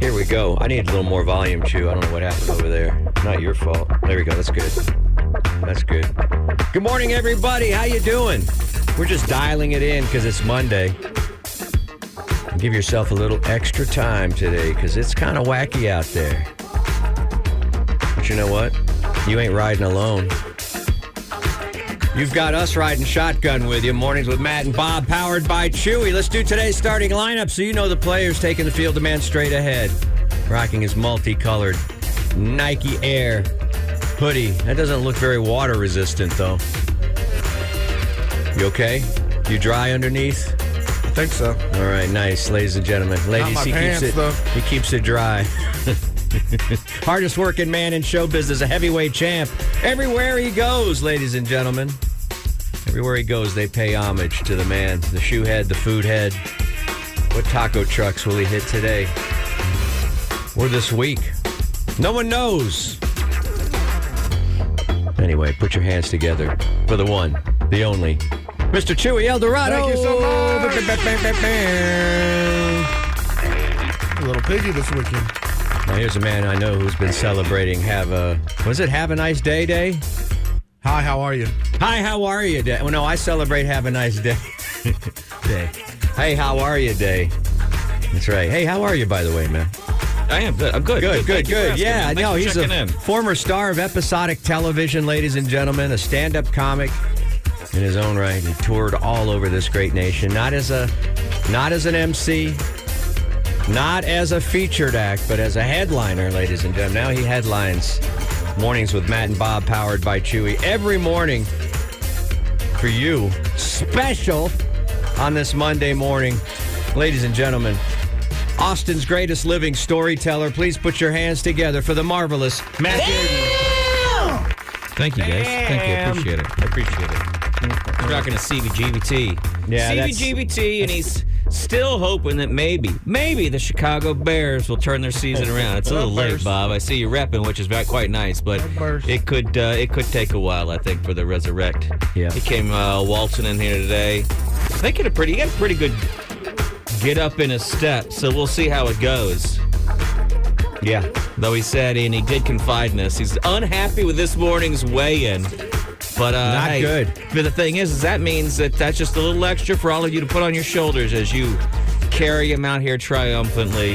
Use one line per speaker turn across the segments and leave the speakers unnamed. I need a little more volume, Chew. I don't know what happened over there. Not your fault. There we go. That's good. That's good. Good morning, everybody. How you doing? We're just dialing it in because it's Monday. Give yourself a little extra time today because it's kind of wacky out there. But you know what? You ain't riding alone. You've got us riding shotgun with you. Mornings with Matt and Bob, powered by Chewy. Let's do today's starting lineup so you know the players taking the field. The man straight ahead, rocking his multicolored Nike Air hoodie. That doesn't look very water resistant, though. You okay? You dry underneath?
I think so.
All right, nice, ladies and gentlemen. Ladies,
my
he
pants,
keeps it.
though.
He keeps it dry. Hardest working man in show business, a heavyweight champ. Everywhere he goes, ladies and gentlemen. Everywhere he goes, they pay homage to the man, the shoe head, the food head. What taco trucks will he hit today or this week? No one knows. Anyway, put your hands together for the one, the only, Mr. Chewy Eldorado.
Thank you so much.
Now,
A little piggy this weekend.
here's a man I know who's been celebrating have a was it have a nice day day?
Hi, how are you?
Hi, how are you day? Well, no, I celebrate have a nice day. day. Hey, how are you day? That's right. Hey, how are you by the way, man?
I am. Good. I'm good.
Good, good,
Thank you for
good.
asking,
Yeah,
man. Thanks
no,
for
he's a
checking in.
former star of episodic television, ladies and gentlemen, a stand-up comic in his own right. He toured all over this great nation, not as a not as an MC, not as a featured act, but as a headliner, ladies and gentlemen. Now he headlines Mornings with Matt and Bob powered by Chewy every morning for you. Special on this Monday morning. Ladies and gentlemen, Austin's greatest living storyteller. Please put your hands together for the marvelous Matt Bearden.
Thank you, guys. Thank you. I appreciate it. I appreciate it. We're talking to CBGBT.
Yeah, that's-
CBGBT, and he's still hoping that maybe, maybe the Chicago Bears will turn their season around. It's a little late,
Bears.
Bob. I see you repping, which is not quite nice, but
Bears.
it could uh, it could take a while, I think, for the resurrect.
Yeah.
He came uh, waltzing in here today. I think it a pretty, he got a pretty good get up in his step, so we'll see how it goes.
Yeah.
Though he said, and he did confide in us, he's unhappy with this morning's weigh-in. But uh,
Not
hey,
good.
But the thing is, is that means that that's just a little extra for all of you to put on your shoulders as you carry him out here triumphantly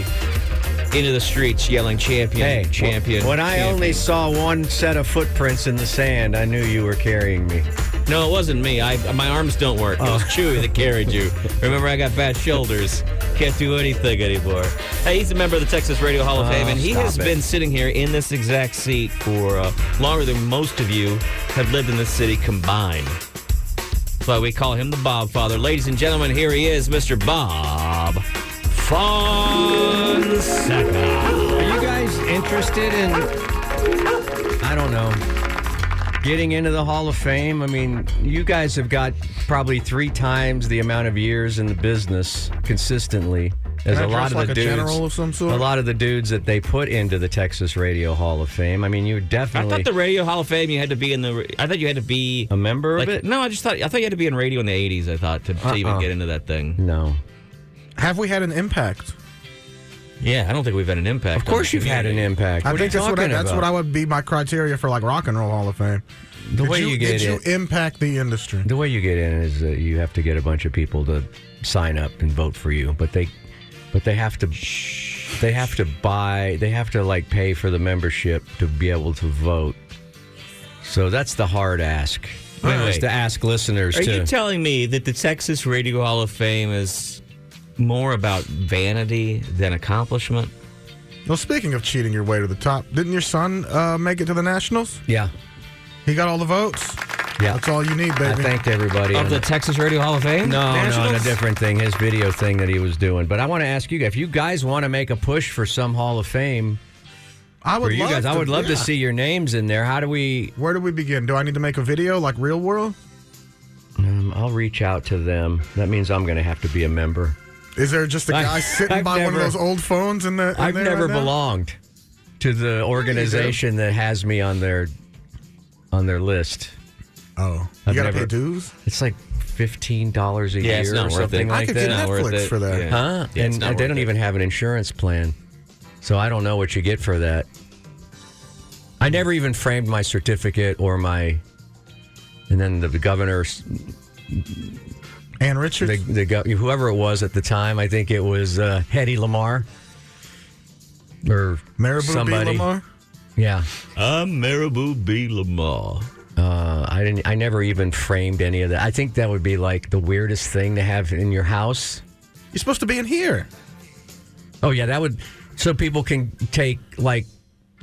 into the streets, yelling champion,
Hey,
champion.
When I
champion."
only saw one set of footprints in the sand, I knew you were carrying me.
no, it wasn't me. I my arms don't work. It was
Oh.
Chewy that carried you. Remember, I got fat shoulders. Can't do anything anymore. Hey, he's a member of the Texas Radio Hall of
Oh,
Fame, and he
stop
has
it.
been sitting here in this exact seat for uh, longer than most of you have lived in this city combined. That's why we call him the Bob Father. Ladies and gentlemen, here he is, Mr. Bob Fonseca.
Are you guys interested in I don't know. Getting into the Hall of Fame, I mean, you guys have got probably three times the amount of years in the business consistently as
Can I
a lot
dress
of
like
the
a
dudes.
general of some sort?
A lot of the dudes that they put into the Texas Radio Hall of Fame. I mean, you're
I
definitely
thought the Radio Hall of Fame you had to be in the. I thought you had to be
a member
Like,
of it.
No, I just thought I thought you had to be in radio in the '80s. I thought to, to even
Uh-uh.
get into that thing.
No.
Have we had an impact?
Yeah, I don't think we've had an impact.
Of course, you've had an impact.
I
What are
think
you
that's what I,
talking
that's
about?
what I would be my criteria for like rock and roll Hall of Fame.
The
did
way you, get
did
in,
you impact the industry?
the way you get in is that you have to get a bunch of people to sign up and vote for you, but they, but they have to, they have to buy, they have to like pay for the membership to be able to vote. So that's the hard ask.
Wait,
Is
wait.
to ask listeners
Are
to.
you telling me that the Texas Radio Hall of Fame is more about vanity than accomplishment?
Well, speaking of cheating your way to the top, didn't your son uh, make it to the Nationals?
yeah,
He got all the votes.
yeah.
That's all you need,
I
baby.
thanked everybody. on
Of the
that.
Texas Radio Hall of Fame?
No, no, no,
Nationals?
different thing. His video thing that he was doing. But I want to ask you guys, if you guys want to make a push for some Hall of Fame
I would
for you
love
guys,
to,
I would love to
yeah.
see your names in there. How do we?
Where do we begin? Do I need to make a video like Real World?
Um, I'll reach out to them. That means I'm going to have to be a member.
Is there just a
I-
guy sitting
I've
by one of
never-
those old phones in the? In
I've
there
never
right now?
belonged to the organization that has me on their on their list.
Oh, you
I've
gotta
never-
pay dues.
It's like fifteen dollars a
Yeah,
year
it's not
or
worth
something
it.
I
like
could
that.
get Netflix for that.
Huh?
Yeah, it's
and
not
they
worth
don't
it.
even have an insurance plan. So I don't know what you get for that. I never even framed my certificate or my. And then the governor,
Ann
the,
Richards.
the gov- whoever it was at the time, I think it was uh, Hetty Lamar or
Marabou B.
somebody.
Lamar.
Yeah,
I'm Marabou B. Lamar.
uh, I didn't. I never even framed any of that. I think that would be like the weirdest thing to have in your house.
You're supposed to be in here.
Oh yeah, that would so people can take like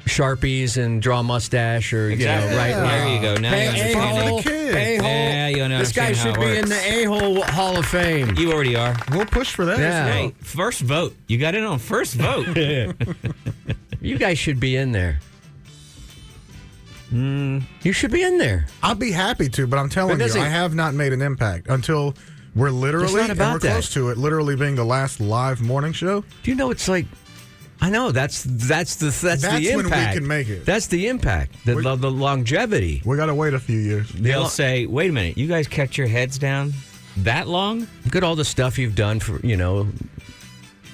sharpies and draw mustache or you know right
There you go. Now you
Hey,
understand
follow
a-hole,
how
the kid.
a-hole.
Yeah, you know,
this guy
understand
should
how it
be
works.
in the a-hole Hall of Fame.
You already are.
We'll push for that.
Yeah.
as well.
Hey, first vote. You got in on first vote.
You guys should be in there.
Hmm.
You should be in there.
I'd be happy to, but I'm telling
But
you,
doesn't-
I have not made an impact until we're literally
not
and
about
we're
that.
close to it. Literally being the last live morning show.
Do you know it's like? I know that's that's the that's,
That's
the
when we
impact.
can make it.
That's the impact. The, the, the longevity.
We got to wait a few years.
They'll say, wait a minute, you guys kept your heads down that long?
Look at all the stuff you've done for you know.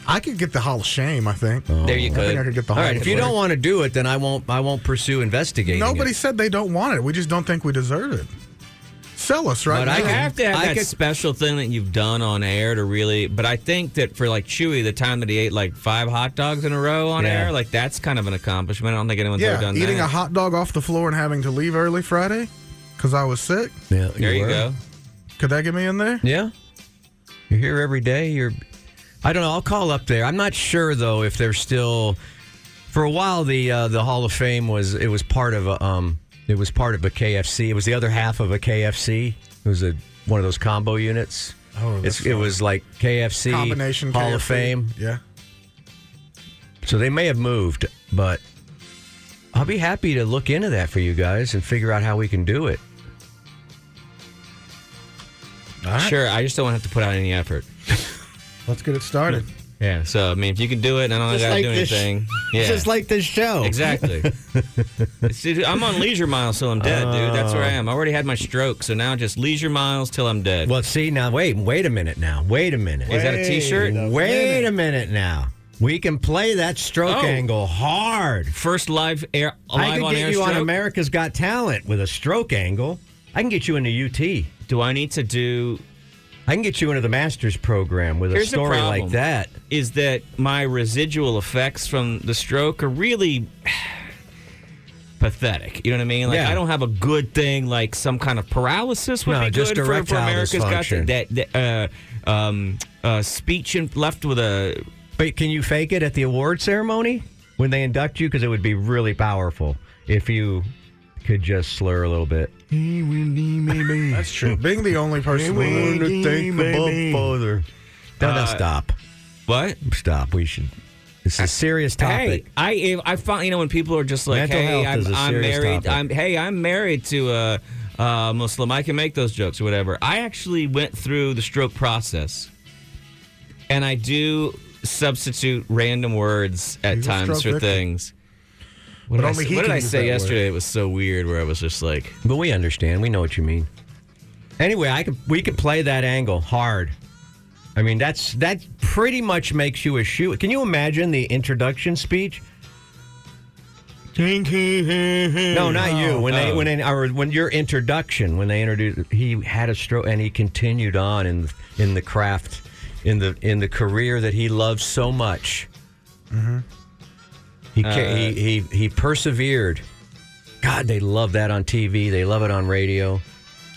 I could get the Hall of Shame. I think.
Oh,
There you go.
I think I could get the
All
Hall.
right,
of
if you
Fame.
don't want to do it, then I won't. I won't pursue investigating. it.
Nobody said they don't want it. We just don't think we deserve it. Sell us right
But
now.
I
You have to have
I
that
could-
special thing that you've done on air to really. But I think that for like Chewy, the time that he ate like five hot dogs in a row on
Yeah.
air, like that's kind of an accomplishment. I don't think anyone's ever
yeah,
done
eating
that.
a hot dog off the floor and having to leave early Friday because I was sick.
Yeah,
there you
were.
go.
Could that get me in there?
Yeah. You're here every day. You're I don't know, I'll call up there. I'm not sure though if they're still for a while the uh, the Hall of Fame was it was part of a um it was part of a KFC. It was the other half of a KFC. It was a one of those combo units.
Oh,
it's,
that's
it was like KFC
Combination
Hall of
KFC.
Fame.
Yeah.
So they may have moved, but I'll be happy to look into that for you guys and figure out how we can do it.
All right.
Sure, I just don't want to have to put out any effort.
Let's get it started.
Yeah. So I mean, if you can do it, and I don't
Just
got to
like
do
this-
anything. yeah.
like this show.
Exactly. See, I'm on leisure miles till I'm dead, dude. That's where I am. I already had my stroke, so now just leisure miles till I'm dead.
Well, see now. Wait, wait a minute now. Wait a minute.
Is that a T-shirt?
Wait a minute now. We can play that stroke
Oh.
angle hard.
First live air, live
I can
on
get
air
you on
stroke?
America's Got Talent with a stroke angle. I can get you into UT.
Do I need to do?
I can get you into the master's program with
Here's
a
the
story
problem.
like that.
Is that my residual effects from the stroke are really pathetic? You know what I mean? Like
Yeah.
I don't have a good thing, like some kind of paralysis would
No,
be
just
good for, for
erectile
America's Got
dysfunction.
that, that uh, um, uh, speech and left with a
But can you fake it at the award ceremony when they induct you? Because it would be really powerful if you could just slur a little bit.
That's true. Being the only person who
Wanna thank the Father. No, no,
Uh,
stop.
what?
Stop. We should. It's a serious topic.
Hey, I if- I find you know when people are just like,
Mental
hey,
health
I'm,
is a
I'm
serious
married.
topic.
I'm hey, I'm married to a, a Muslim. I can make those jokes or whatever. I actually went through the stroke process, and I do substitute random words at
He's a
times
stroke victim.
for things. What did I,
only
say-
he
what did
can
I
use
say
that
yesterday? It was so weird where I was just like,
But we understand. We know what you mean. Anyway, I could we could play that angle hard. I mean, that's that pretty much makes you a shoe. Can you imagine the introduction speech? No, not you. When they
Oh.
when they, or when your introduction when they introduced he had a stroke and he continued on in in the craft in the in the career that he loves so much.
Mm-hmm.
He, ca-
Uh,
he he he persevered. God, they love that on TV. They love it on radio.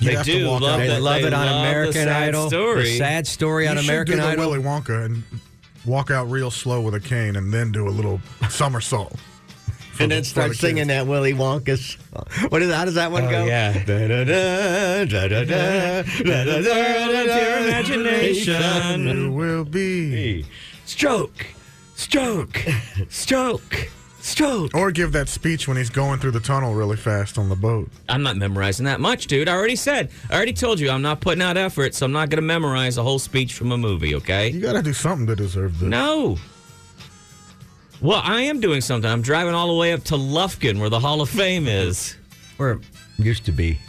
they
have to
do
walk
love
out.
They
that.
love
they
it on
love the
American
sad
Idol.
Story.
The sad story on
you should
American
do the
Idol.
Willy Wonka and walk out real slow with a cane and then do a little somersault.
and
the-
then
for
start
the
singing
kids.
that Willy Wonka. song. What is? How does that one
Oh,
go?
yeah.
Da-da-da, da-da-da, da-da-da,
Your imagination.
You will be.
Stroke, stroke, stroke, stroke.
Or give that speech when he's going through the tunnel really fast on the boat.
I'm not memorizing that much, dude. I already said, I already told you, I'm not putting out effort, so I'm not going to memorize a whole speech from a movie, okay?
You got to do something to deserve this.
No. Well, I am doing something. I'm driving all the way up to Lufkin, where the Hall of Fame is.
Or it used to be.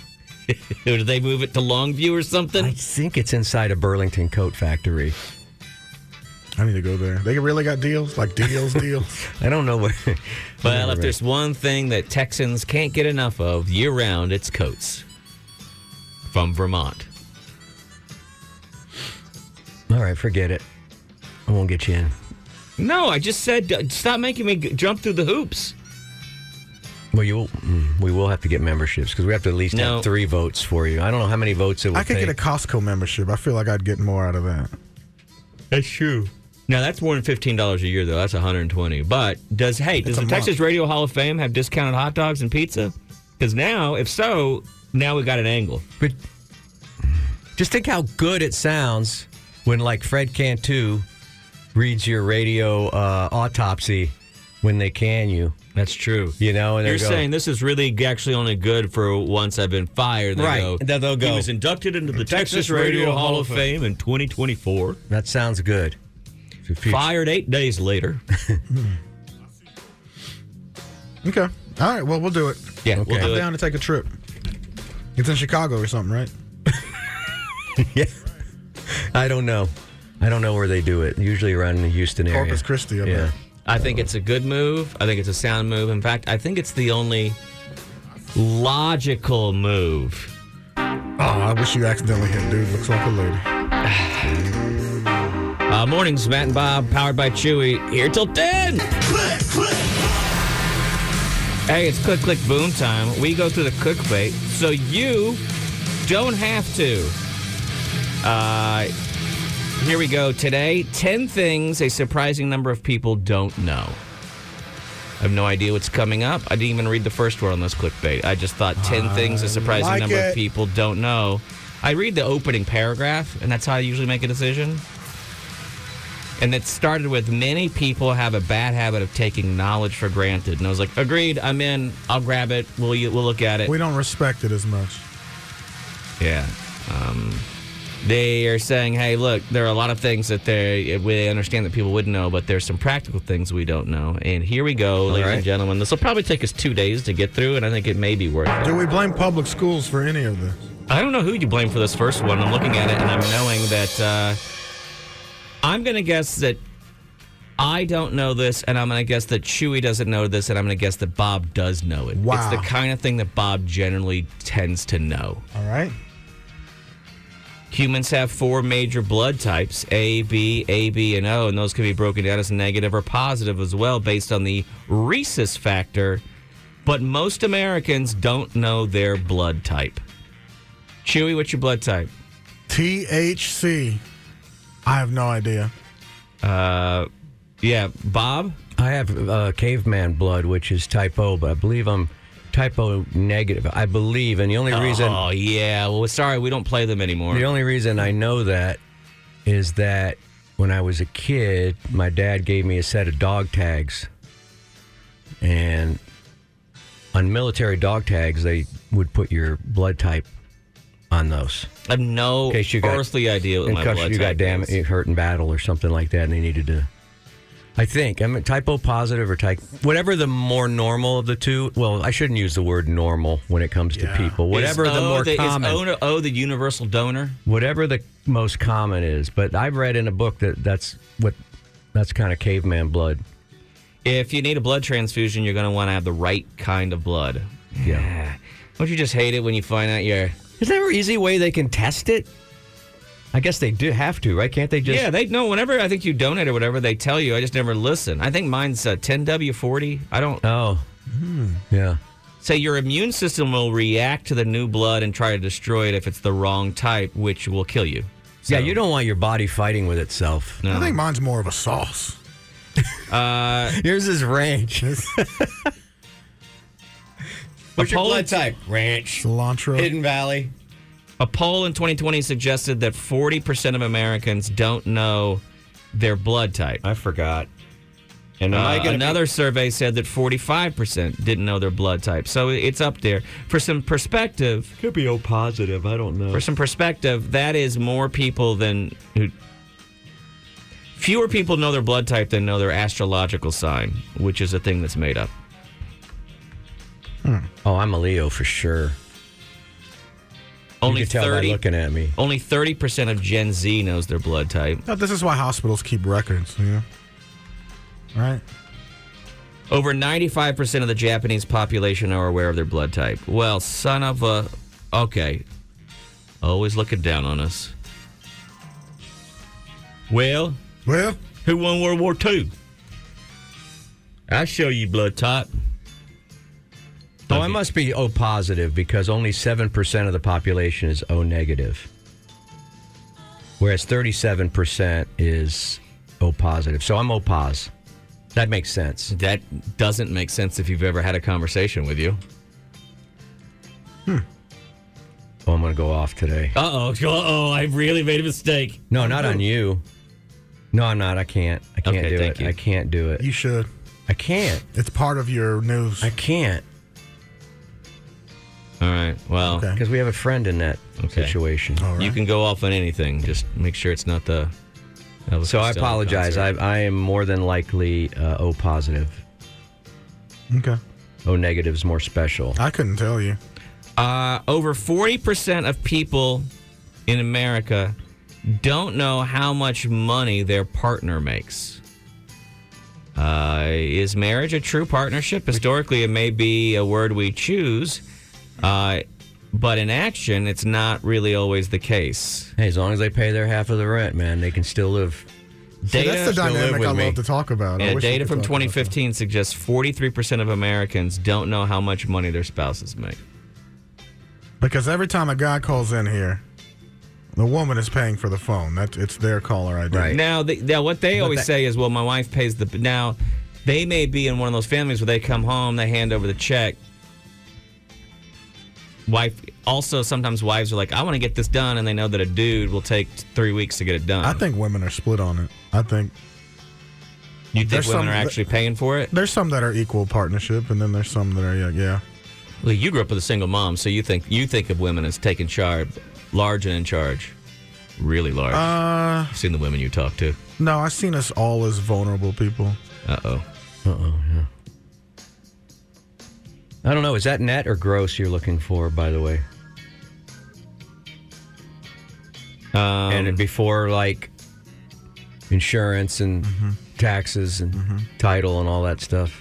Did they move it to Longview or something?
I think it's inside a Burlington coat factory.
I need to go there. They really got deals, like deals, deals.
I don't know where.
Well, if there's one thing that Texans can't get enough of year round, it's coats from Vermont.
All right, forget it. I won't get you in.
No, I just said uh, stop making me g- jump through the hoops.
Well, you will, mm, we will have to get memberships because we have to at least
No.
have three votes for you. I don't know how many votes it would
I could
take.
get a Costco membership. I feel like I'd get more out of that.
That's true. Now that's more than fifteen dollars a year, though. That's one hundred and twenty. But does hey does
a
the Texas
month.
Radio Hall of Fame have discounted hot dogs and pizza? Because now, if so, now we got an angle.
But just think how good it sounds when, like, Fred Cantu reads your radio uh, autopsy when they can you.
That's true.
You know, and they
You're
go-
saying this is really actually only good for once I've been fired. They
Right,
Go,
that they'll
He
go,
was inducted into the Texas, Radio, Hall of Fame in 2024.
That sounds good. If you-
Fired eight days later.
Okay. All right. Well, we'll do it.
Yeah,
Okay.
we'll do
I'm
it.
down to take a trip. It's in Chicago or something, right?
Yeah. I don't know. I don't know where they do it. Usually around the Houston area.
Corpus Christi. I
Yeah.
yeah.
I think it's a good move. I think it's a sound move. In fact, I think it's the only logical move.
Oh, I wish you accidentally hit dude. Looks like a lady.
Uh, mornings, Matt and Bob, powered by Chewy, here till 10. Hey, it's click, click, boom time. We go through the clickbait, so you don't have to. Uh, here we go. Today, 10 things a surprising number of people don't know. I have no idea what's coming up. I didn't even read the first word on this clickbait. I just thought 10 things a surprising
like
number of
it.
people don't know. I read the opening paragraph, and that's how I usually make a decision. And it started with many people have a bad habit of taking knowledge for granted. And I was like, agreed, I'm in. I'll grab it. We'll, we'll look at it.
We don't respect it as much.
Yeah. Um, they are saying, hey, look, there are a lot of things that they we understand that people would know, but there's some practical things we don't know. And here we go, ladies
right.
and gentlemen. This will probably take us two days to get through, and I think it may be worth it.
Do we blame public schools for any of this?
I don't know who you blame for this first one. I'm looking at it, and I'm knowing that uh, I'm going to guess that I don't know this, and I'm going to guess that Chewy doesn't know this, and I'm going to guess that Bob does know it. It's
Wow.
the kind of thing that Bob generally tends to know.
All right.
Humans have four major blood types A, B, AB, and O, and those can be broken down as negative or positive as well based on the rhesus factor. But most Americans don't know their blood type. Chewy, what's your blood type?
THC. I have no idea.
Yeah, Bob?
I have uh, caveman blood, which is typo, but I believe I'm typo negative. I believe, and the only reason
Oh, yeah. Well, sorry, we don't play them anymore.
the only reason I know that is that when I was a kid, my dad gave me a set of dog tags, and on military dog tags, they would put your blood type on those.
I have no
In case you got-
earthly idea what
in
my
case
blood
you got
type
damn
is.
it hurt in battle or something like that, and they needed to. I think I'm typo positive or type whatever the more normal of the two. Well, I shouldn't use the word normal when it comes to
Yeah.
people. Whatever
Is
the
O
more
is
common,
O- O the universal donor?
whatever the most common is. But I've read in a book that that's what that's kind of caveman blood.
If you need a blood transfusion, you're going to want to have the right kind of blood.
Yeah.
Don't you just hate it when you find out you're.
Is there an easy way they can test it? I guess they do have to, right? Can't they just?
yeah, they know. Whenever I think you donate or whatever, they tell you. I just never listen. I think mine's uh, 10W40. I don't.
Oh. Yeah.
Say your immune system will react to the new blood and try to destroy it if it's the wrong type, which will kill you.
Yeah. You don't want your body fighting with itself.
No.
I think mine's more of a sauce.
Here's his ranch. What's your
Apollo-
blood type? Ranch.
Cilantro.
Hidden Valley.
A poll in 2020 suggested that 40% of Americans don't know their blood type.
I forgot. And
Uh, another survey said that 45% didn't know their blood type. So it's up there. For some perspective,
could be O positive. I don't know.
for some perspective, that is more people than who. Fewer people know their blood type than know their astrological sign, which is a thing that's made up.
Oh, I'm a Leo for sure.
Only
you can tell by looking at me.
Only 30% of Gen Z knows their blood type.
No, this is why hospitals keep records, you know? Right?
Over 95% of the Japanese population are aware of their blood type. Well, son of a. Okay. Always looking down on us. Well,
Well,
who won World War II? I show you blood type.
Oh, I must be O positive because only 7% of the population is O negative. Whereas 37% is O positive. So I'm O pos. That makes sense.
That doesn't make sense if you've ever had a conversation with you.
Oh, I'm going to go off today.
Uh oh. Uh oh. I really made a mistake.
No, not on you. No, I'm not. I can't. I can't
Okay,
do
thank
it.
you.
I can't do it.
you should.
I can't.
It's part of your news.
I can't
All right. Well,
Okay.
because we have a friend in that
Okay. Oh,
situation.
All right.
you can go off on anything. Just make sure it's not the. Elvis
So I
Costello
apologize. I,
concert.
I am more than likely uh, O positive.
okay.
O negative is more special.
I couldn't tell you.
Uh, over 40% of people in America don't know how much money their partner makes. Uh, is marriage a true partnership? Historically, it may be a word we choose, uh, but in action, it's not really always the case.
Hey, as long as they pay their half of the rent, man, they can still live.
See,
Data-
that's the
still live
dynamic
with
I
me.
love to talk about. I
Yeah,
wish we
data
could
from
talk about that.
2015 suggests 43% of Americans don't know how much money their spouses make.
Because every time a guy calls in here, the woman is paying for the phone. That it's their caller ID.
Right.
Now, they, now what they always
that-
say is, "Well, my wife pays the." Now, they may be in one of those families where they come home, they hand over the check. Wife. Also, sometimes wives are like, "I want to get this done," and they know that a dude will take three weeks to get it done.
I think women are split on it. I think
you think
there's
women
some
are
that-
actually paying for it.
there's some that are equal partnership, and then there's some that are yeah, yeah.
Well, you grew up with a single mom, so you think you think of women as taking charge, large and in charge, really large.
Uh,
I've seen the women you talk to.
no, I've seen us all as vulnerable people.
Uh oh.
Uh oh, yeah. I don't know. Is that net or gross you're looking for, by the way?
Um,
and before, like, insurance and taxes and title and all that stuff.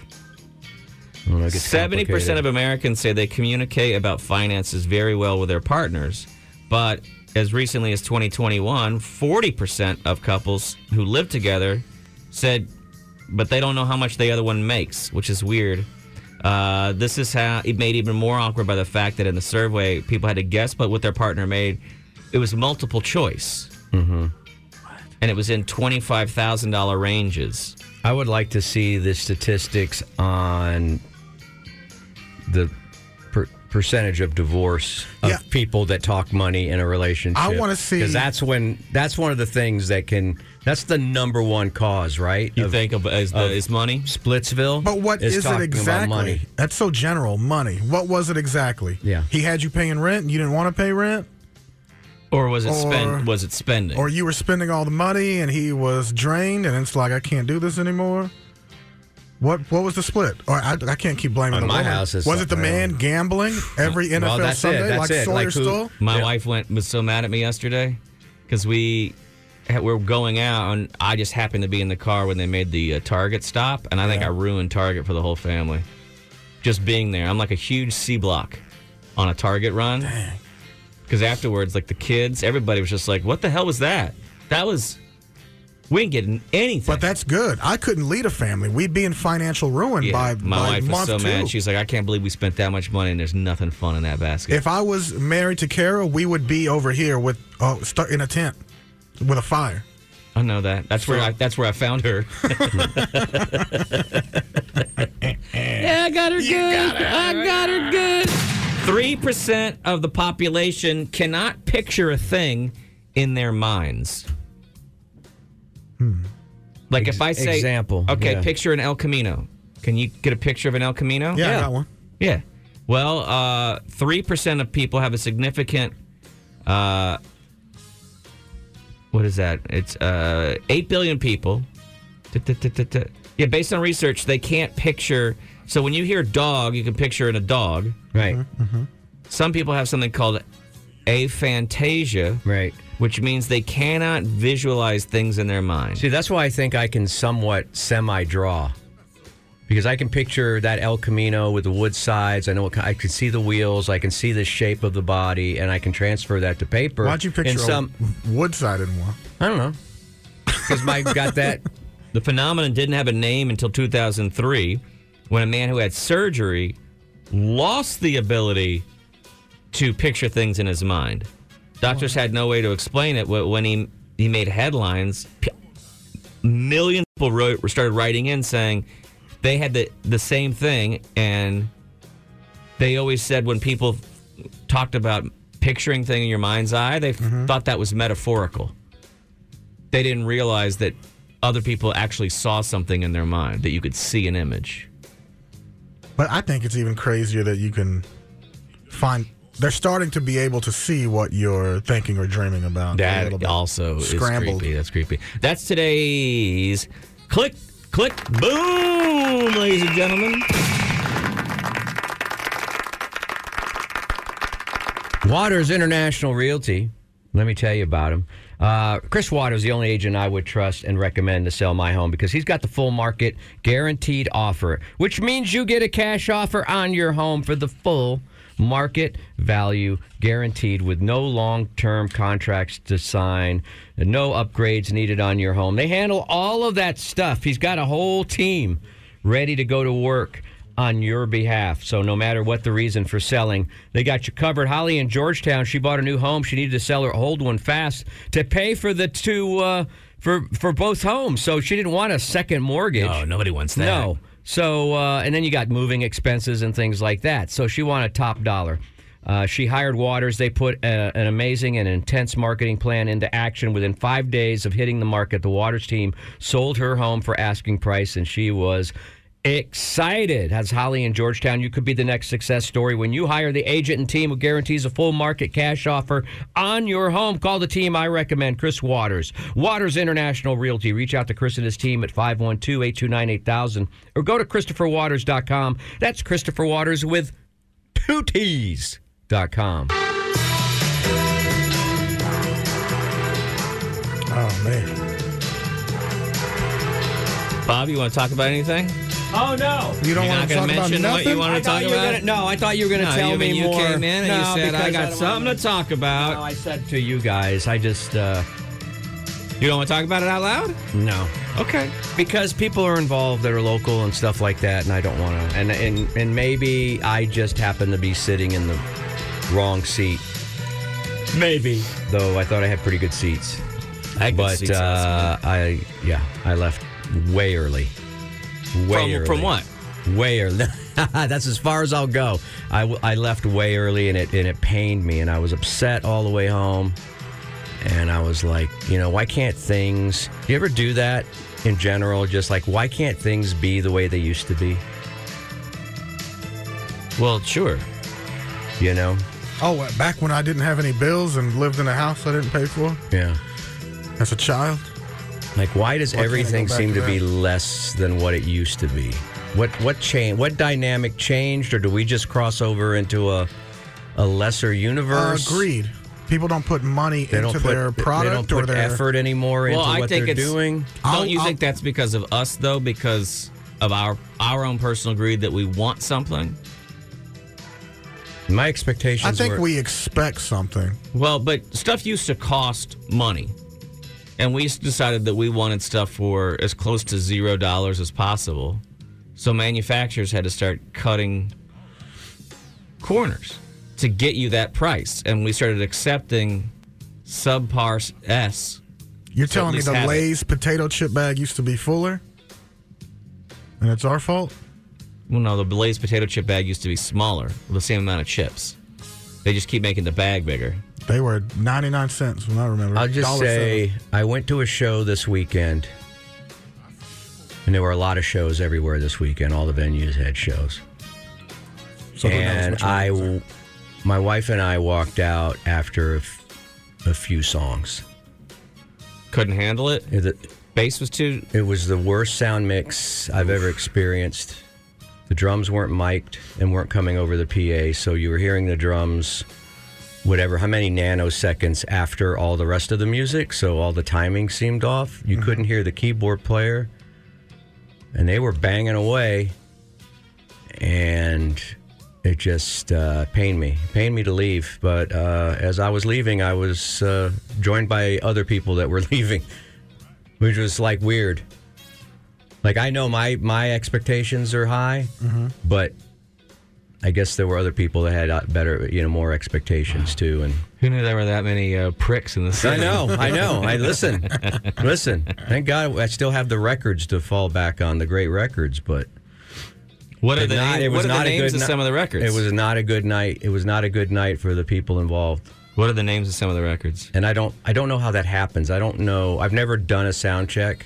I don't know, it gets
Seventy percent of
complicated.
Americans say they communicate about finances very well with their partners, but as recently as 2021, 40 percent of couples who live together said, but they don't know how much the other one makes, which is weird. Uh, this is how it made even more awkward by the fact that in the survey, people had to guess but what their partner made. It was multiple choice, mm-hmm. and it was in twenty-five thousand dollar ranges.
I would like to see the statistics on the per- percentage of divorce of
Yeah.
people that talk money in a relationship.
I wanna see-
because that's when that's one of the things that can that's the number one cause, right?
You
of
think of as, the, as money?
Splitsville.
But what is, it
talking
exactly?
About money.
That's so general. Money. What was it exactly?
Yeah.
He had you paying rent, and you didn't want to pay rent,
Or was it
Or-
spend? Was it spending?
or you were spending all the money, and he was drained, and it's like I can't do this anymore. What What was the split? Or I, I can't keep blaming
On
the
my
woman.
house, it's
was it the
something
man gambling every NFL
Well, that's it,
Sunday
that's
like
it,
Sawyer
like who-
Stoll?
My
Yeah.
wife went was so mad at me yesterday because we had- were going out and I just happened to be in the car when they made the uh, Target stop, and I think I ruined Target for the whole family. Just being there, I'm like a huge C block on a Target run. Because afterwards, like the kids, everybody was just like, "What the hell was that? That was we ain't getting anything."
But that's good. I couldn't lead a family. We'd be in financial ruin
Yeah,
by
my
by
wife was
month
so
two.
mad. She's like, "I can't believe we spent that much money and there's nothing fun in that basket."
If I was married to Kara, we would be over here with oh, start in a tent with a fire.
I know that. That's where I. That's where I found her. yeah, I got her good. I got her good. Three percent of the population cannot picture a thing in their minds. Like if I say
example,
okay,
yeah.
picture an El Camino. Can you get a picture of an El Camino?
Yeah, I
Yeah.
got one.
Yeah. Well, uh, three percent of people have a significant. Uh, what is that? It's uh, eight billion people. Tut-tut-tut-tut-tut. Yeah, based on research, they can't picture. So when you hear dog, you can picture in a dog.
Mm-hmm.
Right.
Some people have something called aphantasia,
Right.
which means they cannot visualize things in their mind.
See, that's why I think I can somewhat semi draw because I can picture that El Camino with the wood sides. I know what, ki- I can see the wheels, I can see the shape of the body, and I can transfer that to paper.
Why don't you picture
in some?
a Woodside in one?
I don't know because Mike got that.
The phenomenon didn't have a name until 2003 when a man who had surgery lost the ability to picture things in his mind. Doctors had no way to explain it but when he he made headlines. p- Millions of people wrote, started writing in saying they had the, the same thing and they always said when people talked about picturing thing in your mind's eye, they thought that was metaphorical. They didn't realize that other people actually saw something in their mind that you could see an image.
But I think it's even crazier that you can find. They're starting to be able to see what you're thinking or dreaming about. a little
That
bit.
also is
Scrambled.
creepy. That's creepy. That's today's click, click, boom, ladies and gentlemen.
Waters International Realty. Let me tell you about him. Uh, Chris Waters, the only agent I would trust and recommend to sell my home because he's got the full market guaranteed offer, which means you get a cash offer on your home for the full market value guaranteed with no long term contracts to sign, and no upgrades needed on your home. They handle all of that stuff. He's got a whole team ready to go to work on your behalf. So no matter what the reason for selling, they got you covered. Holly in Georgetown, she bought a new home. She needed to sell her old one fast to pay for the two uh, for for both homes. So she didn't want a second mortgage.
Oh, nobody wants that.
No. So, uh, and then you got moving expenses and things like that. So she wanted top dollar. Uh, she hired Waters. They put uh an amazing and intense marketing plan into action. Within five days of hitting the market, the Waters team sold her home for asking price, and she was excited. As Holly in Georgetown, you could be the next success story when you hire the agent and team who guarantees a full market cash offer on your home. Call the team I recommend, Chris Waters. Waters International Realty. Reach out to Chris and his team at 512 829 8000 or go to ChristopherWaters.com. That's Christopher Waters with two T's. Dot com.
Oh man,
Bob, you want to talk about anything?
Oh no!
you don't
You're
want
not
to talk
gonna
about
mention what you
nothing.
wanna
I thought
talk
you were
about?
gonna, no, I thought you were going to
No,
tell
you,
me
you
more.
came in and
no,
you said,
because
I got
don't
something
wanna-
to talk
No,
about.
I said to you guys. I just uh,
You don't want to talk about it out loud?
no.
Okay.
because people are involved that are local and stuff like that, and I don't want to. And, and and maybe I just happen to be sitting in the wrong seat,
Maybe.
though I thought I had pretty good seats.
I could
but
see some of this, man.
uh, I yeah, I left way early. Way
From-
early.
from what?
Way early. That's as far as I'll go. I, w- I left way early, and it and it pained me, and I was upset all the way home. And I was like, you know, why can't things? You ever do that in general? Just like, why can't things be the way they used to be?
well, sure.
You know?
Oh, what, back when I didn't have any bills and lived in a house I didn't pay for
Yeah.
as a child.
Like, why does
Why can't I go
everything
back
seem
to
to be
that?
less than what it used to be? What what change? What dynamic changed, or do we just cross over into a a lesser
Uh,
universe?
greed. People don't put money
They
into
don't put
their
they
product
don't
or
put
their
effort anymore
Well,
into
I
what
think
they're
it's-
doing.
Don't
I'll-
you
I'll-
think that's because of us though? Because of our our own personal greed that we want something.
My
I
expectations.
think
were,
we expect something.
Well, but stuff used to cost money, and we decided that we wanted stuff for as close to zero dollars as possible. So manufacturers had to start cutting corners to get you that price, and we started accepting subpar S.
You're
So at
telling me
least
the
have it.
Lay's potato chip bag used to be fuller, and it's our fault.
Well, no, the Lay's potato chip bag used to be smaller, with the same amount of chips. They just keep making the bag bigger.
They were 99 cents when I remember.
I'll just
Dollar
say
seven.
I went to a show this weekend, and there were a lot of shows everywhere this weekend. All the venues had shows.
So who knows
and
which one
I,
it was.
w- my wife and I walked out after a, f- a few songs.
Couldn't handle it.
It,
Bass was too.
it was the worst sound mix I've ever experienced. The drums weren't mic'd and weren't coming over the PA, so you were hearing the drums whatever, how many nanoseconds after all the rest of the music. So all the timing seemed off. You couldn't hear the keyboard player. And they were banging away. And it just uh, pained me, pained me to leave. But uh, as I was leaving, I was uh, joined by other people that were leaving, which was like weird. Like I know my my expectations are high, but I guess there were other people that had uh, better, you know, more expectations too. And
Who knew there were that many uh, pricks in the
I
city?
know, I know. I listen, listen. Thank God I still have the records to fall back on, the great records. But
What are
But
the,
not-
name-
it was
what are the
not a
names
good
of
ni-
some of the records?
it was not a good night. It was not a good night for the people involved.
What are the names of some of the records?
And I don't, I don't know how that happens. I don't know. I've never done a sound check.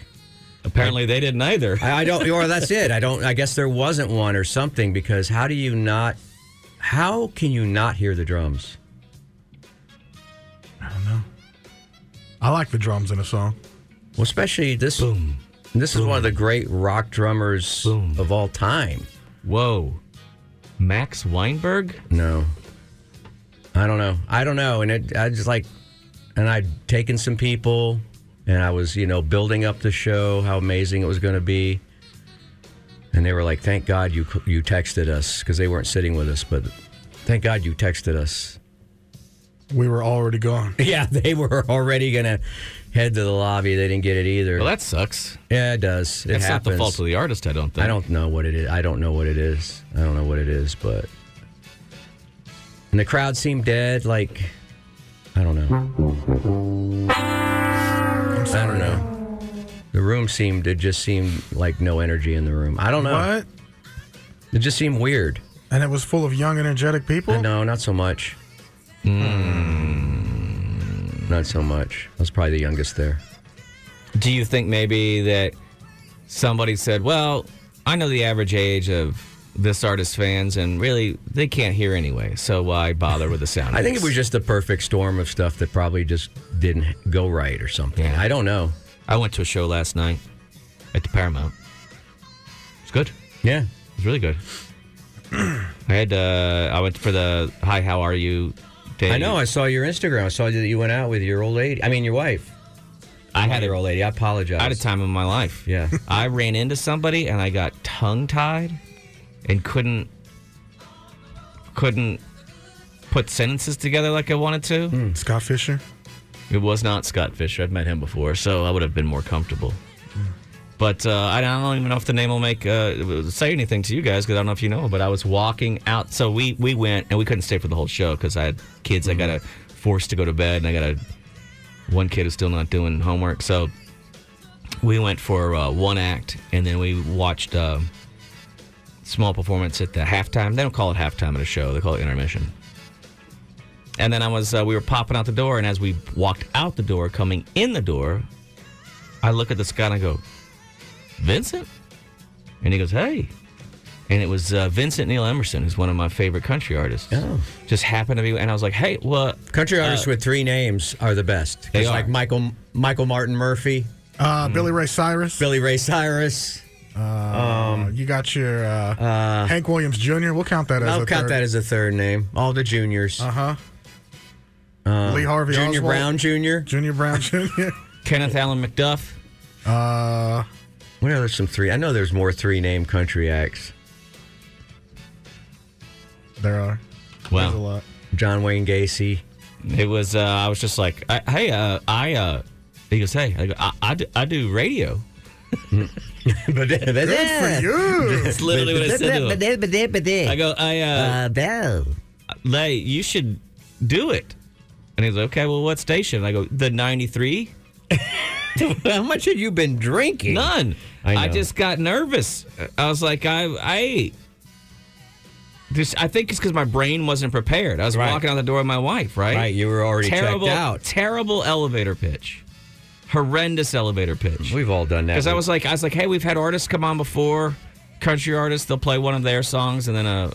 Apparently, they didn't either.
I, I don't, or that's it. I don't. I guess there wasn't one or something because how do you not? How can you not hear the drums?
I don't know. I like the drums in a song.
Well, especially this.
Boom.
This is one of the great rock drummers
Boom.
of all time.
Whoa. Max Weinberg?
No. I don't know. I don't know. And it, I just like, and I'd taken some people and I was, you know, building up the show, how amazing it was going to be. And they were like, thank God you, you texted us because they weren't sitting with us, but thank God you texted us.
We were already gone.
Yeah, they were already going to head to the lobby. They didn't get it either.
Well, that sucks.
yeah, it does. It
That's
happens.
not the fault of the artist, I don't think.
I don't know what it is. I don't know what it is. I don't know what it is, but and the crowd seemed dead. Like I don't know.
I'm
I don't
sorry.
know. The room seemed. It just seemed like no energy in the room. I don't know.
What?
It just seemed weird.
And it was full of young, energetic people.
No, not so much.
Hmm.
Not so much. I was probably the youngest there.
Do you think maybe that somebody said, well, I know the average age of this artist's fans, and really, they can't hear anyway, so why bother with the sound?
I think it
mix?
was just the perfect storm of stuff that probably just didn't go right or something.
Yeah.
I don't know.
I went to a show last night at the Paramount. It's good.
Yeah.
It's really good. I had uh, I went for the hi, how are you? Day.
I know. I saw your Instagram. I saw that you went out with your old lady. I mean, your wife.
I
had
had
her
a,
old lady. I apologize.
I had a time of my life.
Yeah.
I ran into somebody and I got tongue tied and couldn't couldn't put sentences together like I wanted to.
Scott Fisher.
It was not Scott Fisher. I've met him before, so I would have been more comfortable. But uh, I don't I don't even know if the name will make uh, say anything to you guys because I don't know if you know. But I was walking out, so we we went and we couldn't stay for the whole show because I had kids. I gotta forced to go to bed, and I gotta one kid is still not doing homework. So we went for uh, one act, and then we watched a small performance at the halftime. They don't call it halftime at a show; they call it intermission. And then I was, uh, we were popping out the door, and as we walked out the door, coming in the door, I look at this guy and I go, Vincent? And he goes, Hey. And it was uh, Vincent Neil Emerson, who's one of my favorite country artists.
Oh.
Just happened to be, and I was like, Hey, what? uh,
Country artists with three names are the best.
They
It's
are.
like Michael Michael Martin Murphy,
Uh, Billy Ray Cyrus.
Billy Ray Cyrus.
Uh, you got your uh, Hank Williams Jr. We'll count that as
I'll
a
count that as a third name. All the juniors.
Uh huh. Lee Harvey
Junior
Oswald.
Brown Jr.
Junior Brown Jr.
Kenneth Allen McDuff.
uh,
What are there some three? I know there's more three name country acts.
there are. There's a
Wow.
lot.
John Wayne Gacy.
It was, uh, I was just like, I, Hey, uh, I, uh, he goes, Hey, I, go, I, I, do, I do radio.
but that- that's
Good for you.
That's literally what I said to him. I
I
go, I, uh,
Uh,
Lay, you should do it. And he's like, okay, well, what station? I go, the 93?
How much have you been drinking?
None.
I
I,
know.
just got nervous. I was like, I, I, this, I think it's because my brain wasn't prepared. I was
Right.
walking out the door with my wife, right?
Right, you were already
terrible,
checked out.
Terrible elevator pitch. Horrendous elevator pitch.
We've all done that.
Because I was like, I was like, hey, we've had artists come on before, country artists. They'll play one of their songs and then a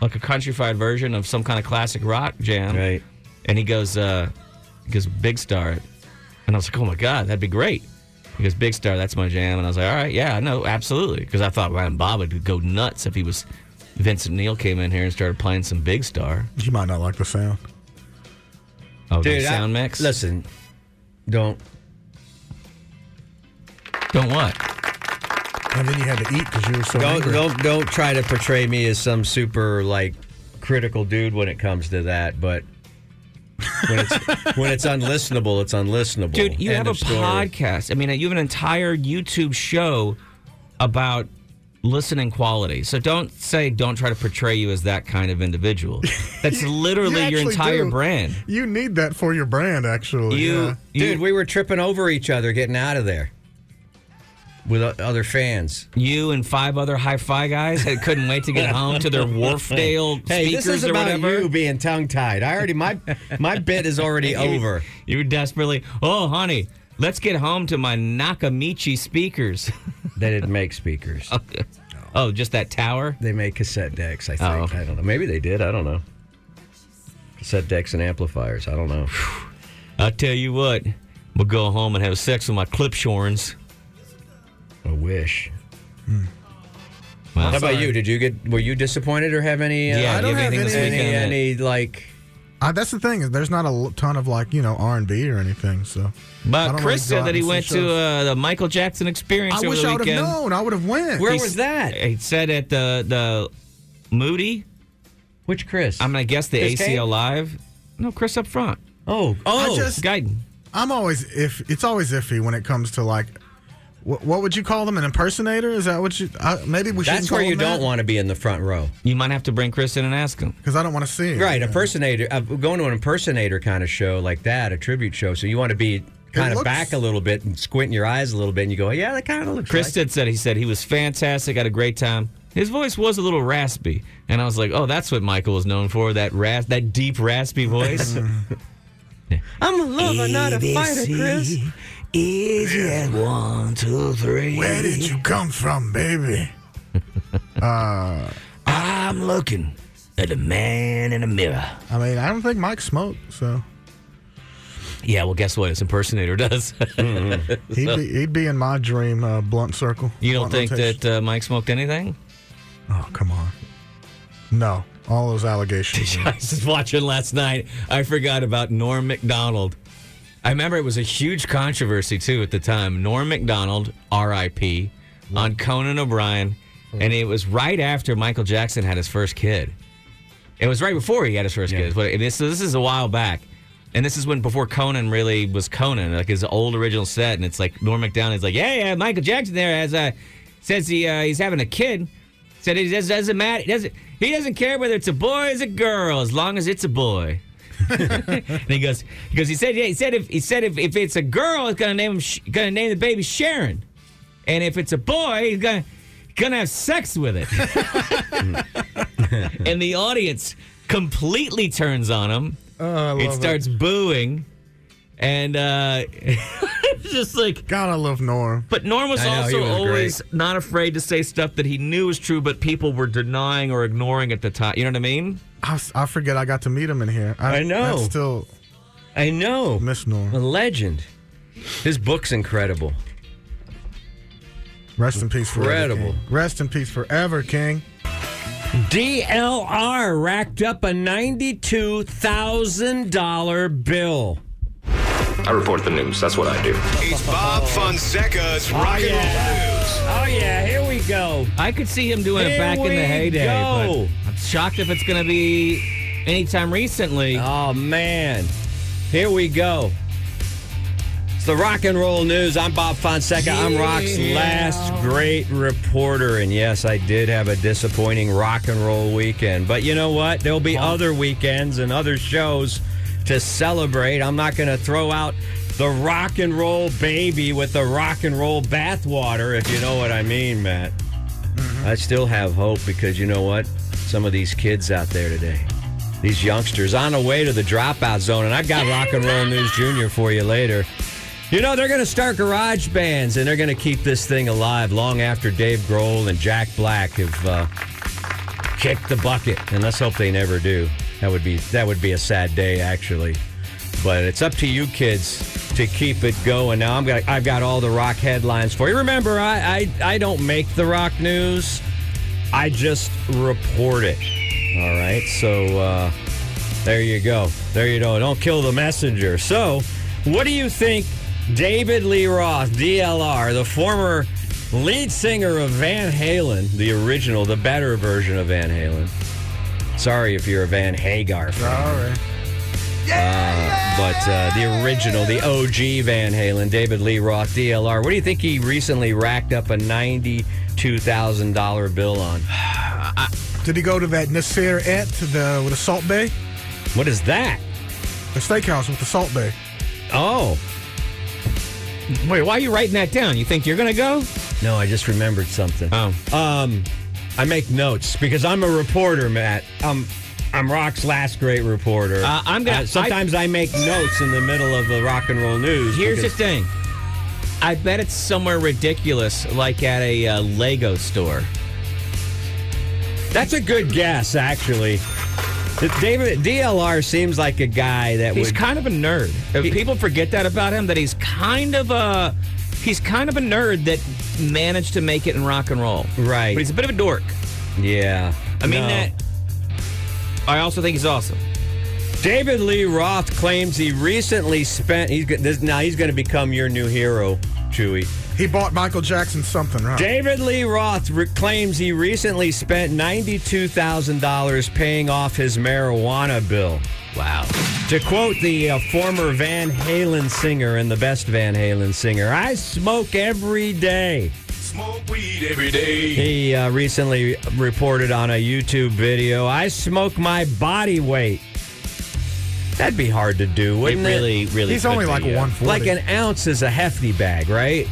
like a countrified version of some kind of classic rock jam.
Right.
And he goes, uh, he goes, Big Star. And I was like, oh my God, that'd be great. He goes, Big Star, that's my jam. And I was like, all right, yeah, I know, absolutely. Because I thought Ryan Bob would go nuts if he was, Vincent Neal came in here and started playing some Big Star.
You might not like the sound.
Oh, the
Dude, I-
sound mix.
Listen, don't.
Don't what?
And then you had to eat because you were so
Don't
hungry.
don't don't try to portray me as some super like critical dude when it comes to that, but when it's when it's unlistenable, it's unlistenable.
Dude, you
End
have a
of story.
podcast. I mean, you have an entire YouTube show about listening quality. So don't say don't try to portray you as that kind of individual. That's literally your
actually
entire
do.
brand.
You need that for your brand, actually.
You,
yeah.
you
Dude, we were tripping over each other getting out of there with o- other fans.
you and five other hi-fi guys that couldn't wait to get home to their Wharfdale
Hey,
speakers
this is
or
about
whatever.
you being tongue tied. I already my my bit is already over.
You were desperately, oh honey, let's get home to my Nakamichi speakers.
They didn't make speakers.
oh, just that tower?
They made cassette decks. I think.
Oh, okay.
I don't know. Maybe they did. I don't know. Cassette decks and amplifiers. I don't know.
I tell you what, I'm gonna go home and have sex with my clip shorns.
I wish.
Wow.
How about you? Did you get? Were you disappointed or have any? Uh,
Yeah,
I
do
don't
you have
have
anything this
Any,
weekend?
any,
that-
like?
I, that's the thing is there's not a l- ton of like you know R and B or anything. So, I
but
don't
Chris
really go
said
out
that he
and see
went to
shows.
uh, the Michael Jackson experience
I
over
wish
the
I would
weekend.
have known. I would have went.
Where
He's-
was that?
He said at the the Moody.
Which Chris?
I'm gonna guess the
Chris
ACL
Kane?
Live. No, Chris up front.
oh, oh,
I just-
Guyton.
I'm always if it's always iffy when it comes to like. What, what would you call them? An impersonator? Is that what you? I, maybe we
that's
should.
where you don't want to be in the front row.
You might have to bring Chris in and ask him.
because I don't want to see. it.
Right,
Yeah.
impersonator. Uh, going to an impersonator kind of show like that, a tribute show. So you want to be kind of
looks-
back a little bit and squinting your eyes a little bit, and you go, "Yeah, that kind of looks."
Chris
like
did said he said he was fantastic, had a great time. His voice was a little raspy, and I was like, "Oh, that's what Michael was known for that ras- that deep raspy voice."
I'm a lover, not a fighter, Chris.
Easy as one, two, three.
Where did you come from, baby?
I'm looking at a man in a mirror.
I mean, I don't think Mike smoked, so
Yeah, well, guess what? His impersonator does.
he'd be he'd be in my dream uh, blunt circle.
you don't
blunt
think
rotation.
that uh, Mike smoked anything?
Oh come on! No, all those allegations.
I was just watching last night. I forgot about Norm McDonald. I remember it was a huge controversy too at the time. Norm McDonald, R.I.P., on Conan O'Brien, and it was right after Michael Jackson had his first kid. It was right before he had his first kid. But this this is a while back, and this is when before Conan really was Conan, like his old original set. And it's like Norm McDonald is like, yeah, yeah, Michael Jackson there has uh, says he uh, he's having a kid. Said he does, doesn't matter. Doesn't he doesn't care whether it's a boy or a girl as long as it's a boy. and he goes because he said yeah he said if he said if, if it's a girl it's gonna name him Sh- gonna name the baby Sharon, and if it's a boy he's gonna gonna have sex with it. and the audience completely turns on him.
Oh, I love
it starts booing, and uh, just like
Gotta love Norm.
but Norm was
I know, he
also
was great.
always not afraid to say stuff that he knew was true, but people were denying or ignoring at the time. You know what I mean?
I, s- I forget I got to meet him in here.
I know.
That's still
I know.
Miss
A
Norm.
legend. His book's incredible.
Rest in peace forever.
Incredible.
King. Rest in peace forever, King.
DLR racked up a $92,000 bill.
I report the news. That's what I do.
It's Bob Fonseca's Rock and Roll News.
Oh, yeah, here we go.
I could see him doing it
Here
back in the
we
heyday. but
go.
I'm shocked if it's going to be anytime recently.
Oh, man. Here we go. It's the rock and roll news. I'm Bob Fonseca. I'm Rock's last great reporter. And yes, I did have a disappointing rock and roll weekend. But you know what? There'll be other weekends and other shows to celebrate. I'm not going to throw out the rock and roll baby with the rock and roll bathwater, if you know what I mean, Matt. I still have hope because you know what? Some of these kids out there today, these youngsters on the way to the dropout zone, and I've got Rock and Roll News Junior for you later. You know, they're going to start garage bands and they're going to keep this thing alive long after Dave Grohl and Jack Black have uh, kicked the bucket. And let's hope they never do. That would be that would be a sad day, actually. But it's up to you kids to keep it going. Now I'm got I've got all the rock headlines for you. Remember, I I, I don't make the rock news. I just report it. All right. So uh, There you go. There you go. Don't kill the messenger. So, what do you think David Lee Roth, DLR, the former lead singer of Van Halen, the original, the better version of Van Halen? Sorry if you're a Van Hagar fan.
All right.
But uh, the original, the OG Van Halen, David Lee Roth, DLR. What do you think he recently racked up a ninety-two thousand dollar bill on?
Did he go to that Nasir Et to the with the Salt Bay?
What is that?
The steakhouse with the Salt Bay.
Oh,
Wait, why are you writing that down? You think you're gonna go?
no, I just remembered something.
Oh,
Um, I make notes because I'm a reporter, Matt. Um, I'm Rock's last great reporter.
Uh, I'm gonna-
sometimes I, make notes in the middle of the rock and roll news.
here's the
because-
thing. I bet it's somewhere ridiculous, like at a uh, Lego store.
That's a good guess, actually. That David DLR seems like a guy that
He's
would.
kind of a nerd. If People forget that about him. That he's kind of a he's kind of a nerd that managed to make it in rock and roll.
Right.
But he's a bit of a dork.
yeah.
I mean
No.
that. I also think he's awesome.
David Lee Roth claims he recently spent. He's go- this, now he's going to become your new hero, Chewy.
He bought Michael Jackson something, right?
David Lee Roth re- claims he recently spent ninety-two thousand dollars paying off his marijuana bill.
Wow.
To quote the uh, former Van Halen singer and the best Van Halen singer, "I smoke every day."
Smoke weed every day.
He uh, recently reported on a YouTube video, "I smoke my body weight." That'd be hard to do,
It
wouldn't it?
really, really.
He's
could
only
be,
like
yeah.
140.
Like an ounce is a hefty bag, right?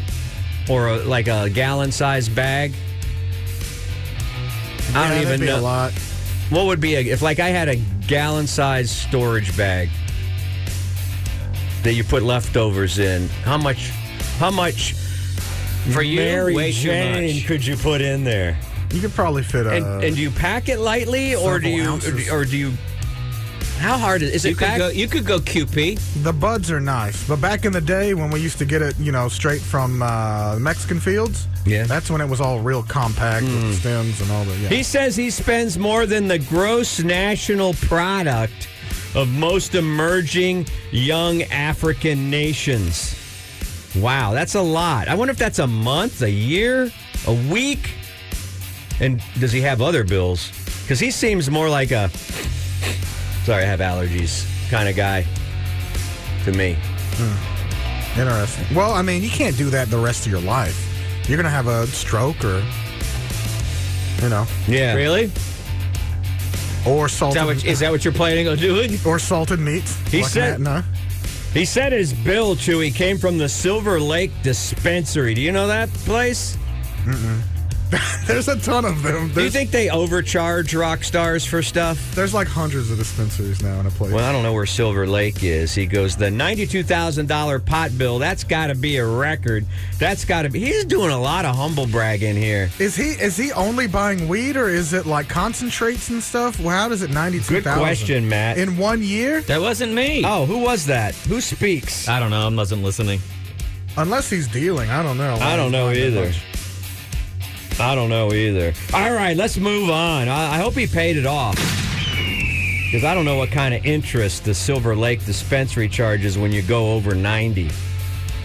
Or a, like a gallon-sized bag. I
Yeah,
don't
that'd
even
be
know.
A lot.
What would be a, if like I had a gallon sized storage bag that you put leftovers in? How much? How much?
for you.
Mary
way too
Jane
much.
could you put in there?
You could probably fit a.
And, and do you pack it lightly, or do
Uh, several
you, or
ounces.
do- or do you? How hard is, is
You
it?
could
Pack?
go. You could go QP.
the buds are nice, but back in the day when we used to get it, you know, straight from uh, Mexican fields,
Yeah. Hmm.
that's when it was all real compact with stems and all that. Yeah.
He says he spends more than the gross national product of most emerging young African nations. Wow, that's a lot. I wonder if that's a month, a year, a week. And does he have other bills? Because he seems more like a sorry, I have allergies kind of guy to me.
Interesting. Well, I mean, you can't do that the rest of your life. You're gonna have a stroke or, you know,
Yeah.
Really?
or
Is that
salted
what? Is that what you're planning on doing?
or salted meat.
He
like
said-
that, no.
He said his bill, Chewy, came from the Silver Lake Dispensary. Do you know that place?
There's a ton of them.
Do you
There's,
think they overcharge rock stars for stuff?
there's like hundreds of dispensaries now in a place.
Well, I don't know where Silver Lake is. He goes, the $92,000 pot bill, that's got to be a record. That's got to be. He's doing a lot of humble bragging here.
Is he is he only buying weed or is it like concentrates and stuff? Well, how does it ninety two thousand?
Good question, Matt.
In one year,
That wasn't me.
Oh, who was that? Who speaks?
I don't know. I wasn't listening.
unless he's dealing, I don't know.
I don't know either. I don't know either. All right, let's move on. I, I hope he paid it off. Because I don't know what kind of interest the Silver Lake dispensary charges when you go over 90.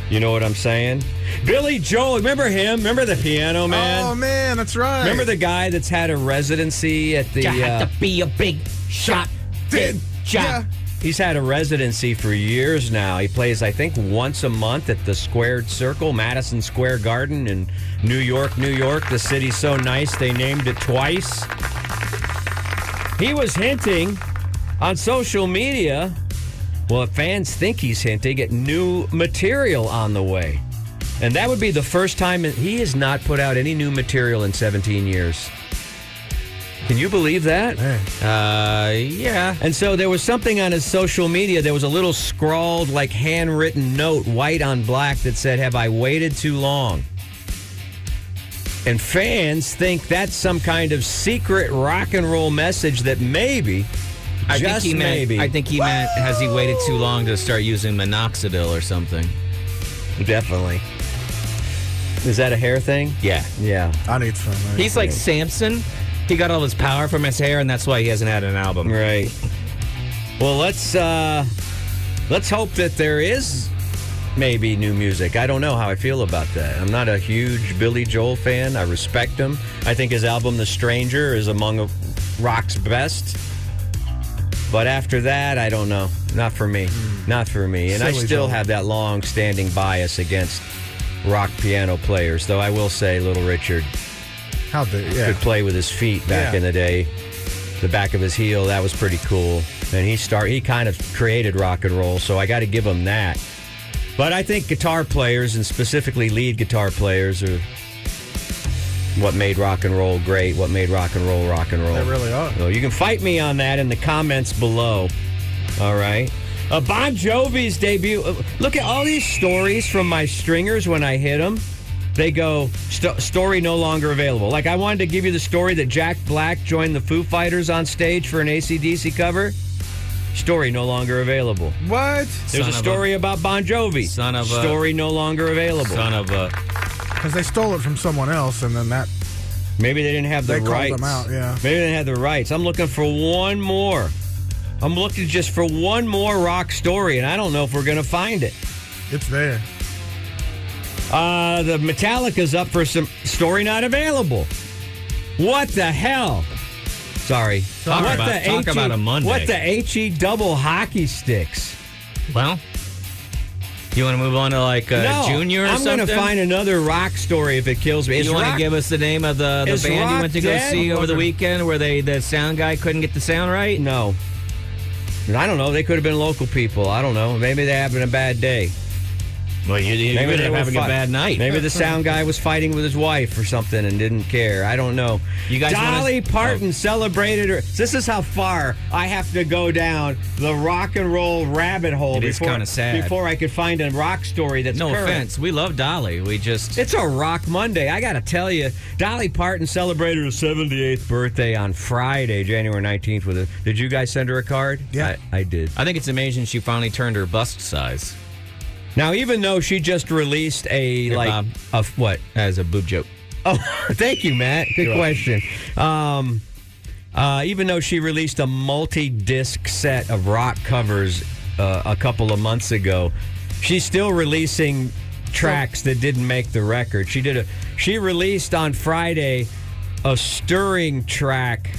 You know what I'm saying? Billy Joel, remember him? Remember the piano man?
Oh man, that's right.
remember the guy that's had a residency at the.
You had
Uh,
to be a big shot. Big
Did-
shot.
he's had a residency for years now. He plays, I think, once a month at the Squared Circle, Madison Square Garden in New York, New York. The city's so nice, they named it twice. He was hinting on social media. Well, fans think he's hinting at new material on the way. And that would be the first time that he has not put out any new material in 17 years. Can you believe that?
Uh, yeah.
And so there was something on his social media. There was a little scrawled, like handwritten note, white on black, that said, Have I waited too long? And fans think that's some kind of secret rock and roll message that maybe,
I
just
think he meant,
maybe,
I think he meant, has he waited too long to start using minoxidil or something?
definitely. Is that a hair thing?
Yeah.
Yeah.
I need some. I need
He's like Samson. He got all his power from his hair, and that's why he hasn't had an album.
Right. Well, let's uh, let's hope that there is maybe new music. I don't know how I feel about that. I'm not a huge Billy Joel fan. I respect him. I think his album The Stranger is among rock's best. But after that, I don't know. Not for me. Not for me. And I
Silly
still
Joel.
have that long-standing bias against rock piano players. Though I will say, Little Richard
How dare yeah.
could play with his feet back
Yeah.
in the day. The back of his heel, that was pretty cool. And he start he kind of created rock and roll, so I got to give him that. But I think guitar players and specifically lead guitar players are what made rock and roll great, what made rock and roll rock and roll.
They really are.
So you can fight me on that in the comments below. All right. Uh, bon Jovi's debut. uh, Look at all these stories from my stringers when I hit them. They go, "Sto- story no longer available. Like, I wanted to give you the story that Jack Black joined the Foo Fighters on stage for an ACDC cover. Story no longer available.
What?
There's
Son
a
of a-
story about Bon Jovi.
Son of a-
Story no longer available.
Son of a.
Because they stole it from someone else, and then that.
Maybe they didn't have the
They called
rights.
them out, yeah.
Maybe they didn't have the rights. I'm looking for one more. I'm looking just for one more rock story, and I don't know if we're going to find it.
It's there.
Uh, the Metallica's up for some story not available. What the hell? Sorry.
Talk
what
about- talk
HE
about a Monday.
What the HE double hockey sticks?
Well, you want to move on to like uh,
no,
Junior or
I'm
something?
gonna find another rock story if it kills me. It's
you want
rock-
to give us the name of the,
Is
the band
Rock
you went to
dead?
go see
I'm
over the
wondering.
weekend where they the sound guy couldn't get the sound right?
No. And I don't know. They could have been local people. I don't know. Maybe they having a bad day.
Well, you, you
Maybe
ended
they
up
were
having
fi-
a bad night.
Maybe the sound guy was fighting with his wife or something and didn't care. I don't know.
You guys wanna- oh.
Dolly Parton celebrated her. This is how far I have to go down the rock and roll rabbit hole
It is
before,
kinda sad.
before I could find a rock story that's
No
current.
offense, we love Dolly. We just
It's a rock Monday. I got to tell you, Dolly Parton celebrated her 78th birthday on Friday, January 19th. With a, did you guys send her a card?
Yeah.
I, I did.
I think it's amazing she finally turned her bust size
Now, even though she just released a
Here,
like
Bob.
a f- what
as a boob joke.
Oh, thank you, Matt. Good question. Um, uh, even though she released a multi-disc set of rock covers uh, a couple of months ago, she's still releasing tracks that didn't make the record. She did a she released on Friday a stirring track,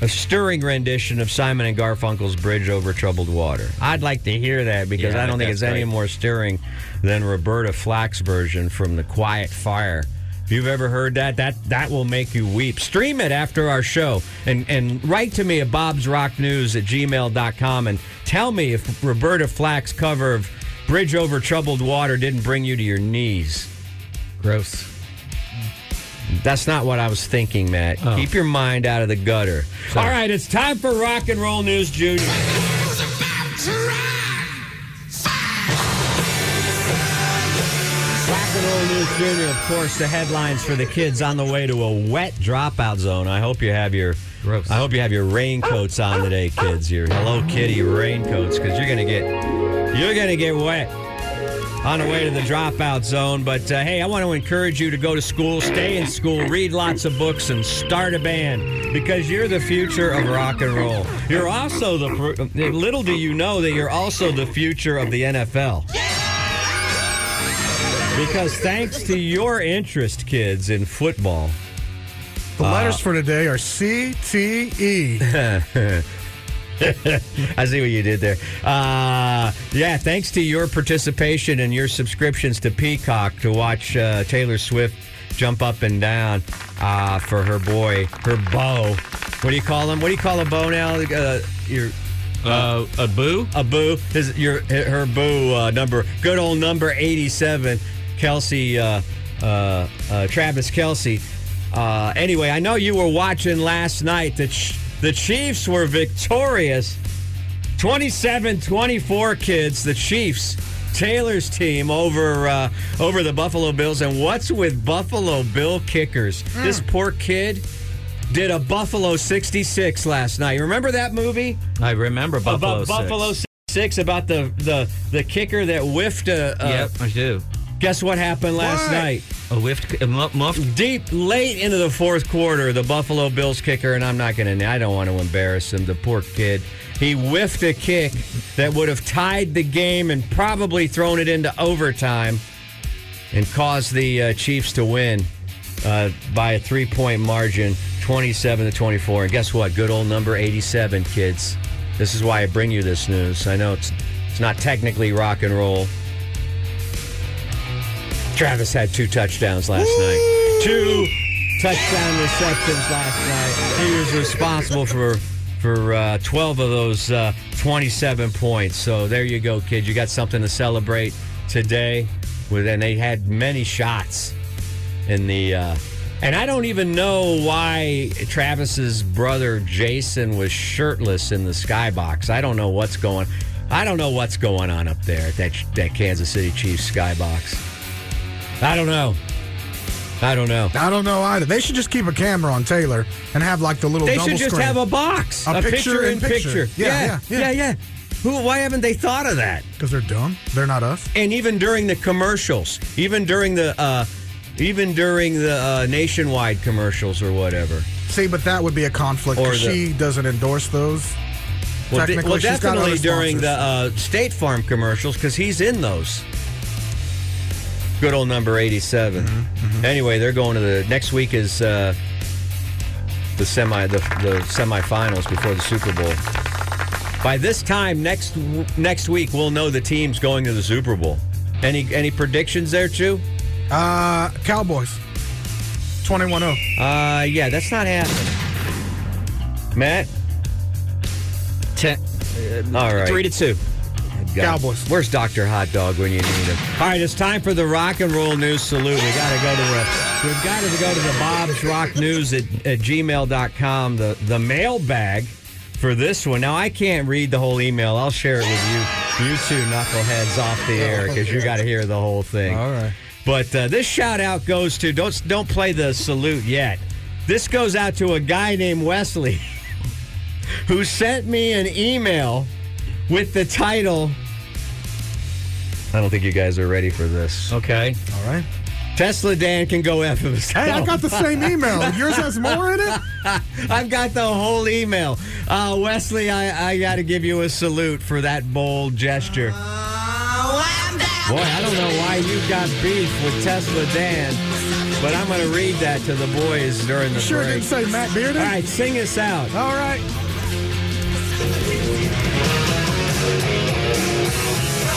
a stirring rendition of Simon and Garfunkel's "Bridge Over Troubled Water." I'd like to hear that because
Yeah,
I don't think
that's
it's any
great.
more stirring than Roberta Flack's version from the Quiet Fire. If you've ever heard that, that that will make you weep. Stream it after our show and, and write to me at bobsrocknews at gmail.com and tell me if Roberta Flack's cover of Bridge Over Troubled Water didn't bring you to your knees.
Gross.
That's not what I was thinking, Matt. Keep your mind out of the gutter. All right, it's time for rock and roll news, Junior. Rock and Roll News Junior, of course, the headlines for the kids on the way to a wet dropout zone. I hope you have your
Gross.
I hope you have your raincoats on today, kids. Your Hello Kitty raincoats, because you're gonna get you're gonna get wet on the way to the dropout zone. But uh, hey, I want to encourage you to go to school, stay in school, read lots of books, and start a band because you're the future of rock and roll. You're also the pr- little do you know that you're also the future of the NFL. Because thanks to your interest, kids, in football,
The
Uh,
letters for today are C T E.
I see what you did there. Uh, yeah, thanks to your participation and your subscriptions to Peacock to watch uh, Taylor Swift jump up and down uh, for her boy, her beau. What do you call him? What do you call a beau now? Uh, your
Uh, a boo?
a boo. His your her boo uh, number. Good old number eighty-seven. Kelsey, uh, uh, uh, Travis Kelsey. Uh, anyway, I know you were watching last night that sh- the Chiefs were victorious. 27-24 kids, the Chiefs, Taylor's team over uh, over the Buffalo Bills. And what's with Buffalo Bill kickers? This poor kid did a Buffalo 66 last night. Remember that movie?
I remember Buffalo.
about Buffalo
Six.
Six about the the the kicker that whiffed a. a
Yep, I do.
Guess what happened last
What?
night?
A whiffed, a mu- muffed.
Deep late into the fourth quarter, the Buffalo Bills kicker, and I'm not going to, I don't want to embarrass him, the poor kid. He whiffed a kick that would have tied the game and probably thrown it into overtime and caused the uh, Chiefs to win uh, by a three point margin, 27 to 24. And guess what? Good old number 87, kids. This is why I bring you this news. I know it's, it's not technically rock and roll. Travis had two touchdowns last night. Two touchdown receptions last night. He was responsible for for uh, 12 of those uh, 27 points. So there you go, kid. You got something to celebrate today. With and they had many shots in the. Uh, and I don't even know why Travis's brother Jason was shirtless in the skybox. I don't know what's going. I don't know what's going on up there at that that Kansas City Chiefs skybox. I don't know. I don't know.
I don't know either. They should just keep a camera on Taylor and have like the little
They
double
should just
screen.
have a box,
A picture in picture.
Yeah,
Yeah,
yeah,
yeah,
yeah, Who? Why haven't they thought of that?
because they're dumb. They're not us.
And even during the commercials, even during the, uh, even during the uh, nationwide commercials or whatever.
See, but that would be a conflict.
Or
'cause
the-
she doesn't endorse those.
Well, de-
Technically,
well
she's got other
definitely during the
sponsors.
uh, State Farm commercials because he's in those. Good old number 87.
Mm-hmm,
Anyway, they're going to the next week is uh, the semi the, the semifinals before the Super Bowl. By this time next w- next week, we'll know the teams going to the Super Bowl. Any any predictions there, too?
Uh, Cowboys. oh. 21-0.
Uh, yeah, that's not happening. Matt,
Ten,
all right.
Three to two.
God.
Cowboys.
Where's Dr. Hot Dog when you need him? All right, it's time for the rock and roll news salute. We gotta go to the we've gotta go to the Bob's Rock News at, at gmail.com, the the mailbag for this one. Now I can't read the whole email. I'll share it with you. You two knuckleheads off the air because you gotta hear the whole thing.
All right.
But uh, this shout out goes to don't don't play the salute yet. This goes out to a guy named Wesley who sent me an email with the title. I don't think you guys are ready for this.
Okay.
All right.
Tesla Dan can go F himself.
Hey, I got the same email. Yours has more in it?
I've got the whole email. Uh, Wesley, I, I got to give you a salute for that bold gesture. Boy, I don't know why you got beef with Tesla Dan, but I'm going to read that to the boys during the
Sure
break.
didn't say Matt Bearden.
All right, sing us out.
All right.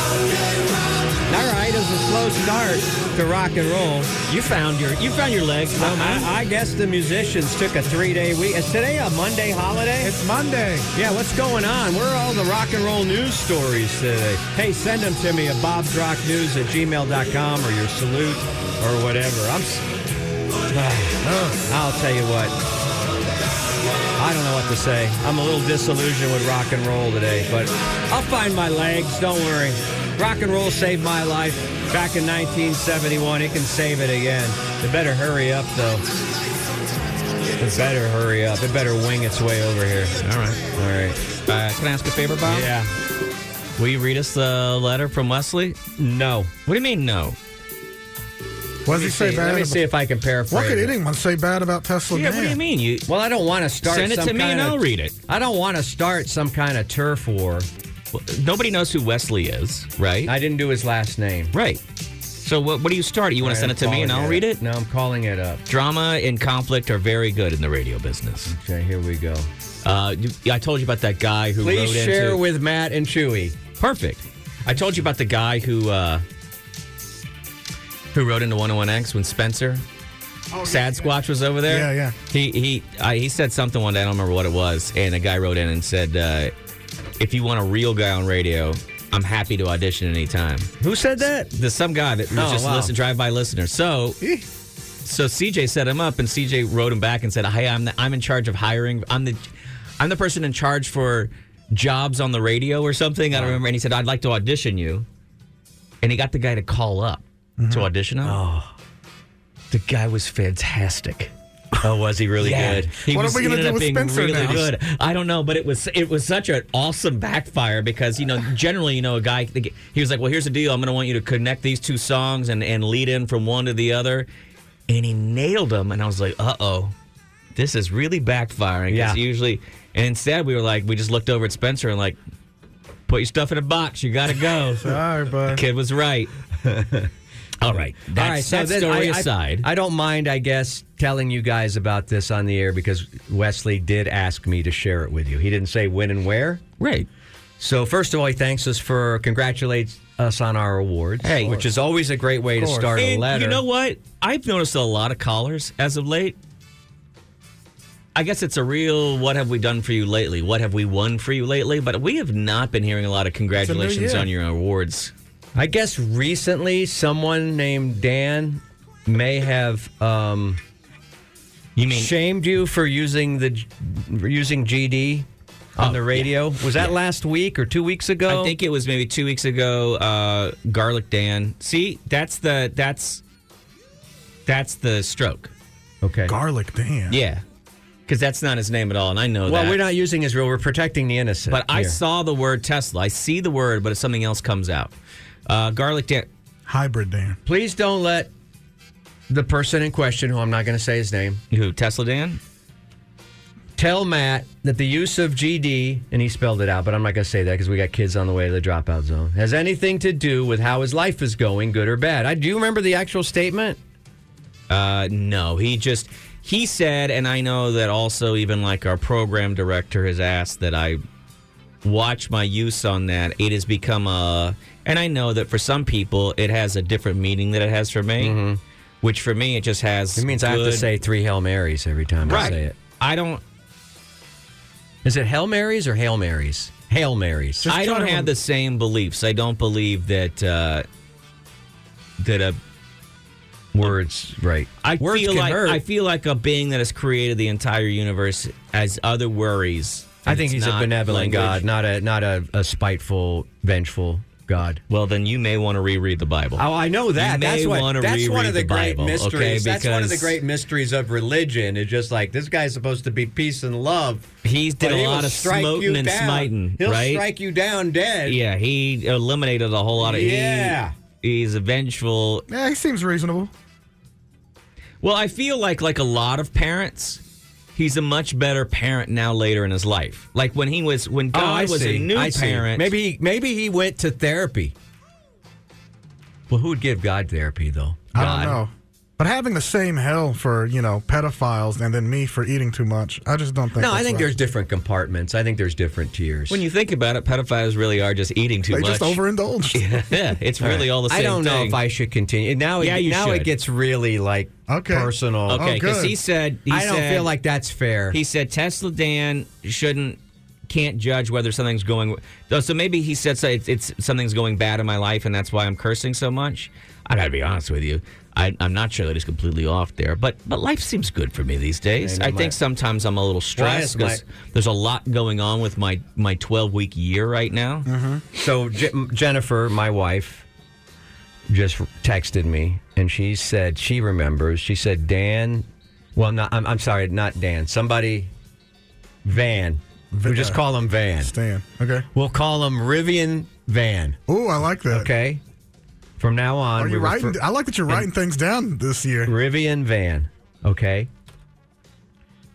All right, it was a slow start to rock and roll.
You found your you found your legs. No, man.
I, I guess the musicians took a three-day week. Is today a Monday holiday?
It's Monday.
Yeah, what's going on? Where are all the rock and roll news stories today? Hey, send them to me at bobsrocknews at gmail.com or your salute or whatever. I'm. s- I'll tell you what. I don't know what to say. I'm a little disillusioned with rock and roll today, but I'll find my legs. Don't worry. Rock and roll saved my life back in 1971. It can save it again. It better hurry up, though. It better hurry up. It better wing its way over here.
All right.
All right.
Uh, can I ask a favor, Bob?
Yeah.
Will you read us the letter from Wesley?
No.
What do you mean, no?
What does he say
See,
bad
let me
about-
see if I can paraphrase.
What could
it.
anyone say bad about Tesla
Yeah.
Dan?
What do you mean? You
Well, I don't want to Oh, start.
send it
some
to me
kind of-
and I'll read it.
I don't want to start some kind of turf war.
Well, Nobody knows who Wesley is, right?
I didn't do his last name.
right. So what? What do you start? You want to send it to
I'm
me and
calling
I'll read it?
No, I'm calling it up.
Drama and conflict are very good in the radio business.
Okay, here we go.
Uh, you- I told you about that guy who
Please
wrote
share
into.
with Matt and Chewy.
Perfect. I told you about the guy who uh, who wrote into 101X when Spencer Sad Squatch was over there.
Oh, Yeah, yeah.
He he I, he said something one day. I don't remember what it was, and a guy wrote in and said, uh, "If you want a real guy on radio, I'm happy to audition anytime."
Who said that?
There's some guy that was
Oh,
just
wow. Eh.
a listen, drive-by listener. So, so CJ set him up, and CJ wrote him back and said, "Hey, I'm the, I'm in charge of hiring. I'm the I'm the person in charge for jobs on the radio or something. I don't remember." And he said, "I'd like to audition you," and he got the guy
Mm-hmm.
to call up to audition him. Oh, the guy was fantastic.
Oh, was he really
Yeah,
good?
He
What are
was,
we gonna
he ended
do
up
with
being
Spencer
really
now?
good. I don't know, but it was it was such an awesome backfire because you know generally you know a guy he was like, well, here's the deal. I'm going to want you to connect these two songs and and lead in from one to the other, and he nailed them. And I was like, uh oh, this is really backfiring.
Yeah.
'cause usually, and instead we were like, we just looked over at Spencer and like, put your stuff in a box. You got to go.
All right, bud.
Kid was right. All right. That's,
All right, so
that
then
story
I, I-
aside.
I don't mind, I guess, telling you guys about this on the air because Wesley did ask me to share it with you. He didn't say when and where.
right.
So first of all, he thanks us for congratulates us on our awards,
Hey.
which is always a great way to
course.
start a
And
letter.
You know what? I've noticed a lot of callers as of late. I guess it's a real what have we done for you lately? What have we won for you lately? But we have not been hearing a lot of congratulations
year.
on your awards.
I guess recently someone named Dan may have um,
You mean
shamed you for using the using GD on
Oh,
the radio. Was that last week or two weeks ago?
I think it was maybe two weeks ago. Uh, Garlic Dan. See, that's the that's that's the stroke.
Okay.
Garlic, damn.
Yeah, because that's not his name at all, and I know
Well,
that.
we're not using Israel. We're protecting the innocent.
But I
here.
saw the word Tesla. I see the word, but if something else comes out, uh, Garlic Dan.
Hybrid, damn.
Please don't let the person in question, who I'm not going to say his name,
Who Tesla Dan?
tell Matt that the use of GD, and he spelled it out, but I'm not going to say that because we got kids on the way to the dropout zone, has anything to do with how his life is going, good or bad. I do you remember the actual statement.
Uh, no, he just he said, and I know that also even like our program director has asked that I watch my use on that. It has become a, and I know that for some people it has a different meaning that it has for me, which for me it just has.
Mm-hmm. It means I have to
good-
say three Hail Marys every time I
right.
say it.
I don't.
Is it Hail Marys or Hail Marys? Hail Marys.
I
try
don't
to-
have the same beliefs. I don't believe that uh, that a
Words, right.
I
Words
feel
can
like
hurt.
I feel like a being that has created the entire universe has other worries.
I
and
think
it's
he's a
not
benevolent
language.
God, not a not a, a spiteful, vengeful God.
Well, then you may want to reread the Bible.
Oh, I know that.
may
that's what,
wanna
that's one
reread
of the,
the
great
Bible,
mysteries.
okay,
that's one of the
because-
great mysteries of religion. Is just like this guy's supposed to be peace and love.
He did
but
a
he will
lot of
strike
smiting
you
and
down.
smiting,
He'll
right?
strike you down dead.
yeah, he eliminated a whole lot of. he-
Yeah.
he's a vengeful.
Yeah, he seems reasonable.
Well, I feel like like a lot of parents. He's a much better parent now later in his life. Like when he was when
Oh,
God
I
was
see.
a new
I see.
parent.
Maybe he, maybe he went to therapy. Well, who would give God therapy though?
I
God.
don't know. But having the same hell for, you know, pedophiles and then me for eating too much, I just don't think
No, I
that's
think
right.
there's different compartments. I think there's different tiers.
when you think about it, pedophiles really are just eating too
They
much.
just overindulged.
yeah, it's really all the same.
I don't know
thing.
if I should continue. Now, it,
Yeah, you
now it
should.
gets really like
Okay.
personal.
Okay,
Oh,
because
good.
he said he
I don't
said-
feel like that's fair.
he said Tesla Dan shouldn't can't judge whether something's going. oh, So maybe he said so it's, it's something's going bad in my life, and that's why I'm cursing so much. I gotta be honest with you. I, I'm not sure that he's completely off there, but but life seems good for me these days.
Yeah, no,
I
my-
think sometimes I'm a little stressed
Well, I-
because there's a lot going on with my my 12 week year right now.
Mm-hmm. So J- Jennifer, my wife, just texted me, and she said she remembers. She said Dan, well, not, I'm, I'm sorry, not Dan. Somebody, Van. we
uh,
just call him Van.
Stan. Okay.
We'll call him Rivian Van.
Ooh, I like that.
Okay. From now on,
Are
we
you
refer-
writing? I like that you're writing things down this year.
Rivian Van, okay?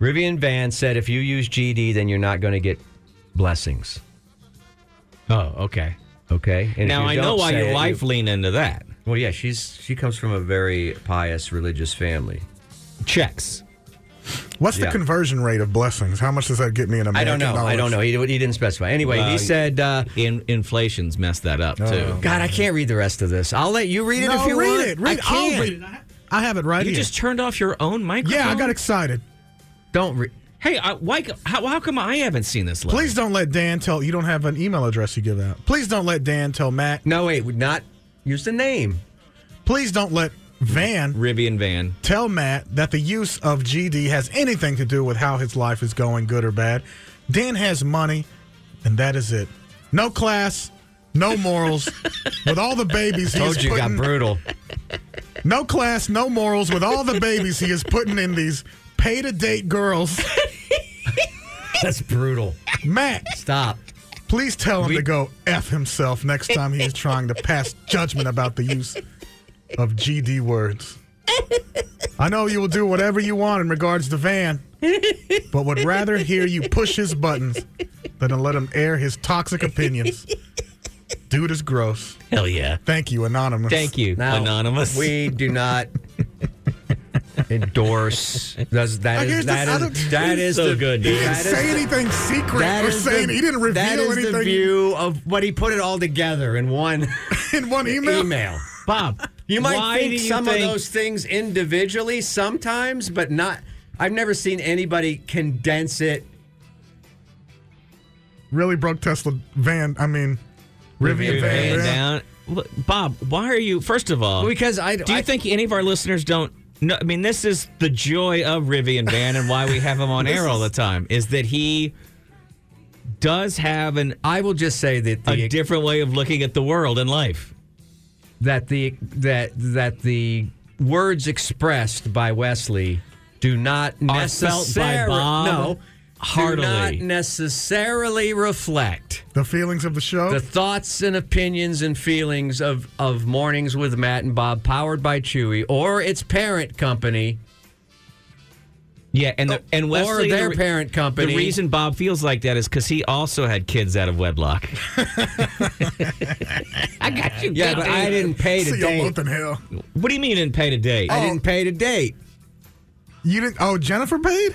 Rivian Van said if you use GD, then you're not going to get blessings,
Oh, okay.
okay? And if
Now
you
I know
don't
why
say
your
it, you-
life lean into that.
Well, yeah, she's she comes from a very pious religious family.
Checks.
What's the
Yeah.
conversion rate of blessings? How much does that get me in American
I don't know. I don't know.
dollars?
He, he didn't specify. Anyway,
Well,
he said, uh,
In, inflation's messed that up too.
Oh.
"God, I can't read the rest of this. I'll let you read it
No,
if you
read
want.
it. Read.
I
I'll
can't.
read it. I- I have it right
You
here.
just turned off your own microphone.
yeah, I got excited.
Don't re-
Hey, I, why? How, how come I haven't seen this? Letter?
Please don't let Dan tell you don't have an email address you give out. Please don't let Dan tell Matt.
No, wait, would not use the name.
Please don't let Van
Rivian Van.
tell Matt that the use of GD has anything to do with how his life is going, good or bad. Dan has money, and that is it. No class, no morals. with all the babies he
Told
is
you, it got
putting,
brutal.
no class, no morals. With all the babies he is putting in these pay to date girls.
That's brutal.
Matt,
Stop.
please tell him to go F himself next time he's trying to pass judgment about the use of GD words. I know you will do whatever you want in regards to Van, but would rather hear you push his buttons than to let him air his toxic opinions. Dude is gross.
Hell yeah.
Thank you, Anonymous.
Thank you,
Now,
Anonymous.
We do not endorse. Does that
Now,
is
here's
that
this
is
other-
that is
So
the,
good, dude.
He didn't
That is-
say anything secret
That
or
is
saying
the,
he didn't reveal
that is the
anything
view of what he put it all together in one
in one email.
email.
Bob,
You might
why
think
do you
some
think-
of those things individually sometimes, but not. I've never seen anybody condense it.
Really broke Tesla Van. I mean, Rivian
Van
Van. Van.
down. Look, Bob, why are you? First of all,
Because I
do you
I-
think any of our listeners don't? know I mean, this is the joy of Rivian Van and why we have him on air all the time is that he does have an
I will just say that
a
the
different way of looking at the world and life.
that the that that the words expressed by Wesley do not
Are felt
necessarily
by Bob
no do not
heartily.
necessarily reflect
The feelings of the show.
the thoughts and opinions and feelings of of mornings with Matt and Bob, powered by Chewy or its parent company
Yeah, and the, and Wesley,
or their
the re-
parent company.
The reason Bob feels like that is because he also had kids out of wedlock. I got you.
yeah, but I didn't pay to
See y'all
date.
both in hell.
What do you mean didn't pay to date?
I didn't pay to date.
You didn't. Oh, Jennifer paid.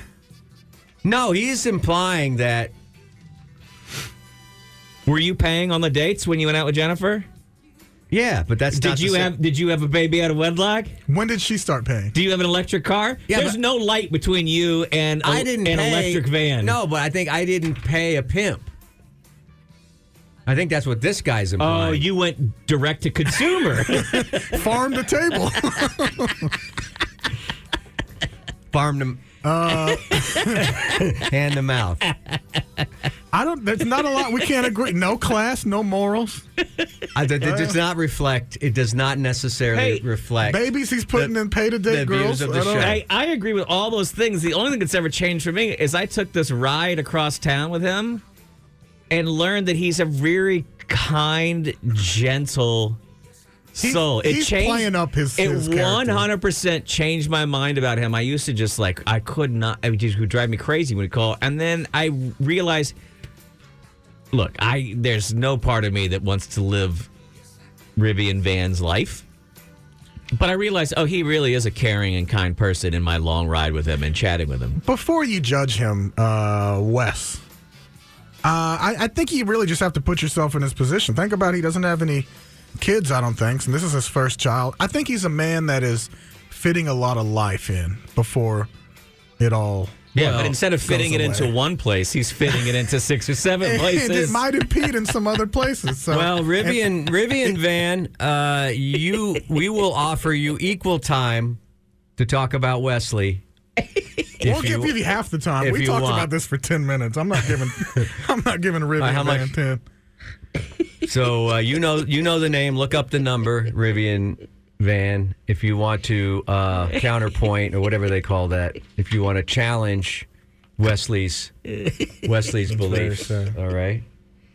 No, he's implying that
Were you paying on the dates when you went out with Jennifer?
yeah, but that's not
Did
the
you
same-
have Did you have a baby out of wedlock?
When did she start paying?
Do you have an electric car?
Yeah,
There's
but-
no light between you and I
I didn't
an
pay-
electric van.
No, but I think I didn't pay a pimp. I think that's what this guy's implying.
Oh, you went direct to consumer.
Farm to table.
farm them, hand to mouth.
I don't. There's not a lot we can't agree. No class. No morals.
I, it, Uh, does not reflect. It does not necessarily
Hey,
reflect.
Babies he's putting
The-
in pay to
the
date
views
girls.
of the
I
show.
don't-
I, I agree with all those things. The only thing that's ever changed for me is I took this ride across town with him and learned that he's a very kind, gentle soul.
he's playing up his-
It
his character.
100% changed my mind about him. I used to just like, I could not, it just would drive me crazy when he called. And then I realized, look, I there's no part of me that wants to live Rivian Van's life. But I realized, oh, he really is a caring and kind person in my long ride with him and chatting with him.
Before you judge him, uh, Wes. Uh, I, I think you really just have to put yourself in his position. Think about he doesn't have any kids, I don't think, and this is his first child. I think he's a man that is fitting a lot of life in before it all.
Yeah,
well,
but instead of
goes
fitting it into
away.
one place, he's fitting it into six or seven
and it
places.
might impede in some other places. So.
well, Rivian, Rivian Van, uh, you, we will offer you equal time to talk about Wesley.
We'll
If
give you half the time.
if
We
you
talked
want.
about this for ten minutes. I'm not giving. I'm not giving Rivian
right, how
Man
much?
ten.
So uh, you know you know the name. Look up the number, Rivian Van, if you want to uh, counterpoint or whatever they call that. If you want to challenge Wesley's Wesley's beliefs.
fair,
All right.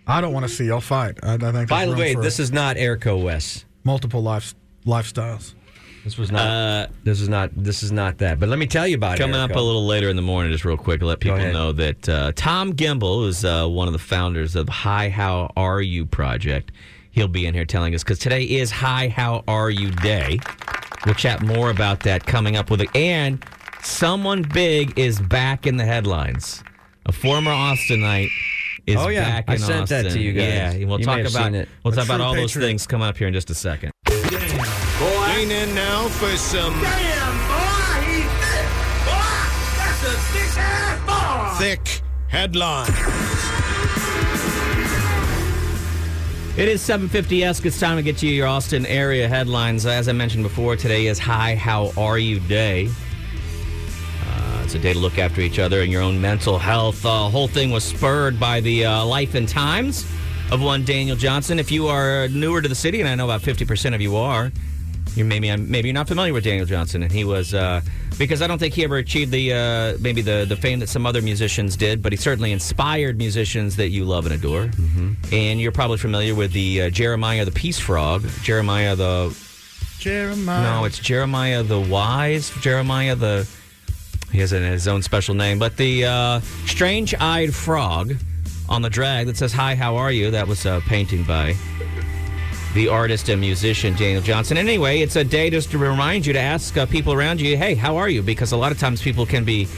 I don't want to see y'all fight. I, I think.
By the way, this is not Airco West.
multiple life, lifestyles.
This was not. this is not. This is not that. But let me tell you about
Uh, Coming
Airco.
up a little later in the morning, just real quick, let people
ahead.
know that uh, Tom Gimble is uh, one of the founders of Hi How Are You Project. He'll be in here telling us because today is Hi How Are You Day. We'll chat more about that coming up with it. And someone big is back in the headlines. A former Austinite is
Oh, yeah.
back in
I sent that to
Austin.
you guys.
Yeah, and we'll
You may
talk
have
about
seen it.
We'll
A
talk about
true
all those
patriot.
things coming up here in just a second.
Lean in now for some thick headline.
It is 750 esque. It's time to get you your Austin area headlines. As I mentioned before, today is Hi, How Are You Day. Uh, it's a day to look after each other and your own mental health. The whole thing was spurred by the uh, life and times of one Daniel Johnson. If you are newer to the city, and I know about 50% of you are, You maybe I'm- maybe you're not familiar with Daniel Johnson, and he was uh, because I don't think he ever achieved the uh, maybe the the fame that some other musicians did, but he certainly inspired musicians that you love and adore. And you're probably familiar with the uh, Jeremiah the Peace Frog, Jeremiah the
Jeremiah.
no, it's Jeremiah the Wise, Jeremiah the he has an- his own special name, but the uh, strange-eyed frog on the drag that says "Hi, how are you?" That was a painting by the artist and musician Daniel Johnson. And anyway, it's a day just to remind you to ask uh, people around you, hey, how are you? Because a lot of times people can be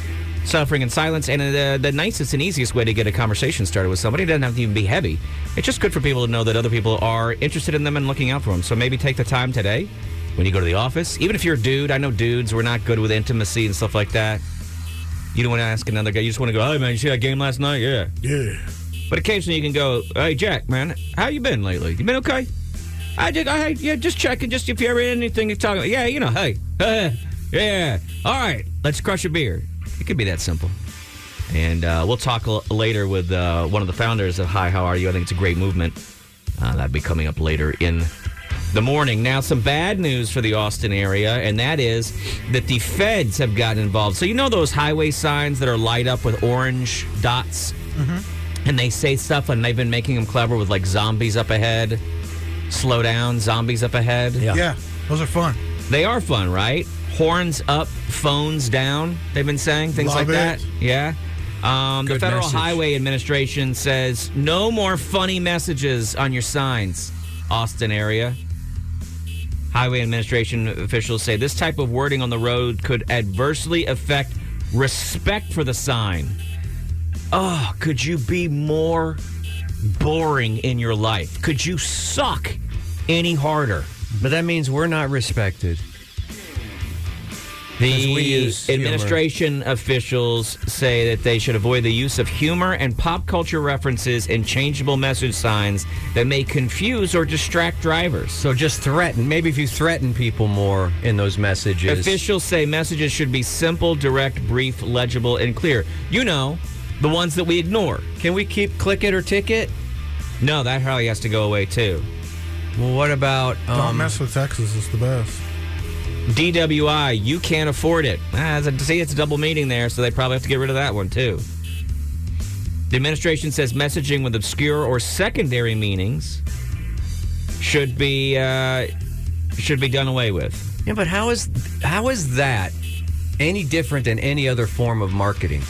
suffering in silence. And uh, the nicest and easiest way to get a conversation started with somebody doesn't have to even be heavy. It's just good for people to know that other people are interested in them and looking out for them. So maybe take the time today when you go to the office. Even if you're a dude, I know dudes, we're not good with intimacy and stuff like that. You don't want to ask another guy. You just want to go, hey, man, you see that game last night? Yeah.
Yeah.
But occasionally you can go, "Hey Jack, man, how you been lately? You been okay?" I did. I yeah, just checking, just if you ever anything you're talking. About. Yeah, you know, hey, uh, yeah. All right, let's crush a beer. It could be that simple. And uh, we'll talk l- later with uh, one of the founders of Hi, how are you? I think it's a great movement. Uh, that'll be coming up later in the morning. Now, some bad news for the Austin area, and that is that the feds have gotten involved. So you know those highway signs that are light up with orange dots and they say stuff and they've been making them clever with like zombies up ahead slow down zombies up ahead
Yeah. Those are fun.
they are fun right horns up phones down they've been saying things
Love
like
it.
that yeah um, the
Good
federal
message.
highway administration says no more funny messages on your signs austin area highway administration officials say this type of wording on the road could adversely affect respect for the sign oh could you be more boring in your life could you suck any harder
But that means we're not respected.
The
we use humor.
administration officials say that they should avoid the use of humor and pop culture references and changeable message signs that may confuse or distract drivers.
So just threaten. Maybe if you threaten people more in those messages.
Officials say messages should be simple, direct, brief, legible, and clear. You know, the ones that we ignore.
Can we keep click it or ticket?
No, that probably has to go away too.
Well, what about
Don't
um,
mess with Texas. It's the best.
DWI, you can't afford it. Ah, it's a, see, it's a double meaning there, so they probably have to get rid of that one too. The administration says messaging with obscure or secondary meanings should be uh, should be done away with.
Yeah, but how is how is that any different than any other form of marketing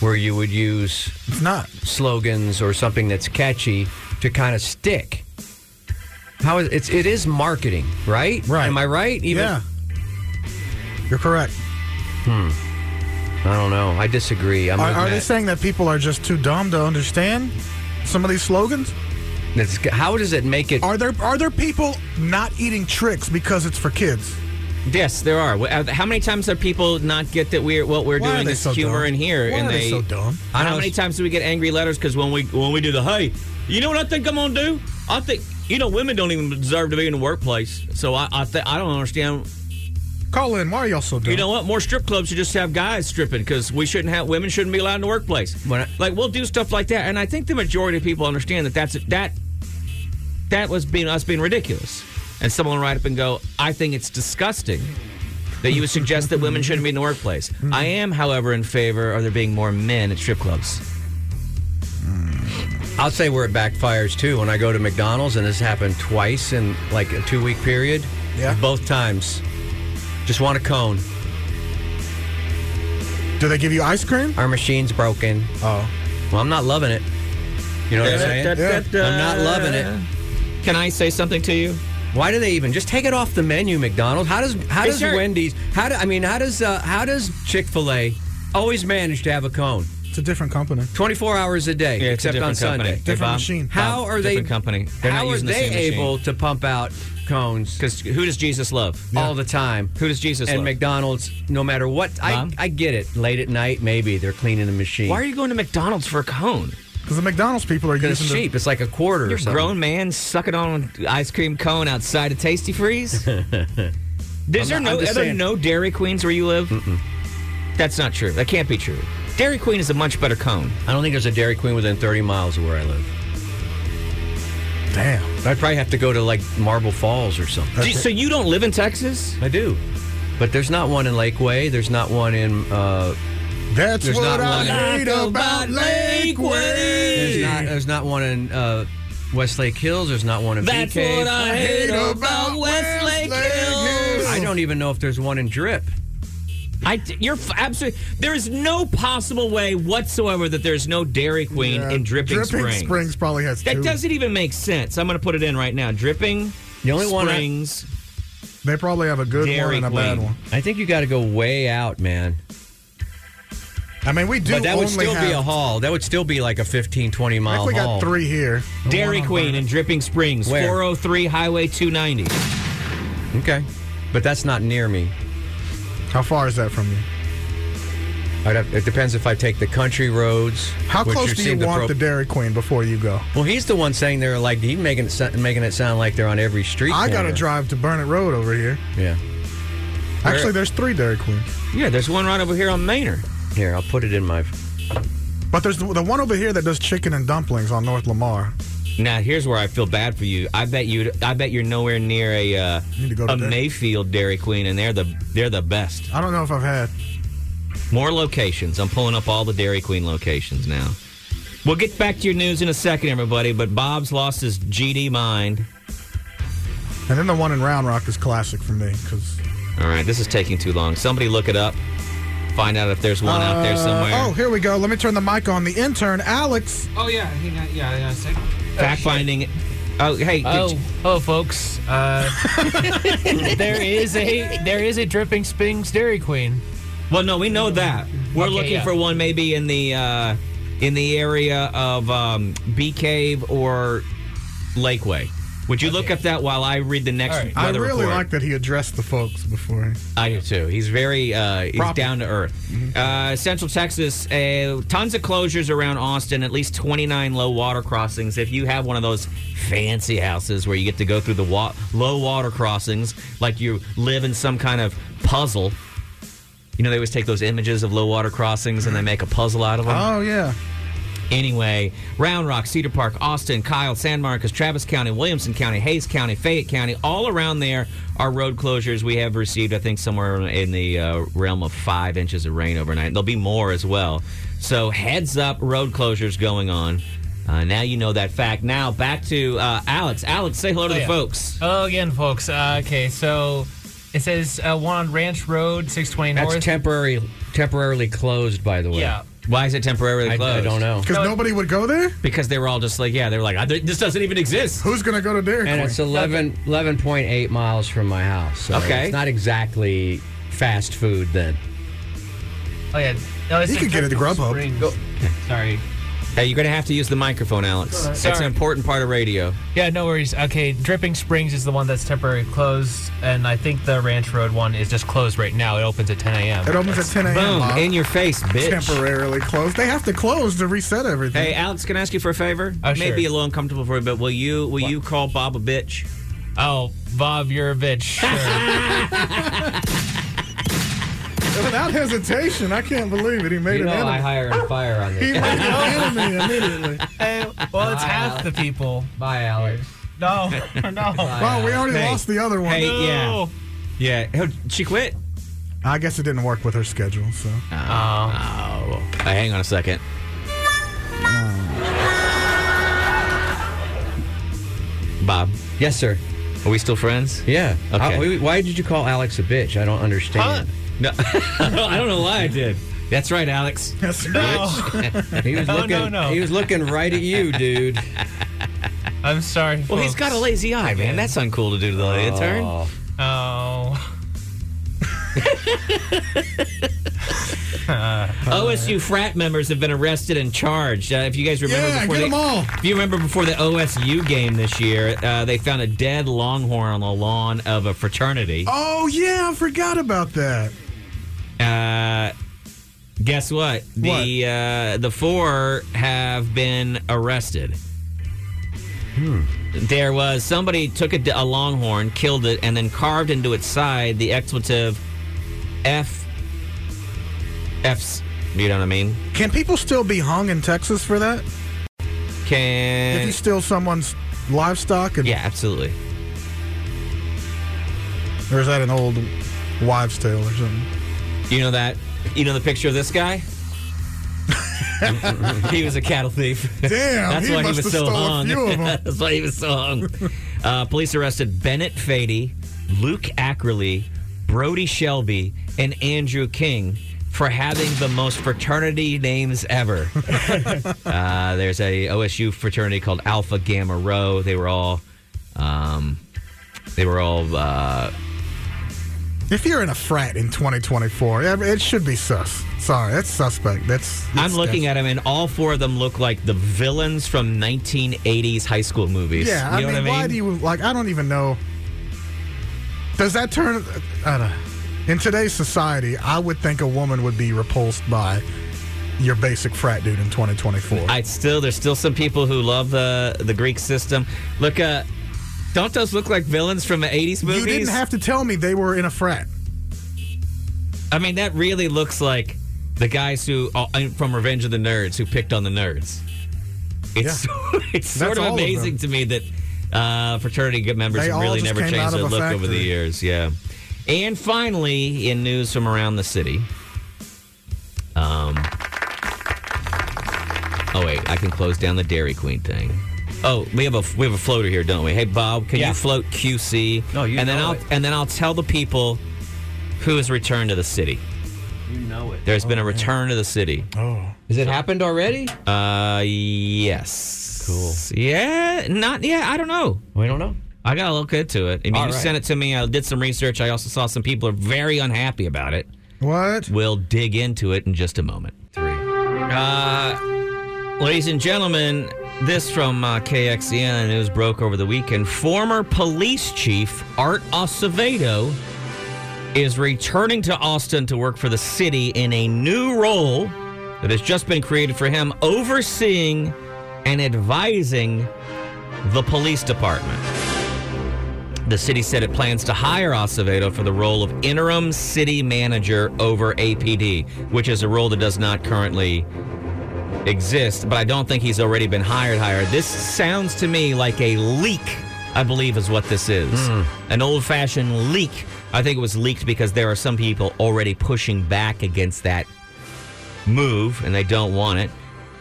where you would use
It's not.
slogans or something that's catchy to kind of stick? How is it's it is marketing, right?
Right.
Am I right? Even
yeah. You're correct.
I don't know. I disagree. I'm
Are,
with
are they
Matt.
saying that people are just too dumb to understand some of these slogans?
It's- how does it make it
Are there are there people not eating tricks because it's for kids?
Yes, there are. Wh- uh, How many times have people not get that we're what we're
Why are
doing
they
is
so
humor
dumb?
in here?
Why
and
are they so dumb?
I
How
know
many
it's-
times do we get angry letters? Because when we when we do the hey, you know what I think I'm gonna do? I think you know women don't even deserve to be in the workplace. So I I, th- I don't understand
Call in. Why are y'all so dumb?
You know what? More strip clubs should just have guys stripping because we shouldn't have women shouldn't be allowed in the workplace.
When I-
like we'll do stuff like that, and I think the majority of people understand that that's that that was being us being ridiculous. And someone will write up and go, "I think it's disgusting that you would suggest that women shouldn't be in the workplace."
Hmm.
I am, however, in favor of there being more men at strip clubs.
I'll say where it backfires too. When I go to McDonald's, and this happened twice in like a two week period.
Yeah.
Both times. Just want a cone.
Do they give you ice cream?
Our machine's broken.
Oh,
Well, I'm not loving it. You know what I'm saying? I'm not loving it.
uh, Can I say something to you?
Why do they even just take it off the menu? McDonald's. How does how
Is
does
there-
Wendy's? How do I mean? How does uh, how does Chick Fil A always manage to have a cone
it's a different company.
24 hours a day, except on Sunday?
Different machine.
How are they?
Different company. They're
how
not
are
using the
they
same machine.
able to pump out cones
Because who does Jesus love?
all the time?
Who does Jesus
and
love?
McDonald's, no matter what, I,
Mom?
I get it. Late at night, maybe they're cleaning the machine.
Why are you going to McDonald's for a cone?
Because the McDonald's people are
It's
using the-
cheap. It's like a quarter
You're
or
a
something.
grown man sucking on an ice cream cone outside of Tasty Freeze. Is there
I'm
no?
just
Are there
saying.
no Dairy Queens where you live? That's not true. That can't be true. Dairy Queen is a much better cone.
I don't think there's a Dairy Queen within 30 miles of where I live.
Damn.
I'd probably have to go to like Marble Falls or something.
Do you- so you don't live in Texas?
I do. But there's not one in Lakeway. There's not one in. Uh,
That's
There's
what
not one.
I read about
there's,
Lakeway.
not, there's not one in uh, Westlake Hills. There's not one in
That's
BK.
what I hate about Westlake Hills.
I don't even know if there's one in Drip.
I, you're f- absolutely. There is no possible way whatsoever that there's no Dairy Queen
Yeah,
in Dripping, Springs.
Springs probably has
That
two.
doesn't even make sense. I'm going to put it in right now. Dripping
The only one I-
Springs.
They probably have a good
Dairy
one and a bad
Queen.
one.
I think you got to go way out, man.
I mean, we do
But that would
only
still
have,
be a haul. That would still be like a 15, 20
I
mile
think we
haul.
got three here. The
Dairy
one on
Queen
Vernon.
in Dripping Springs,
Where?
403 Highway 290.
Okay. But that's not near me.
How far is that from you?
I'd have, it depends if I take the country roads.
How
which
close do you
seem to
want
pro-
the Dairy Queen before you go?
Well, he's the one saying they're like he's making it so- making it sound like they're on every street.
I got to
corner.
drive to Burnett Road over here.
Yeah.
Actually, there's three Dairy Queens,
Yeah, there's one right over here on Manor.
Here, I'll put it in my.
but there's the the one over here that does chicken and dumplings on North Lamar.
Now here's where I feel bad for you. I bet you. I bet you're nowhere near a uh,
Need to go to
a
Dairy-
Mayfield Dairy Queen, and they're the they're the best.
I don't know if I've had.
More locations. I'm pulling up all the Dairy Queen locations now. We'll get back to your news in a second, everybody. But Bob's lost his GD mind.
And then the one in Round Rock is classic for me because
All right, this is taking too long. Somebody look it up. Find out if there's one out there somewhere.
oh, here we go. Let me turn the mic on. The intern, Alex.
Oh yeah, hang on, yeah, yeah. a sec.
Fact finding. Oh, hey. did
Oh,
you-
oh, folks. Uh, there is a there is a dripping Springs Dairy Queen.
well, no, we know that. We're
Okay,
looking
yeah.
for one maybe in the uh, in the area of um, Bee Cave or Lakeway. Would you look up that while I read the next
All right.
weather
I really
report?
like that he addressed the folks before. he-
I do too. He's very uh, he's
Proper. Mm-hmm.
down to earth. Uh, Central Texas, uh, tons of closures around Austin. At least twenty nine low water crossings. If you have one of those fancy houses where you get to go through the wa- low water crossings, like you live in some kind of puzzle. You know they always take those images of low water crossings and they make a puzzle out of them.
Oh yeah.
Anyway, Round Rock, Cedar Park, Austin, Kyle, San Marcos, Travis County, Williamson County, Hayes County, Fayette County, all around there are road closures. We have received, I think, somewhere in the uh, realm of five inches of rain overnight. There'll be more as well. So, heads up, road closures going on. Uh, now you know that fact. Now, back to uh, Alex. Alex, say hello to
Oh,
the
yeah.
folks.
Oh, again, folks. Uh, okay, so it says uh, one on Ranch Road, six twenty
That's
north.
temporary, temporarily closed, by the way.
yeah.
Why is it temporarily
I,
closed?
I don't know.
Because
No, it-
nobody would go there.
Because they were all just like, yeah, they were like, I, this doesn't even exist.
Who's gonna go to Dairy
And
Queen?
it's 11, 11.8 miles from my house. So
Okay.
It's not exactly fast food then.
Oh yeah. No, it's
He could get it to
Dripping
Grubhub.
Springs. Sorry.
Hey, you're going to have to use the microphone, Alex. It's an
Sorry.
important part of radio.
Yeah, no worries. Okay, Dripping Springs is the one that's temporarily closed, and I think the Ranch Road one is just closed right now. It opens at 10 a.m.
It opens at 10 a.m.
Boom,
Bob.
in your face, bitch.
Temporarily closed. They have to close to reset everything.
Hey, Alex, can I ask you for a favor?
Oh,
Maybe
sure.
a little uncomfortable for you, but will you will you call Bob a bitch?
Oh, Bob, you're a bitch. Sure.
Without hesitation, I can't believe it. He made an enemy.
hire and fire on
he made an enemy immediately.
Hey, well, it's half the people.
Bye, Alex.
No, no.
Wow, we already
Hey.
lost the other one.
Hey,
No.
yeah, yeah. Oh, She quit.
I guess it didn't work with her schedule. So
Oh.
Oh, Hey, hang on a second. Bob,
Yes, sir.
are we still friends?
Yeah.
Okay.
Uh, wait, why did you call Alex a bitch? I don't understand.
No, I don't know why I did. That's right, Alex.
that's
He was
No,
looking.
no, no.
He was looking right at you, dude.
I'm sorry. Folks.
Well, he's got a lazy eye, man. That's uncool to do to the intern.
Oh.
Oh.
OSU frat members have been arrested and charged. Uh, if you guys remember,
Yeah,
before
get
they-
'em all.
If you remember before the OSU game this year, uh, they found a dead longhorn on the lawn of a fraternity.
Oh yeah, I forgot about that. Oh.
Uh, guess what? The Uh, the four have been arrested.
Hmm.
There was somebody took a, d- a longhorn, killed it, and then carved into its side the expletive F. F's. You know what I mean?
Can people still be hung in Texas for that?
Can
If you steal someone's livestock? And,
Yeah, absolutely.
Or is that an old wives' tale or something?
You know that? You know the picture of this guy? he was a cattle thief.
Damn,
That's
he
why
must
he was
have
so
stole
hung.
a few of 'em.
That's why he was so hung. Uh, police arrested Bennett Fady, Luke Ackerley, Brody Shelby, and Andrew King for having the most fraternity names ever. uh, there's a OSU fraternity called Alpha Gamma Rho. They were all, um, they were all. Uh,
If you're in a frat in 2024, I mean, it should be sus. Sorry, that's suspect. That's,
I'm looking at them, and all four of them look like the villains from 1980s high school movies.
Yeah, I
you know
mean,
what I
why
mean?
do you like? I don't even know. Does that turn? I don't. know. In today's society, I would think a woman would be repulsed by your basic frat dude in 2024.
I still there's still some people who love the the Greek system. Look, uh, don't those look like villains from the 80s movies?
you didn't have to tell me they were in a frat.
I mean, that really looks like the guys who uh, from Revenge of the Nerds who picked on the nerds. It's it's sort
That's
of
all of them.
amazing to me that uh, fraternity good members
They
have
all
really
just
never
came
changed
out of
their
a
look over the
factory.
years. Yeah. And finally, in news from around the city. Um. Oh wait, I can close down the Dairy Queen thing. Oh, we have a we have a floater here, don't we? Hey Bob, can
Yeah.
you float QC?
No, you
and then
know
I'll
it.
and then I'll tell the people who has returned to the city.
You know it. Oh,
There's been a return to the city.
Oh,
Has it happened already?
Uh, yes.
Cool.
Yeah, not yeah. I don't know.
We don't know.
I gotta look into it. I mean,
All
you
right.
sent it to me. I did some research. I also saw some people are very unhappy about it.
what?
We'll dig into it in just a moment.
Three.
Uh, ladies and gentlemen, this from uh, KXEN news broke over the weekend. Former police chief Art Acevedo is returning to Austin to work for the city in a new role that has just been created for him, overseeing and advising the police department. The city said it plans to hire Acevedo for the role of interim city manager over APD, which is a role that does not currently exist, but I don't think he's already been hired hired. This sounds to me like a leak, I believe is what this is. An old-fashioned leak. I think it was leaked because there are some people already pushing back against that move and they don't want it.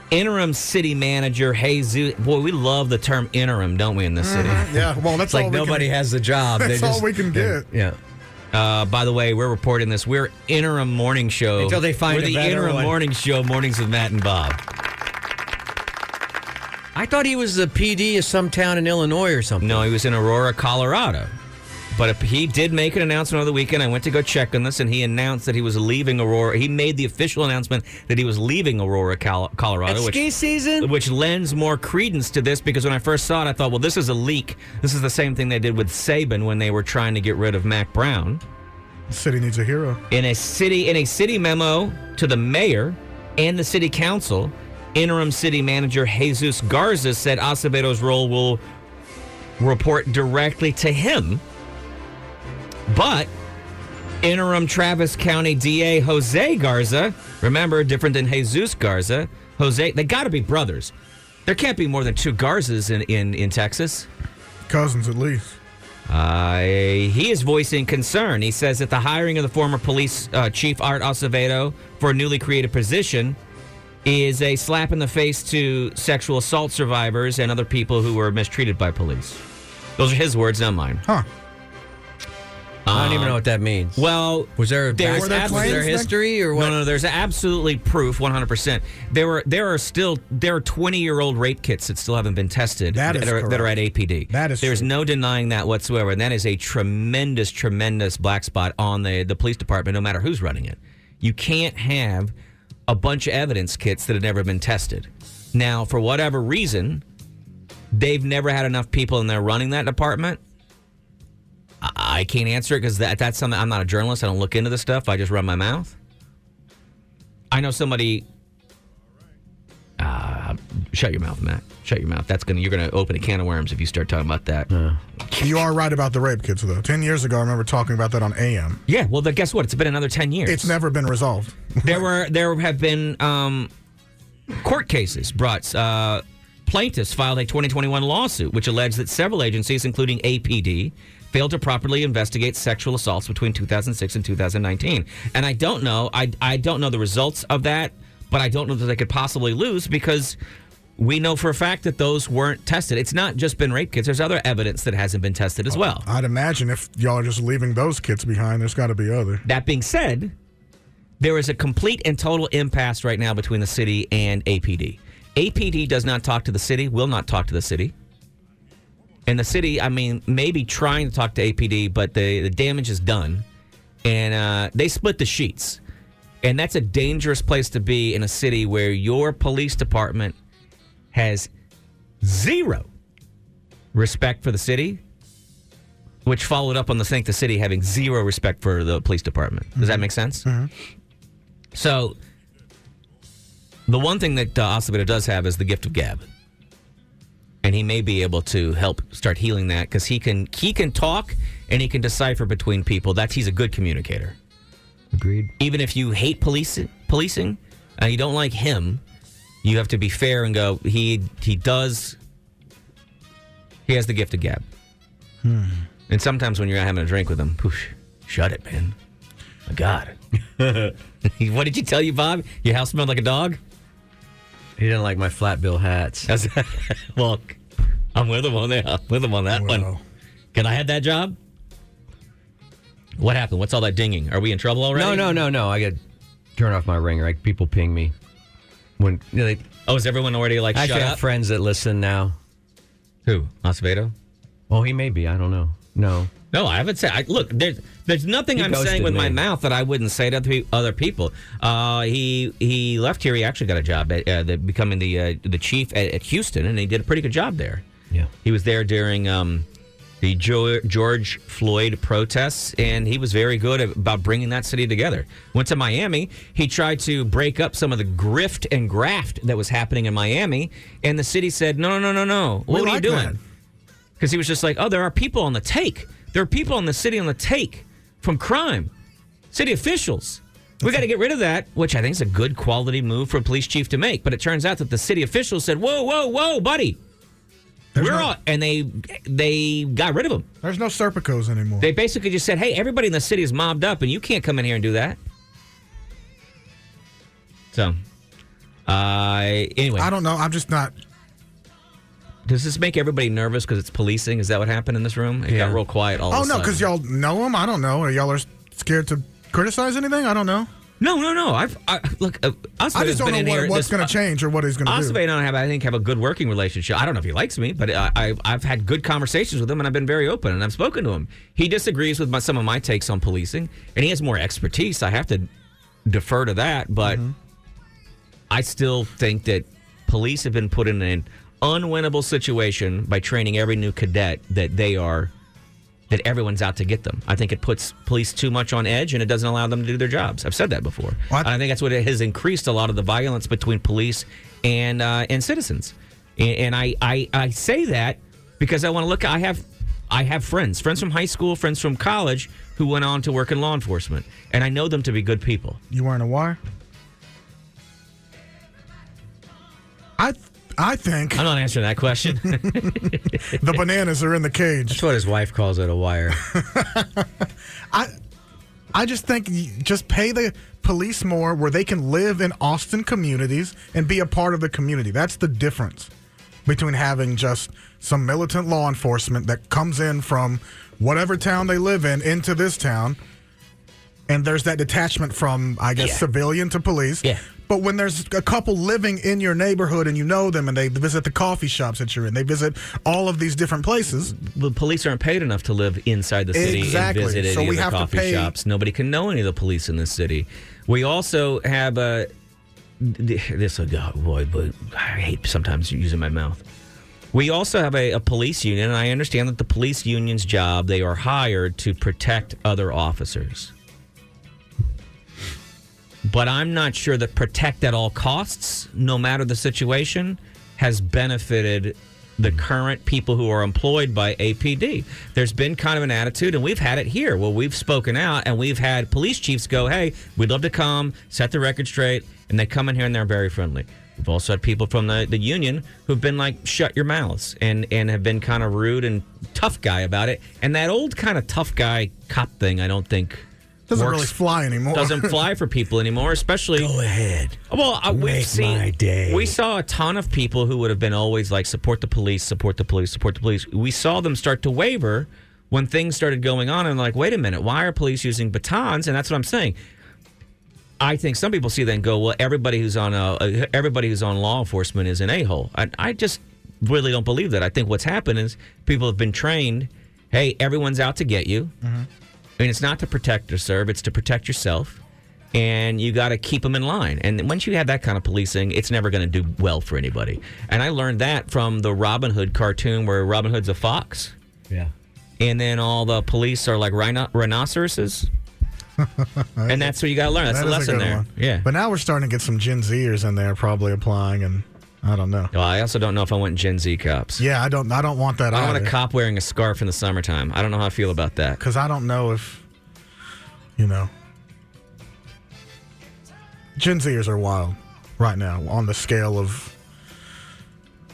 Interim city manager Jesus. Boy, we love the term interim, don't we, in this city?
Yeah. Well, that's
It's like
all we can-
nobody has the job. They
That's all
just-
we can
they-
get.
Yeah.
Uh, by the way, we're reporting this. We're interim morning show
Until they find
We're
a
the
better
interim
one.
morning show, mornings with Matt and Bob.
I thought he was the PD of some town in Illinois or something.
No, he was in Aurora, Colorado. But he did make an announcement over the weekend. I went to go check on this, and he announced that he was leaving Aurora. He made the official announcement that he was leaving Aurora, Col- Colorado,
At
which
ski season?
which lends more credence to this because when I first saw it, I thought, well, this is a leak. This is the same thing they did with Saban when they were trying to get rid of Mac Brown
City needs a hero.
in a city in a city memo to the mayor and the city council interim city manager jesus garza said acevedo's role will report directly to him but interim travis county da jose garza remember different than jesus garza jose they gotta be brothers there can't be more than two garzas in, in, in texas
Cousins, at least.
uh, he is voicing concern. He says that the hiring of the former police uh, chief Art Acevedo for a newly created position is a slap in the face to sexual assault survivors and other people who were mistreated by police. Those are his words, not mine.
Huh.
I don't even know what that means.
Well,
Was Uh, there a back-
There's there
was there
claims then?
history or
no,
what?
no, there's absolutely proof, 100%. There were there are still there are 20-year-old rape kits that still haven't been tested
That is
are, that are at
correct.
APD.
That is
There's
true.
no denying that whatsoever, and that is a tremendous tremendous black spot on the the police department no matter who's running it. You can't have a bunch of evidence kits that have never been tested. Now, for whatever reason, they've never had enough people in there running that department. I- I can't answer it because that, that's something I'm not a journalist. I don't look into this stuff. I just run my mouth. I know somebody. Uh, shut your mouth, Matt. Shut your mouth. That's gonna you're gonna open a can of worms if you start talking about that. Yeah.
You are right about the rape kids, though. Ten years ago, I remember talking about that on AM.
well, then guess what? It's been another ten years.
It's never been resolved.
there were there have been um, court cases brought. Uh, plaintiffs filed a 2021 lawsuit which alleged that several agencies, including APD, failed to properly investigate sexual assaults between 2006 and 2019. And I don't know, I, I don't know the results of that, but I don't know that they could possibly lose because we know for a fact that those weren't tested. It's not just been rape kits. There's other evidence that hasn't been tested as well.
I'd imagine if y'all are just leaving those kids behind, there's got to be other.
That being said, there is a complete and total impasse right now between the city and APD. APD does not talk to the city, will not talk to the city. And the city, I mean, maybe trying to talk to APD, but the, the damage is done. And uh, they split the sheets. And that's a dangerous place to be in a city where your police department has zero respect for the city, which followed up on the think the city having zero respect for the police department. Does that make sense? So, the one thing that uh, Acevedo does have is the gift of gab, and he may be able to help start healing that because he can he can talk and he can decipher between people. That's he's a good communicator. Agreed. Even if you hate police policing and you don't like him, you have to be fair and go. He he does. He has the gift of gab. And sometimes when you're out having a drink with him, poosh, shut it, man. My God. what did you tell you, Bob? Your house smelled like a dog?
He didn't like my flat bill hats.
That's- well, I'm with him on that. I'm with him on that one.
Well.
Can I have that job? What happened? What's all that dinging? Are we in trouble already?
No, no, no, no. I got turn off my ringer. Like people ping me when you know, they
Oh, is everyone already like
I actually
shut
have
up?
friends that listen now.
Who? Acevedo?
Oh, he may be. I don't know. No.
No, I haven't said. I, look, there's there's nothing
He
I'm saying
ghosted
with my
me.
mouth that I wouldn't say to other pe- other people. Uh, he he left here. He actually got a job at uh, the, becoming the uh, the chief at, at Houston, and he did a pretty good job there.
Yeah.
He was there during um, the Geo- George Floyd protests, and he was very good about bringing that city together. Went to Miami. He tried to break up some of the grift and graft that was happening in Miami, and the city said, "No, no, no, no, no. What are you
like
doing?"
that.
because he was just like, oh, there are people on the take. There are people in the city on the take from crime, city officials. We got to get rid of that, which I think is a good quality move for a police chief to make. But it turns out that the city officials said, whoa, whoa, whoa, buddy,
There's
we're
no,
all, and they they got rid of him.
There's no Serpicos anymore.
They basically just said, hey, everybody in the city is mobbed up, and you can't come in here and do that. So, uh, anyway,
I don't know. I'm just not.
does this make everybody nervous because it's policing? Is that what happened in this room? It
Yeah.
got real quiet all
Oh
of a
no,
sudden.
because y'all know him. I don't know. Or y'all are scared to criticize anything. I don't know.
No, no, no. I've I, look. Uh,
I
Acevedo's
just
been
don't
in
know
here.
what, what's
this-
going to change or what he's going to
Acevedo
do.
and I have, I think, have a good working relationship. I don't know if he likes me, but I, I, I've had good conversations with him, and I've been very open, and I've spoken to him. He disagrees with my, some of my takes on policing, and he has more expertise. I have to defer to that, but
Mm-hmm.
I still think that police have been put in an unwinnable situation by training every new cadet that they are. That everyone's out to get them. I think it puts police too much on edge and it doesn't allow them to do their jobs. I've said that before.
What?
I think that's what it has increased a lot of the violence between police and uh, and citizens. And, and I, I I say that because I want to look. I have I have friends, friends from high school, friends from college who went on to work in law enforcement, and I know them to be good people.
You wearing a wire? I th- I think
I'm not answering that question.
the bananas are in the cage.
That's what his wife calls it a wire.
I I just think y- just pay the police more where they can live in Austin communities and be a part of the community. That's the difference between having just some militant law enforcement that comes in from whatever town they live in into this town and there's that detachment from I guess
Yeah.
civilian to police.
Yeah.
But when there's a couple living in your neighborhood and you know them and they visit the coffee shops that you're in, they visit all of these different places.
the police aren't paid enough to live inside the city
Exactly.
and visit any
So
of
we
the
have to
coffee
pay-
shops. Nobody can know any of the police in this city. We also have a this will go boy, but I hate sometimes using my mouth. We also have a, a police union, and I understand that the police union's job they are hired to protect other officers. But I'm not sure that protect at all costs, no matter the situation, has benefited the current people who are employed by APD. There's been kind of an attitude, and we've had it here. Well, we've spoken out, and we've had police chiefs go, hey, we'd love to come, set the record straight, and they come in here and they're very friendly. We've also had people from the, the union who've been like, shut your mouths and, and have been kind of rude and tough guy about it. And that old kind of tough guy cop thing, I don't think
Doesn't
works-
really fly anymore.
doesn't fly for people anymore, especially.
ahead.
Well, uh, we've
Make
seen.
my day.
We saw a ton of people who would have been always like, support the police, support the police, support the police. We saw them start to waver when things started going on, and like, wait a minute, why are police using batons? And that's what I'm saying. I think some people see that and go, well, everybody who's on uh, uh, everybody who's on law enforcement is an a hole. I, I just really don't believe that. I think what's happened is people have been trained. Hey, everyone's out to get you. I mean, it's not to protect or serve; it's to protect yourself, and you got to keep them in line. And once you have that kind of policing, it's never going to do well for anybody. And I learned that from the Robin Hood cartoon, where Robin Hood's a fox,
Yeah.
and then all the police are like rhino- rhinoceroses. and that's what you got to learn. That's
That
the
is a
lesson
good
there.
one.
Yeah.
But now we're starting to get some Gen Zers in there probably applying, and I don't know.
Well, Oh, I also don't know if I want Gen Z cops.
Yeah, I don't. I don't want that.
I don't want a cop wearing a scarf in the summertime. I don't know how I feel about that.
because I don't know if you know. Gen Zers are wild right now on the scale of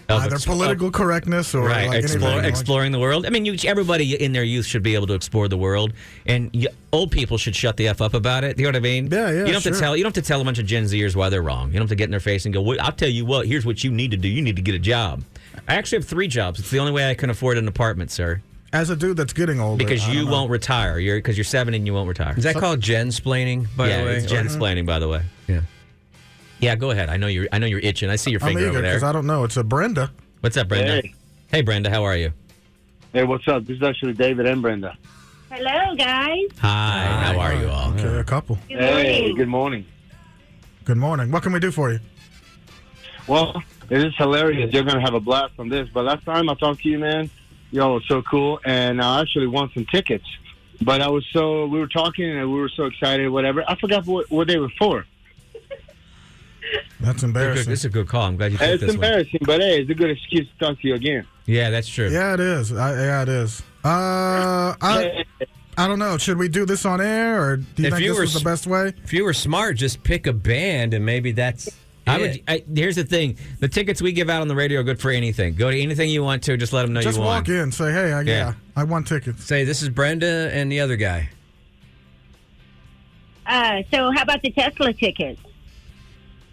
Of
either
ex-
political correctness or
Right,
like
explore,
anything. Like,
exploring the world. I mean, you, everybody in their youth should be able to explore the world, and y old people should shut the f up about it. You know what I mean?
Yeah, yeah,
You don't have
sure.
to tell. You don't have to tell a bunch of Gen Zers why they're wrong. You don't have to get in their face and go, well, "I'll tell you what. Here's what you need to do. You need to get a job." I actually have three jobs. It's the only way I can afford an apartment, sir,
as a dude that's getting older,
because
I
you
don't know.
won't retire. You're because you're seventy and you won't retire.
Is that called gen splaining, by
yeah,
the way?
it's
uh-huh.
Jen's planning, by the way.
Yeah.
Yeah, go ahead. I know you're. I know you're itching. I see your
I'm
finger
eager
over
because
there.
I don't know. It's a Brenda.
What's up, Brenda?
Hey.
hey, Brenda. How are you?
Hey, what's up? This is actually David and Brenda.
Hello, guys.
Hi. How are you all?
Okay, a couple.
Good
Hey,
morning.
good morning.
Good morning. What can we do for you?
Well, it is hilarious. You're gonna have a blast from this. But last time I talked to you, man, y'all were so cool, and I actually won some tickets. But I was so we were talking and we were so excited, whatever. I forgot what, what they were for.
That's
Good-
embarrassing.
This is a good call. I'm glad you took
It's
this one.
embarrassing, but hey, it's a good excuse to talk to you again.
Yeah, that's true.
Yeah, it is. I, yeah, it is. Uh, I, I don't know. Should we do this on air, or do you
If
think
you
this
were
was
s-
the best way?
If you were smart, just pick a band and maybe that's.
I
it.
would. I, here's the thing: the tickets we give out on the radio are good for anything. Go to anything you want to. Just let them know
Just
you
walk
want.
in, say, "Hey, I, yeah.
Yeah.
I won tickets."
Say, this is Brenda and the other guy.
Uh, so, how about the Tesla tickets?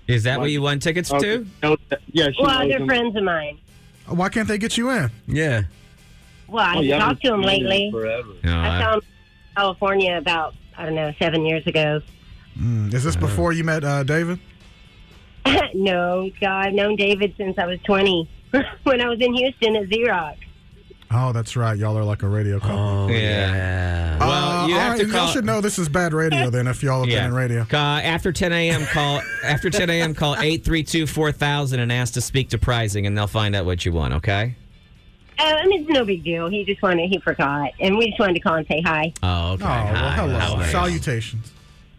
Is that what you want tickets to?
No, Oh, yeah, she
Well,
knows
they're
them.
friends of mine.
Why can't they get you in?
Yeah.
Well, I
Oh, you
haven't
haven't
talked to them
seen them
lately.
Forever.
No,
I
Oh, I,
saw them in California about, I don't know, seven years ago.
Mm,
Is this before you met uh, David?
no, God, I've known David since I was 20 when I was in Houston at Xerox.
Oh, that's right. Y'all are like a radio couple.
yeah.
Uh,
Um, Oh, Well, you
all
have
right,
to
and
call.
Y'all should know this is bad radio then if y'all have
yeah.
been in radio.
Ca- after 10 a.m. call after 10 a.m. call 832-4000 and ask to speak to pricing, and they'll find out what you want. Okay.
Uh, I mean, it's no big deal. He just wanted, he forgot. And we just wanted to call and say hi.
Oh, okay.
Oh, well,
Hi,
hello.
how are you?
Salutations.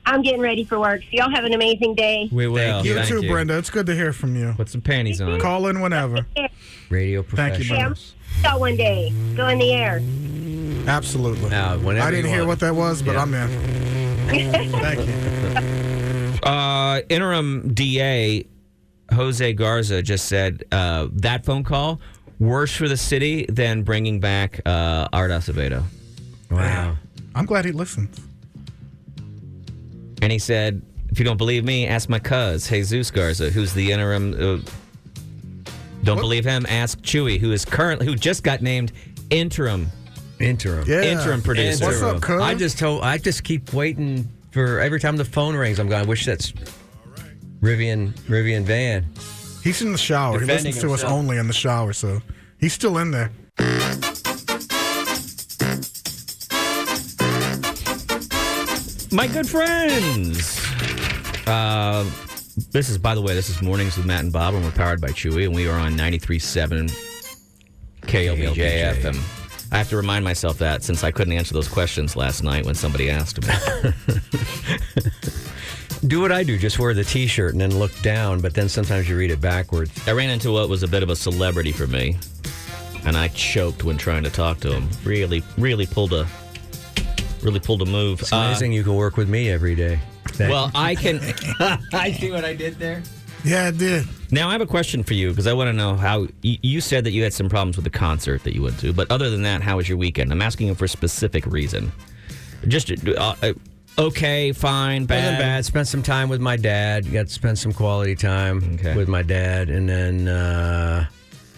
I'm getting ready for work. So, y'all have an amazing day.
We will.
Thank
You
Oh, Thank
too, Brenda. It's good to hear from you.
Put some panties on.
Call in whenever.
Radio
Thank you,
professional.
Brenda.
professionals. Y'all one day. Go in the air.
Absolutely.
No, whenever
I didn't
you
hear
want.
what that was, but I'm in. Thank you.
uh, interim DA Jose Garza just said uh, that phone call worse for the city than bringing back uh, Art Acevedo,
Wow.
I'm glad he listens.
and he said, "If you don't believe me, ask my cuz Jesus Garza, who's the interim." Uh, don't
What?
believe him. Ask Chewy, who is currently who just got named interim
Interim.
Yeah.
interim producer.
What's up, cuz?
I just told. I just keep waiting for every time the phone rings. I'm going. I wish that's Rivian Rivian Van.
He's in the shower. He
Defending
listens to us
himself.
only in the shower, so he's still in there.
my good friends. Uh, this is, by the way, this is Mornings with Matt and Bob, and we're powered by Chewy, and we are on 93.7 KLBJ FM. I have to remind myself that since I couldn't answer those questions last night when somebody asked me.
Do what I do. Just wear the T-shirt and then look down. But then sometimes you read it backwards.
I ran into what was a bit of a celebrity for me, and I choked when trying to talk to him. Really, really pulled a, really pulled a move.
Uh, It's amazing you can work with me every day. Thank
well, I can.
I see what I did there.
Yeah, it did.
Now I have a question for you because I want to know how you, you said that you had some problems with the concert that you went to, but other than that, how was your weekend? I'm asking you for a specific reason. Just uh, uh, okay, fine, bad.
Wasn't bad. Spent some time with my dad. Got to spend some quality time
Okay.
with my dad, and then uh,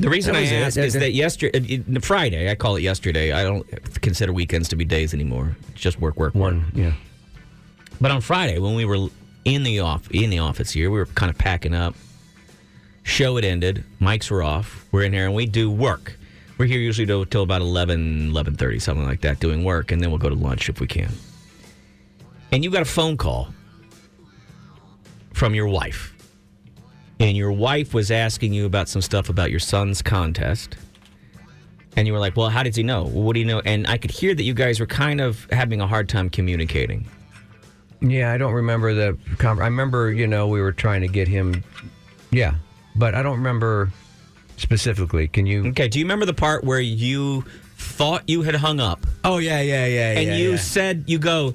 The reason
That
I
was it.
ask
That-
is
that-
that yesterday, Friday, I call it yesterday. I don't consider weekends to be days anymore. It's just work, work, work.
one. Yeah,
But on Friday, when we were in the off in the office here, we were kind of packing up. Show had ended. Mics were off. We're in here and we do work. We're here usually till, till about 11, 11.30, something like that, doing work, and then we'll go to lunch if we can. And you got a phone call from your wife. And your wife was asking you about some stuff about your son's contest. And you were like, well, how did he know? What do you know? And I could hear that you guys were kind of having a hard time communicating.
yeah. I don't remember the. Con- I remember, you know, we were trying to get him. Yeah, but I don't remember specifically. Can you?
Okay, do you remember the part where you thought you had hung up
Oh yeah, yeah, yeah.
and
yeah,
you
yeah.
said, you go,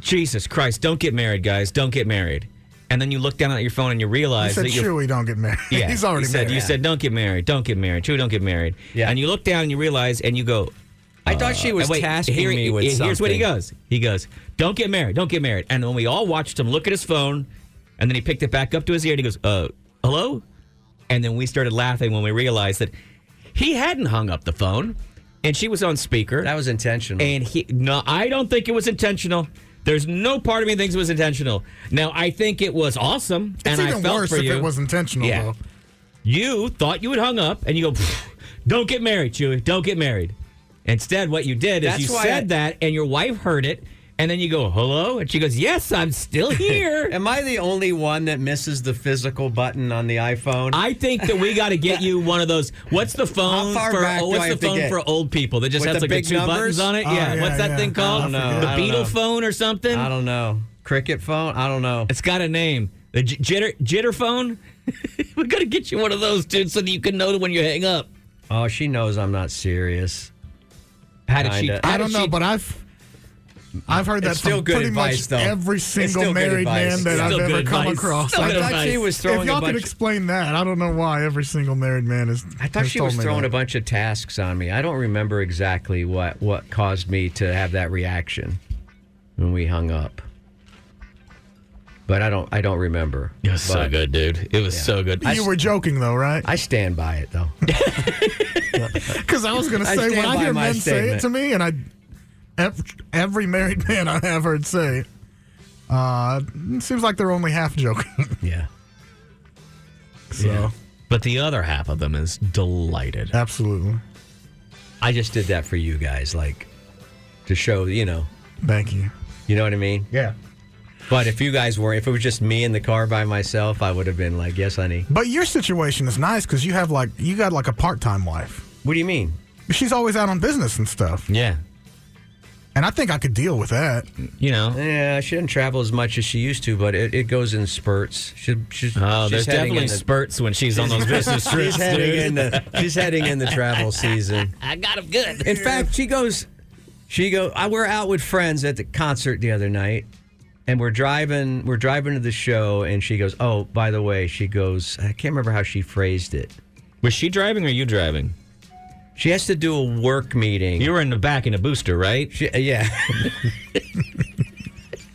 Jesus Christ, don't get married, guys, don't get married. And then you look down at your phone and you
He
realize
said,
that you're.
"Chewy, don't get married."
Yeah,
he's already
you said,
married.
You said, don't get married, don't get married, Chewy, don't get married.
Yeah.
And you look down and you realize, and you go,
I thought she was
Uh, wait,
tasking
here-
me with
Here's
something.
what he goes. He goes, "Don't get married. Don't get married." And when we all watched him look at his phone, and then he picked it back up to his ear and he goes, "Uh, hello." And then we started laughing when we realized that he hadn't hung up the phone, and she was on speaker.
That was intentional.
and he no, I don't think it was intentional. There's no part of me thinks it was intentional. Now I think it was awesome,
It's
and I
even
felt
worse
for
if
you.
it was intentional,
Yeah.
though.
You thought you had hung up, and you go, "Pfft, "Don't get married, Chewy. Don't get married." Instead, what you did is
That's
you
why
said
I-
that, and your wife heard it, and then you go, "Hello," and she goes, "Yes, I'm still here."
Am I the only one that misses the physical button on the iPhone?
I think that we got to get you one of those. What's the phone
far
for?
back do
what's
I
the
have to
phone
get?
for old people that just
With the
has like the
big
two
numbers?
buttons on it?
Oh,
yeah.
yeah,
What's that
yeah.
thing called?
I don't know.
The
I don't
Beetle
know.
phone or something?
I don't know. Cricket phone? I don't know.
It's got a name. The j- jitter jitter phone. we got to get you one of those, dude, so that you can know when you hang up.
Oh, she knows I'm not serious.
How did she?
Kinda.
how
I
did
don't know,
she-
but I've I've heard that
It's
from
still good
pretty
advice,
much
though.
every
It's still good
single married
advice.
man that
It's
I've
still
ever
good
come
advice.
across.
Still
I
I
good
thought
thought-
advice.
she was
if
throwing a
y'all could
bunch.
explain that, I don't know why every single married man is.
I thought
has
she
told
was
me
throwing
that.
a bunch of tasks on me. I don't remember exactly what what caused me to have that reaction when we hung up. But I don't I don't remember.
It was so
But
good, dude. It was so good.
You were joking though, right?
I stand by it though.
Because I was going to
I
say when
stand
I
by
hear
my
men say
statement.
it to me, and I ev- every married man I have heard say it, uh, it seems like they're only half joking.
yeah.
so
But the other half of them is delighted.
Uh, absolutely,
I just did that for you guys like to show, you know,
thank you.
you know what I mean?
Yeah.
But if you guys were if it was just me in the car by myself, I would have been like, "Yes, honey."
But your situation is nice because you have like you got like a part time wife.
What do you mean?
She's always out on business and stuff,
Yeah.
and I think I could deal with that.
You know.
Yeah, she doesn't travel as much as she used to, but it, it goes in spurts. She, she's,
Oh,
she's heading
there's definitely
in the-
spurts when she's on those business
She's
trips,
heading
dude.
in the she's heading in the travel season.
I got him good.
In fact, she goes she go I we're out with friends at the concert the other night and we're driving we're driving to the show and she goes, "Oh, by the way, she goes, I can't remember how she phrased it.
Was she driving or you driving?
She has to do a work meeting.
You were in the back in a booster, right?
she, uh, yeah.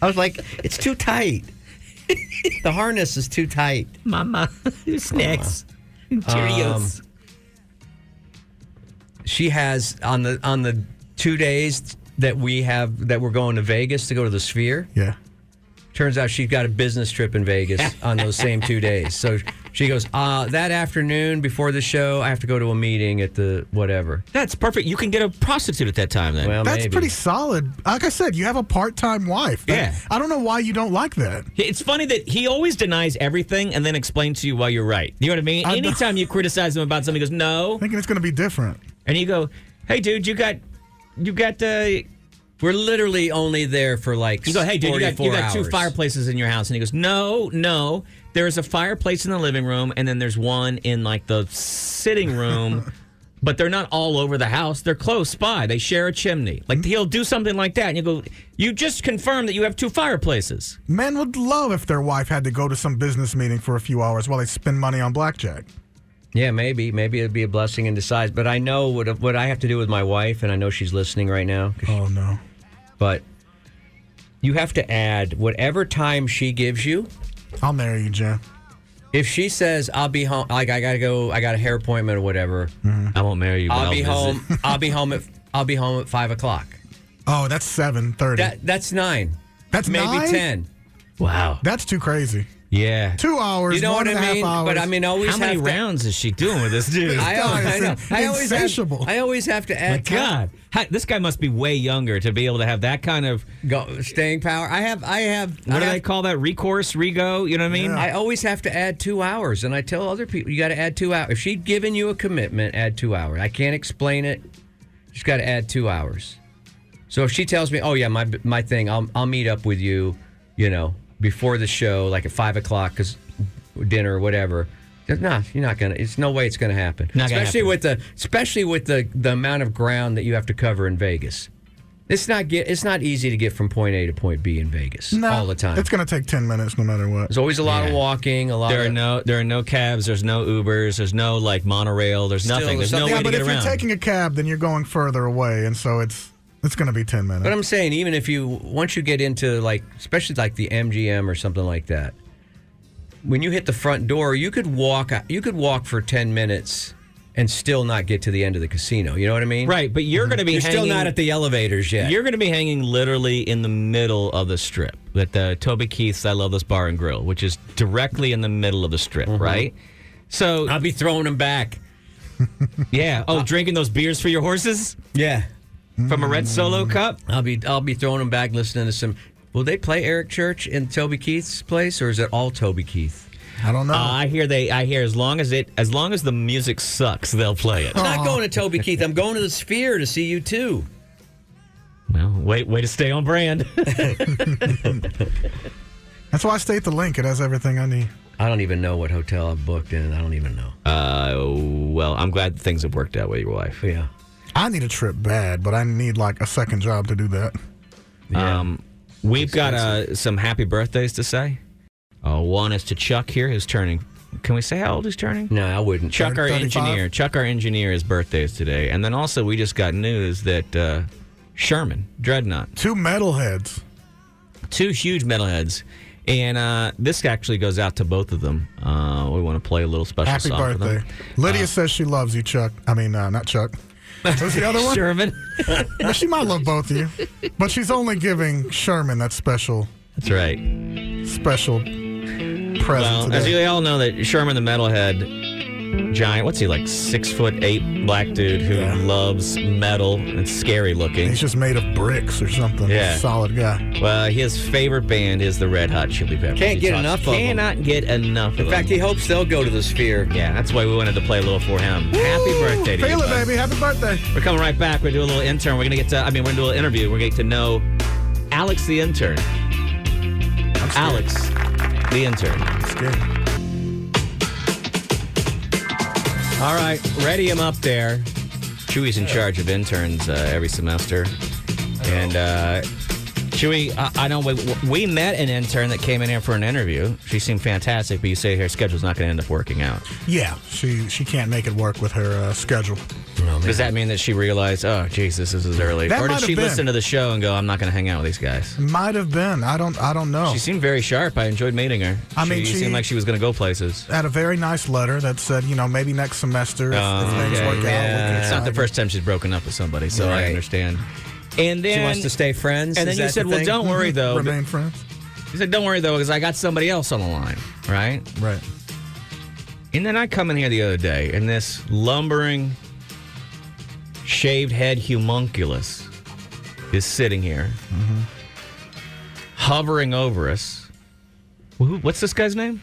I was like, "It's too tight. the harness is too tight."
Mama, who's next? Cheerios.
Um, she has on the on the two days that we have that we're going to Vegas to go to the Sphere.
Yeah.
Turns out she's got a business trip in Vegas on those same two days. So she goes, uh, that afternoon before the show, I have to go to a meeting at the whatever.
That's perfect. You can get a prostitute at that time then.
Well,
That's
maybe.
pretty solid. Like I said, you have a part-time wife. That-
Yeah.
I don't know why you don't like that.
It's funny that he always denies everything and then explains to you why you're right. You know what I mean?
I know.
Anytime you criticize him about something, he goes, no.
Thinking it's going to be different.
And you go, hey, dude, you got, you got, uh,
We're literally only there for like
You go, hey, dude, you got,
44
you got two
hours."
fireplaces in your house. And he goes, no, no. There's a fireplace in the living room, and then there's one in like the sitting room but they're not all over the house. They're close by. They share a chimney.
Hmm.
Like he'll do something like that, and you go, "You just confirmed that you have two fireplaces."
Hmm.
Men would love if their wife had to go to some business meeting for a few hours while they spend money on blackjack.
Yeah, maybe. Maybe it'd be a blessing in disguise. But I know what what I have to do with my wife, and I know she's listening right now.
Oh no.
But you have to add whatever time she gives you.
I'll marry you, Jim.
If she says I'll be home, like I gotta go, I got a hair appointment or whatever.
Mm-hmm.
I won't marry you. but
I'll be
visit.
home. I'll be home at I'll be home at five o'clock.
Oh, that's seven thirty.
That that's nine.
that's
maybe
nine?
ten.
Wow.
That's too crazy.
Yeah.
Two hours,
You know
one
what
and a
I
half
mean?
hours.
But I mean, I always
How many
have to-
rounds is she doing with this dude?
I,
God,
I
it's
know.
in-
I always,
insatiable.
have, I always have to
My
add time.
God, Hi- this guy must be way younger to be able to have that kind of
Go, staying power. I have. I have.
what
I
do
have-
they call that? Recourse, rego. You know what I mean?
I always have to add two hours, and I tell other people you got to add two hours. If she's given you a commitment, add two hours. I can't explain it. Just got to add two hours. So if she tells me, "Oh yeah, my my thing, I'll I'll meet up with you," you know, before the show, like at five o'clock, because dinner or whatever. Then, Nah, you're not gonna. It's no way it's gonna happen.
Not gonna
especially
happen.
with the especially with the the amount of ground that you have to cover in Vegas. It's not get. It's not easy to get from point A to point B in Vegas
No,
all the time.
It's gonna take ten minutes no matter what.
There's always a lot of
Yeah.
walking. A lot.
There
of,
are no there are no cabs. There's no Ubers. There's no like monorail. There's
Still
nothing. There's no
something-
yeah,
way to
but
get
if
around.
you're taking a cab, then you're going further away, and so it's it's gonna be ten minutes.
But I'm saying, even if you once you get into like, especially like the MGM or something like that, when you hit the front door, you could walk. uh, You could walk for ten minutes and still not get to the end of the casino. You know what I mean?
right, but Mm-hmm. you're going to be
You're
hanging,
still not at the elevators yet.
You're going to be hanging literally in the middle of the strip at the Toby Keith's I Love This Bar and Grill, which is directly in the middle of the strip, right? So
I'll be throwing them back.
yeah, oh, drinking those beers for your horses
Yeah,
from a red solo cup.
I'll be. I'll be throwing them back, listening to some. Will they play Eric Church in Toby Keith's place, or is it all Toby Keith?
I don't know.
Uh, I hear they. I hear as long as it, as long as the music sucks, they'll play it.
I'm not going to Toby Keith. I'm going to the Sphere to see you too.
Well, wait, way to stay on brand.
That's why I stay at the link. It has everything I need.
I don't even know what hotel I booked in. I don't even know.
uh, well, I'm glad things have worked out with your wife.
yeah.
I need a trip bad, but I need like a second job to do that.
Um, we've got uh, some happy birthdays to say. Uh, one is to Chuck here, who's turning. Can we say how old he's turning?
No, I wouldn't.
Chuck, our
35?
engineer. Chuck, our engineer, his birthday is today. And then also, we just got news that uh, Sherman Dreadnought,
Two metalheads.
two huge metalheads, and uh, this actually goes out to both of them. Uh, we want to play a little special
Happy
song for
birthday.
them. Uh,
Lydia says she loves you, Chuck. I mean, uh, not Chuck. Who's the other one?
Sherman.
Well, she might love both of you, but she's only giving Sherman that special,
That's right.
special present
Well, as
today.
you all know, that Sherman the metalhead giant, what's he like, six foot eight black dude who
Yeah.
loves metal and scary looking.
He's just made of bricks or something.
Yeah.
Solid guy.
Well, his favorite band is the Red Hot Chili Peppers.
Can't
He
get
talks-
enough of them.
Cannot get enough of
In fact, he
them.
hopes they'll go to the Sphere.
yeah, that's why we wanted to play a little for him. Happy birthday to
Feel
you,
it,
bud.
baby. Happy birthday.
We're coming right back. We're doing a little intern. We're gonna get to. I mean, we're gonna do an interview. We're gonna get to know Alex the intern. Alex, the intern.
It's good.
All right, ready him up there. Chewy's in charge of interns uh, every semester, and uh, Chewy, I, I know we, we met an intern that came in here for an interview. She seemed fantastic, but you say her schedule's not going to end up working out.
Yeah, she she can't make it work with her uh, schedule.
Does that mean that she realized, oh, jeez, this is early,
That
or
might
did she
have been.
listen to the show and go, I'm not going to hang out with these guys?
Might have been. I don't. I don't know.
She seemed very sharp. I enjoyed meeting her.
I mean,
she,
she-
seemed like she was going to go places.
had a very nice letter that said, you know, maybe next semester if, if
Oh,
things
okay,
work out. we
yeah.
can
It's not the
try
first time she's broken up with somebody, so I
Right.
understand. And then
She wants to stay friends.
And
Is
then you
that
said,
the
"Well,
thing?
don't worry
again.
though."
Mm-hmm. Remain friends.
He said, "Don't worry though, because I got somebody else on the line, right?"
Right.
And then I come in here the other day, and this lumbering, shaved head humunculus is sitting here, hovering over us. Who- What's this guy's name?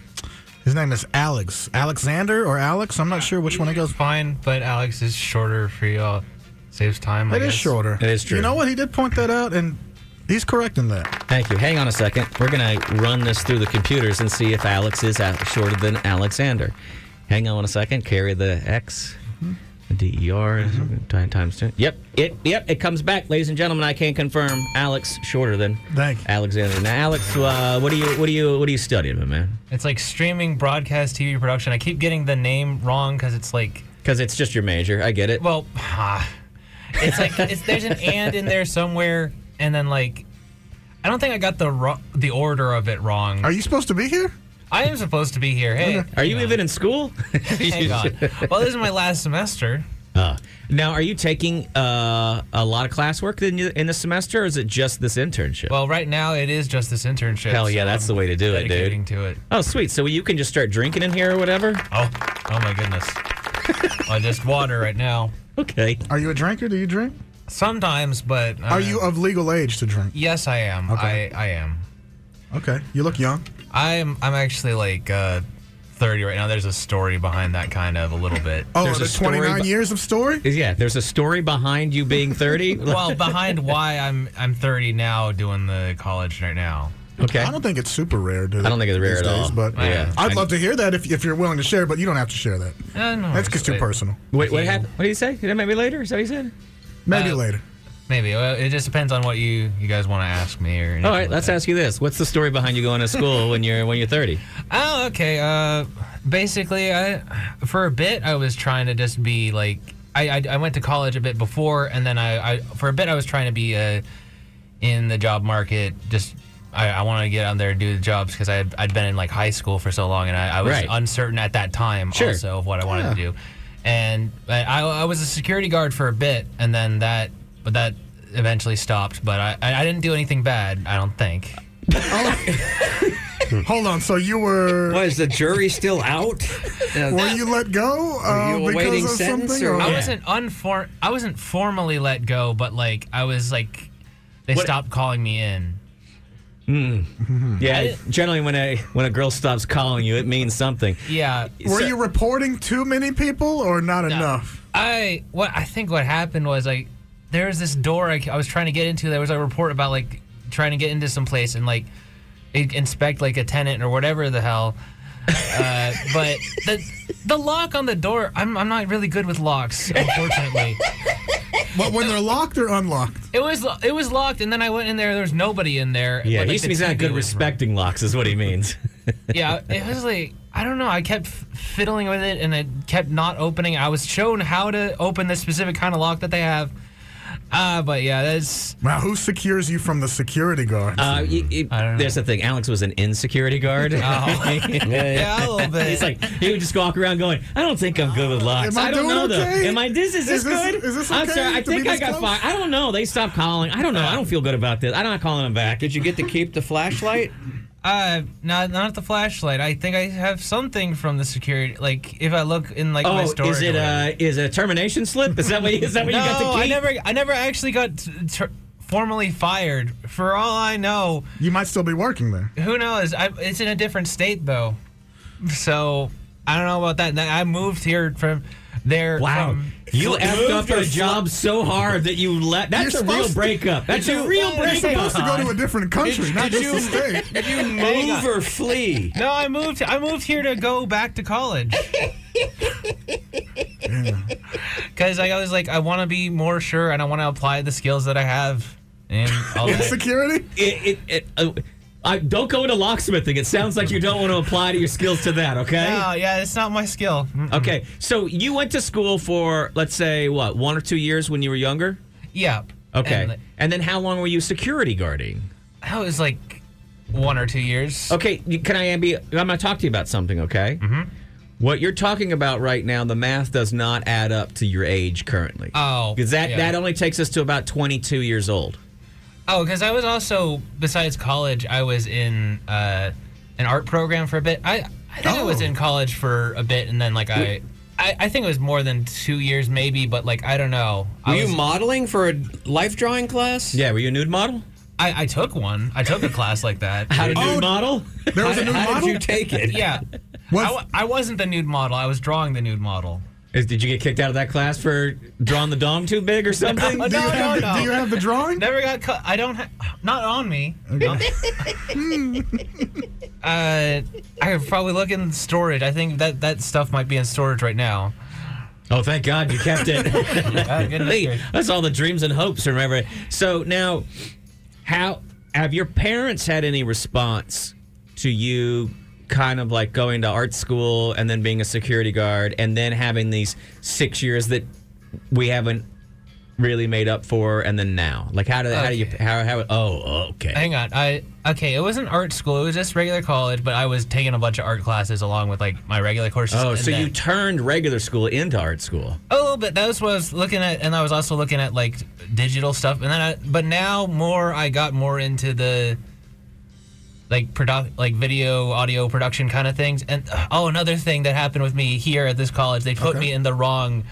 His name is Alex. Alexander or Alex? I'm not sure which one it goes.
Fine, but Alex is shorter for y'all. Saves time. I
It is
guess.
shorter.
It is true.
You know what? He did point that out, and he's correct in that.
Thank you. Hang on a second. We're gonna run this through the computers and see if
Mm-hmm.
Alex is out- shorter than Alexander. Hang on a second. Carry the X. The DER is time times two. Yep, it yep it comes back, ladies and gentlemen. I can confirm. Alex shorter than
Thank you.
Alexander. Now, Alex, uh, what do you what do you what are you studying, man?
It's like streaming, broadcast, TV production. I keep getting the name wrong because it's like,
Because it's just your major. I get it.
well, ah, it's like it's, there's an and in there somewhere, and then like, I don't think I got the ro- the order of it wrong.
Are you supposed to be here?
I am supposed to be here. Hey,
are you even in school?
hang on. Well, this is my last semester.
Uh, now, are you taking uh, a lot of classwork in, you- in the semester, or is it just this internship?
Well, right now it is just this internship.
Hell
so
yeah, that's
I'm
the way to do it, dude.
um, dedicating to it.
oh, sweet. So you can just start drinking in here or whatever.
Oh, oh my goodness. I just water right now.
Okay.
Are you a drinker? Do you drink?
Sometimes, but uh,
Are you of legal age to drink?
Yes, I am.
Okay.
I I am.
Okay. You look young.
I'm I'm actually like uh, 30 right now. There's a story behind that kind of a little bit.
Oh,
There's
are
a
the
story
29
be-
years of story?
Yeah. There's a story behind you being thirty.
Well, behind why I'm I'm 30 now doing the college right now.
okay.
I don't think it's super rare. Dude,
I don't think it's rare
these
at all.
days, But
Yeah.
I'd
I-
love to hear that if, if you're willing to share, but you don't have to share that.
Eh, no
That's
worries,
just too
but
personal.
Wait, what happened? What did he say? Did that maybe later? Is that what he said?
Maybe
Uh,
later.
Maybe. Well, it just depends on what you you guys want to ask me or
All right, let's ask you this: What's the story behind you going to school when you're when you're 30?
Oh, okay. Uh, basically, I for a bit I was trying to just be like I I, I went to college a bit before, and then I, I for a bit I was trying to be uh, in the job market. Just I, I wanted to get out there and do the jobs because I I'd been in like high school for so long, and I, I was
Right.
uncertain at that time
Sure.
also of what I wanted to do. And I, I I was a security guard for a bit, and then that but that eventually stopped. But I I I didn't do anything bad. I don't think.
hmm.
Hold on. So you were
What is the jury still out?
were you let go uh,
you awaiting
because of
sentence
something?
or
or-
what?
I
Yeah.
wasn't unfor- I wasn't formally let go, but like I was like they stopped calling me in.
Yeah, generally when a when a girl stops calling you, it means something.
Yeah.
Were
So-
you reporting too many people or not enough?
I what I think what happened was like there was this door I, I was trying to get into. There was a report about like trying to get into some place and like in- inspect like a tenant or whatever the hell. Uh, but the the lock on the door, I'm I'm not really good with locks, unfortunately.
But when they're locked or unlocked?
it was it was locked, and then I went in there. There was nobody in
Yeah,
there. but,
he
like,
used to
the
be not
TV
good
was-
respecting locks, is what he means.
yeah, it was like I don't know. I kept f- fiddling with it, and it kept not opening. I was shown how to open this specific kind of lock that they have. Uh, but yeah, that's
Now, who secures you from the security guards?
Uh, you- you-
I don't know. Oh.
there's the thing. Alex was an insecurity guard.
yeah, a little bit.
Oh. He's like he would just walk around going, "I don't think I'm good with locks.
Am I
I don't
doing
know
okay?
though. Am I this? Is this,
Is this-
good?
is this
I'm
okay
sorry. I
to
think
be
I
this
got
close?"
fired. I don't know. They stopped calling. I don't know. I don't feel good about this. I'm not calling them back.
Did you get to keep the flashlight?
uh, not not the flashlight. I think I have something from the security. Like if I look in like my
Oh,
storage.
is it
or whatever.
uh is it a termination slip? Is that what is that what
no,
you got to keep?
I never I never actually got t- t- formally fired. For all I know,
you might still be working there.
Who knows? I, it's in a different state though, so I don't know about that. And I moved here from there.
Wow.
Um,
from-
you
Moved
effed up
your
your job so hard that you let. That's
You're
a real
supposed to-
breakup. That's a real
You're
breakup.
Supposed to go to a different country, not just the state.
Did you move or flee?
no, I moved. I moved here to go back to college because I was like, I want to be more sure and I want to apply the skills that I have. And all that.
Security?
It, it, it, uh, I, don't go into locksmithing. It sounds like you don't want to apply to your skills to that. Okay.
No, yeah, it's not my skill. Mm.
Okay. So you went to school for let's say what one or two years when you were younger.
Yeah.
Okay.
And
and then how long were you security guarding?
that was like one or two years.
Okay, you- can I be? I'm going to talk to you about something, okay? Mm-hmm. What you're talking about right now, the math does not add up to your age currently.
Oh,
because that
yeah.
that only takes us to about 22 years old.
Oh, because I was also besides college, I was in uh, an art program for a bit. I I think I was
Oh.
in college for a bit, and then like I, I I think it was more than two years, maybe. But like I don't know.
Were
I,
you
was-
modeling for a life drawing class?
Yeah, were you a nude model?
I, I took one. I took a class like that.
How did
Oh,
nude model?
There
How,
was a new
how
model?
did you take it?
yeah. I,
Was-
wa- I wasn't the nude model. I was drawing the nude model.
Is, did you get kicked out of that class for drawing the dong too big or something?
do, you
no,
have
no,
the,
no.
do you have the drawing?
Never got cut. I don't. Ha- not on me. uh, I could probably look in storage. I think that that stuff might be in storage right now.
Oh, thank God you kept it.
Uh, goodness
Hey,
gracious.
that's all the dreams and hopes. Remember. So now, how have your parents had any response to you? Kind of like going to art school and then being a security guard and then having these six years that we haven't really made up for and then now like how do how do you
Okay.
how how oh okay
Hang on. I okay. It wasn't art school. It was just regular college. But I was taking a bunch of art classes along with like my regular courses.
oh
and
so you
then-
turned regular school into art school
a little bit. That was what I Oh, was looking at, and I was also looking at like digital stuff. And then, I, but now more, I got more into the like product, like video, audio production kind of things. And uh, oh, another thing that happened with me here at this college, they put me in the wrong.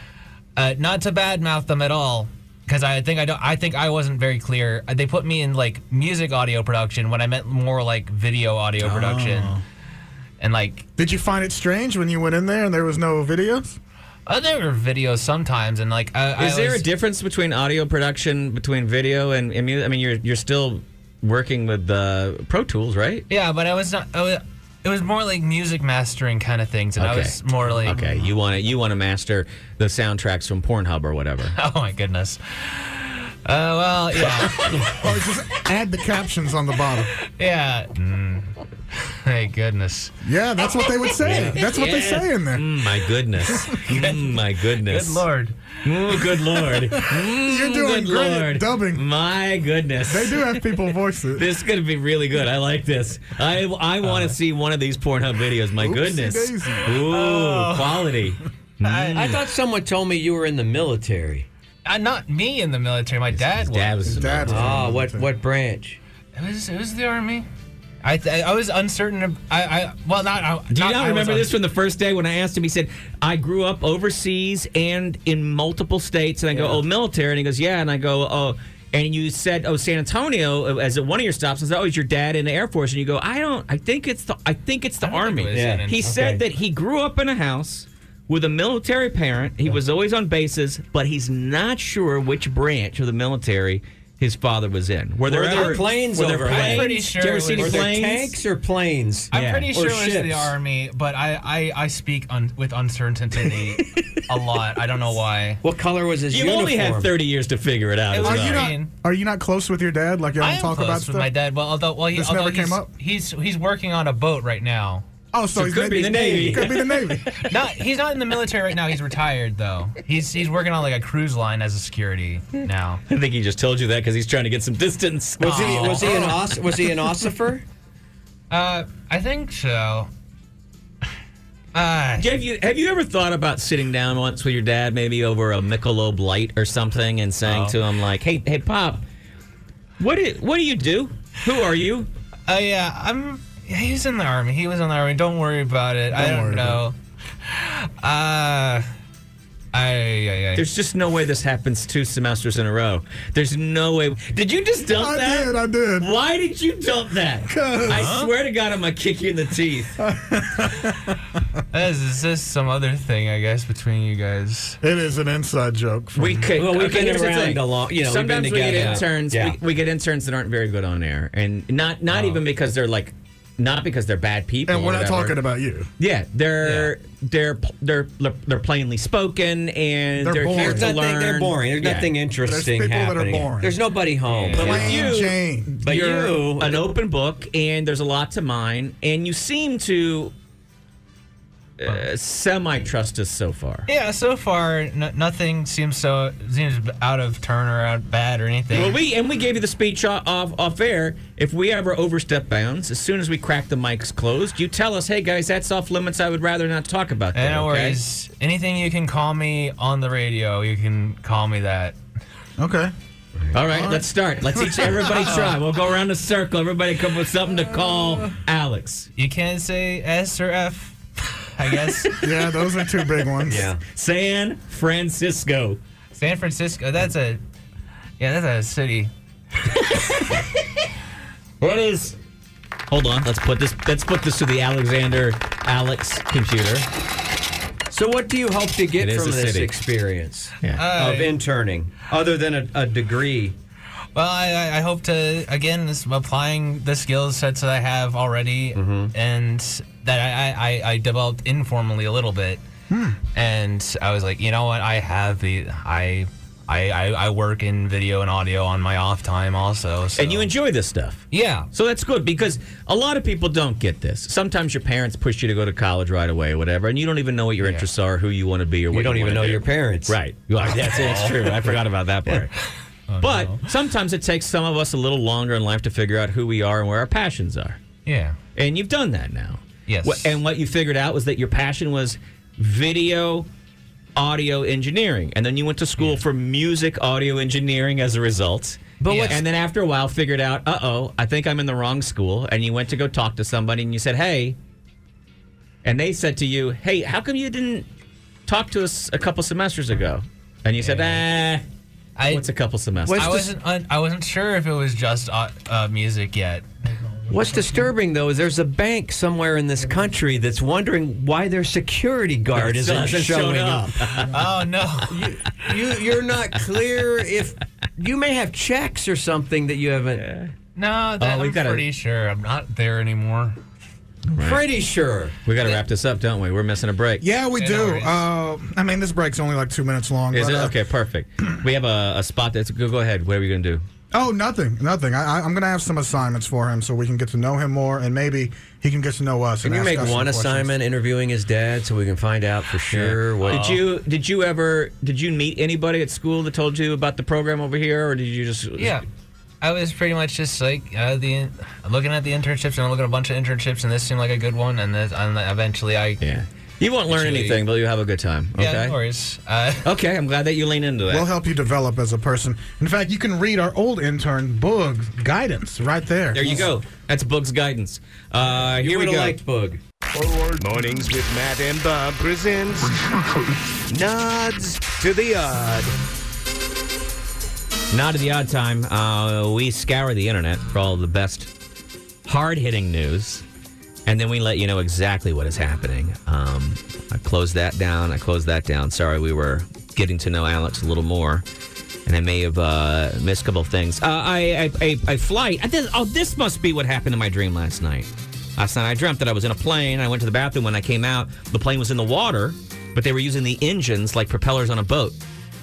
Uh, not to badmouth them at all, because I think I don't. I think I wasn't very clear. Uh, They put me in like music audio production when I meant more like video audio production,
Oh.
and like
Did you find it strange when you went in there and there was no videos?
uh, there were videos sometimes, and like I,
Is
I
there
was-
a difference between audio production between video and, and music? I mean, you're you're still working with the Pro Tools, right?
Yeah, but I was not. I was, it was more like music mastering kind of things, and I
Okay.
was more like,
Okay, you want to you want to master the soundtracks from Pornhub or whatever.
oh my goodness. Uh, well, yeah,
Or just add the captions on the bottom.
yeah. Mm. Hey, goodness.
Yeah, that's what they would say. That's what they
Yeah.
say in there.
Mm, my goodness, Mm, my goodness,
Good lord.
Mm, good lord, Mm,
You're doing
good
great at
lord,
dubbing.
My goodness,
They do have people voice it.
This is gonna be really good. I like this. I I want to see one of these Pornhub videos. My goodness,
daisy.
ooh, quality.
I thought someone told me you were in the military.
Uh, not me in the military. My dad
His
was.
dad was.
Dad was
Oh,
in the
what
military.
what branch?
It was. It was the army. I. Th- I was uncertain. Of, I. I. Well, not. I,
Do you
not,
not
I was
remember
un-
this from the first day when I asked him? He said, I grew up overseas and in multiple states. And I go, Oh, military. And he goes, Yeah. And I go, Oh, and you said, Oh, San Antonio uh, as at one of your stops. And I said, Oh, is your dad in the Air Force? And you go, I don't, I think it's the, I think it's the
don't think
Army.
it was Yeah. in-
He said
okay.
that he grew up in a house with a military parent. He was always on bases, but he's not sure which branch of the military his father was in. Were there,
Were there
other-
planes
Were there
overhead?
planes?
I'm
pretty
Did
sure
you ever
it
see any
was-
Were there
planes?
tanks or planes?
I'm
Yeah.
pretty
Or
sure it was the
ships.
army, but I. I. I speak un- with uncertainty a lot. I don't know why.
What color was his
You
uniform?
only had 30 years to figure it out.
It
is
was
what
Are
I-
you not?
Green.
Are you not close with your dad? Like y'all
I
don't
am
talk
close
about
with
stuff.
my dad. Well, although, well, he,
This
although
never
he's,
came up.
He's he's working on a boat right now.
Oh, so,
So
he's
could be
maybe,
the Navy.
Could be the Navy.
Not he's not in the military right now. He's retired though. He's he's working on like a cruise line as a security now.
I think he just told you that because he's trying to get some distance.
Was he was he an os- was he an ossifer?
Uh, I think so. Uh,
Have you have you ever thought about sitting down once with your dad, maybe over a Michelob Light or something, and saying
Oh.
to him like, "Hey, hey, Pop, what do what do you do? Who are you?"
uh yeah, I'm. He's in the army. He was in the army. Don't worry about it.
Don't
I don't
worry
know.
about
Uh, I, I, I
There's just no way this happens two semesters in a row. There's no way. Did you just dump
I
that?
did. I did.
Why did you dump that?
'Cause-
I swear to God, I'm gonna kick you in the teeth.
this is just some other thing I guess between you guys.
It is an inside joke. from-
We could.
Well, we've
okay,
been
here's the
around
thing.
a long- you know, we've been
Sometimes we get
together.
interns.
Yeah. Oh.
We, we get interns that aren't very good on air, and not not even because they're like, not because they're bad people.
and we're
or
not
whatever.
talking about you.
Yeah, they're they're they're they're plainly spoken, and
They're
they're,
boring.
here
There's
to
nothing.
learn.
They're boring. There's
Yeah.
nothing interesting
people that are
happening.
boring.
There's nobody home.
But
Yeah.
with you,
Jane.
But
you're
you-
an open book, and there's a lot to mine, and you seem to uh, semi trust us so far.
Yeah, so far n- nothing seems so seems out of turn or out bad or anything.
Well, we and we gave you the speech off, off off air. If we ever overstep bounds, as soon as we crack the mics closed, you tell us, "Hey guys, that's off limits. I would rather not talk about
Eh,
that."
no
okay?"
worries. Anything you can call me on the radio, you can call me that.
Okay.
All right, let's start. Let's each everybody try. We'll go around the circle. Everybody come up with something to call Alex.
You can't say S or F, I guess.
Yeah, those are two big ones.
Yeah.
San Francisco.
San Francisco. That's a yeah, that's a city.
What is? Hold on. Let's put this. Let's put this to the Alexander Alex computer.
uh, So what do you hope to get
It is
from
a
this
city.
experience
Yeah.
Uh,
of interning, other than a, a degree?
Well, I, I- I hope to again is applying the skill sets
Mm-hmm.
that I have already and that I, I, I developed informally a little bit
Hmm.
And I was like, you know what? I have the I. I, I, I work in video and audio on my off time also. So.
And you enjoy this stuff.
yeah.
So that's good because a lot of people don't get this. Sometimes your parents push you to go to college right away or whatever, and you don't even know what your interests are, who you want to be, or what
You don't even
wanna
know
do.
your parents.
Right. Well, that's it. It's true. I forgot about that part.
Oh,
but sometimes it takes some of us a little longer in life to figure out who we are and where our passions are.
Yeah.
And you've done that now.
Yes.
Wh- And what you figured out was that your passion was video audio engineering. And then you went to school for music audio engineering as a result.
But
Yeah.
what's-
and then after a while figured out, uh oh, I think I'm in the wrong school. And you went to go talk to somebody and you said, Hey. And they said to you, Hey, how come you didn't talk to us a couple semesters ago? And you said, Ah,
I,
what's a couple semesters?
I wasn't un, I wasn't sure if it was just uh, uh, music yet.
What's disturbing though is there's a bank somewhere in this country that's wondering why their security guard isn't
Hasn't shown
showing
up.
up.
Oh no.
you you're not clear if you may have checks or something that you haven't.
No,
Oh,
that,
we've
I'm
gotta-
pretty sure I'm not there anymore.
Pretty sure.
We got to wrap this up, don't we? We're missing a break.
Yeah, we do.
worries.
Uh, I mean, this break's only like two minutes long.
Is
but,
it
uh,
okay? Perfect. We have a, a spot that's go. Go ahead. What are we gonna do?
Oh, nothing, nothing. I, I, I'm gonna have some assignments for him so we can get to know him more, and maybe he can get to know us.
Can
and
you
ask
make
us some
one
questions.
assignment interviewing his dad so we can find out for sure what?
Did
uh,
you did you ever did you meet anybody at school that told you about the program over here, or did you just
Yeah. I was pretty much just like uh, the looking at the internships and I'm looking at a bunch of internships and this seemed like a good one and, this, and eventually I
yeah? You won't learn
Actually-
anything, but you have a good time. Okay.
yeah no worries. Uh,
Okay. I'm glad that you lean into that.
We'll help you develop as a person. In fact, you can read our old intern Boog's guidance right there.
there you go. That's Boog's guidance. Uh, here we
would
go.
have liked Boog.
Mornings with Matt and Bob presents Nods to the Odd.
Not at the odd time. Uh, we scour the internet for all the best hard hitting news, and then we let you know exactly what is happening. Um, I closed that down. I closed that down. Sorry, we were getting to know Alex a little more, and I may have uh, missed a couple of things. Uh, I, I, I, I flight. I did, oh, this must be what happened in my dream last night. Last night I dreamt that I was in a plane. I went to the bathroom. When I came out, the plane was in the water, but they were using the engines like propellers on a boat,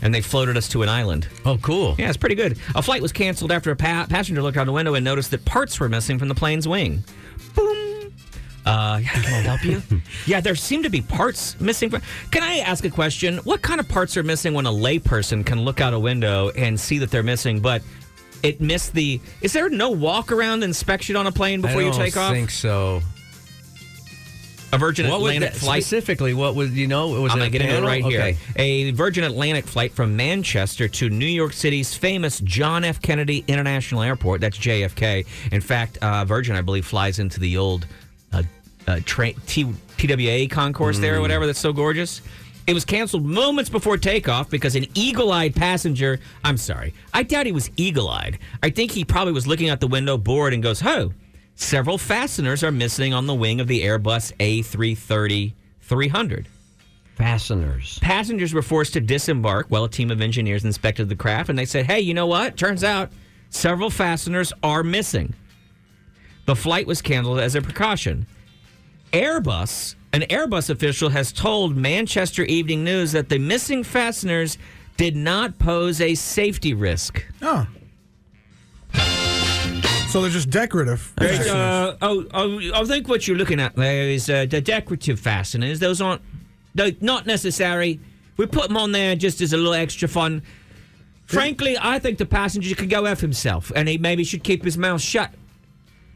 and they floated us to an island.
Oh, cool.
Yeah, it's pretty good. A flight was canceled after a pa- passenger looked out the window and noticed that parts were missing from the plane's wing. Boom. Uh, yeah, can I help you? yeah, there seem to be parts missing. From- can I ask a question? What kind of parts are missing when a layperson can look out a window and see that they're missing, but it missed the? Is there no walk around inspection on a plane before
I
you
don't
take off?
think so.
A Virgin
What was
Atlantic
that
flight.
specifically? What was you know? It was
I'm
in a
gonna get into it
panel?
right here.
Okay.
A Virgin Atlantic flight from Manchester to New York City's famous John F. Kennedy International Airport. That's JFK. In fact, uh, Virgin, I believe, flies into the old uh, uh, tra- T- TWA concourse there
Mm.
or whatever. That's so gorgeous. It was canceled moments before takeoff because an eagle eyed passenger, I'm sorry, I doubt he was eagle eyed. I think he probably was looking out the window bored and goes, oh, several fasteners are missing on the wing of the Airbus A330 300.
Fasteners.
Passengers were forced to disembark while a team of engineers inspected the craft and they said, hey, you know what? Turns out several fasteners are missing. The flight was canceled as a precaution. Airbus, an Airbus official has told Manchester Evening News that the missing fasteners did not pose a safety risk.
Oh. So they're just decorative.
Uh, oh, oh, I think what you're looking at there is uh, the decorative fasteners. Those aren't, they not necessary. We put them on there just as a little extra fun. Frankly, I think the passenger could go F himself, and he maybe should keep his mouth shut.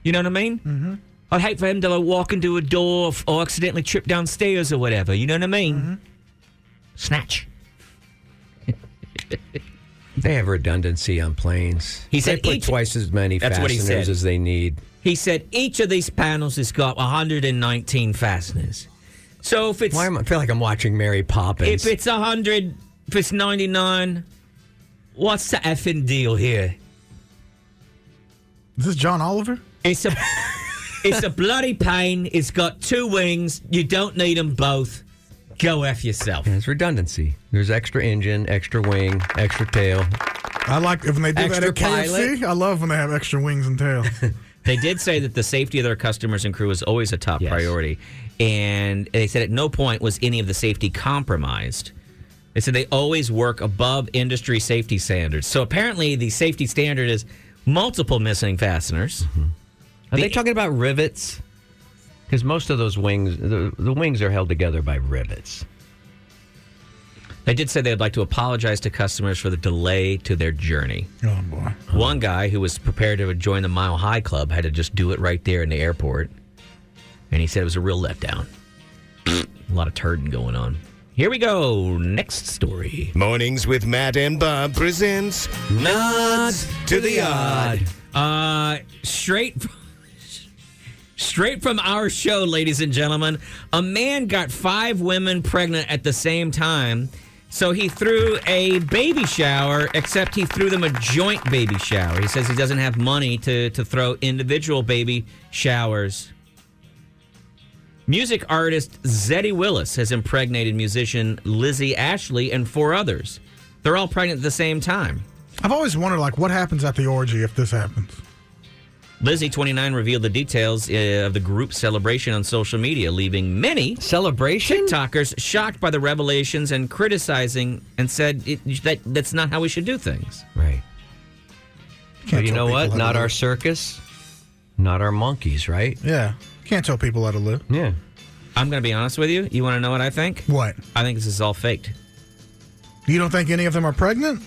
You know what I mean? Mm-hmm. I'd hate for him to like, walk into a door f- or accidentally trip downstairs or whatever. You know what I mean?
Mm-hmm.
Snatch.
They have redundancy on planes.
He
they
said
put
each-
twice as many
That's what he
fasteners
said.
as they need.
He said each of these panels has got 119 fasteners. So if it's
Why am I, I feel like I'm watching Mary Poppins?
If it's a hundred, if it's ninety nine, what's the effing deal here?
Is this John Oliver?
It's a, it's a bloody pain. It's got two wings. You don't need them both. Go f yourself.
It's redundancy. There's extra engine, extra wing, extra tail.
I like when they do that
Extra
at KFC. I love when they have extra wings and tails.
They did say that the safety of their customers and crew is always a top
Yes.
priority. And they said at no point was any of the safety compromised. They said they always work above industry safety standards. So apparently, the safety standard is multiple missing fasteners.
Mm-hmm. Are they talking about rivets? Because most of those wings, the, the wings are held together by rivets.
They did say they'd like to apologize to customers for the delay to their journey.
Oh boy.
One guy who was prepared to join the Mile High Club had to just do it right there in the airport. And he said it was a real letdown. a lot of turding going on. Here we go. Next story.
Mornings with Matt and Bob presents
Nods
to the odd.
Uh, straight from, straight from our show, ladies and gentlemen. A man got five women pregnant at the same time, so he threw a baby shower. Except he threw them a joint baby shower. He says he doesn't have money to to throw individual baby showers. Music artist Zeddy Willis has impregnated musician Lizzie Ashley and four others. They're all pregnant at the same time.
I've always wondered, like, what happens at the orgy if this happens?
Lizzie29 revealed the details uh, of the group celebration on social media, leaving many
Celebration?
TikTokers shocked by the revelations and criticizing and said it, that that's not how we should do things.
Right.
Can't
But you
tell
know
people
what?
how to
Not our
live.
circus, not our monkeys, right?
Yeah. Can't tell people how to live.
Yeah.
I'm going to be honest with you. You want to know what I think?
What?
I think this is all faked.
You don't think any of them are pregnant?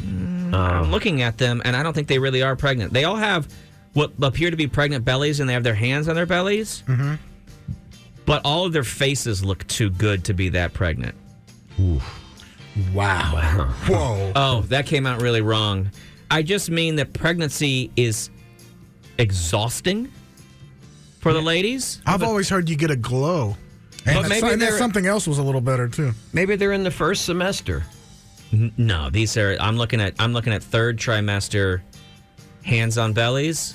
I'm looking at them, and I don't think they really are pregnant. They all have what appear to be pregnant bellies, and they have their hands on their bellies. Mm-hmm. But all of their faces look too good to be that pregnant.
Wow. Whoa.
Oh, that came out really wrong. I just mean that pregnancy is exhausting for the ladies.
I've always heard you get a glow. And,
But
that-
maybe
and that
they're-
something else was a little better too.
Maybe they're in the first semester.
No, these are I'm looking at I'm looking at third trimester hands on bellies.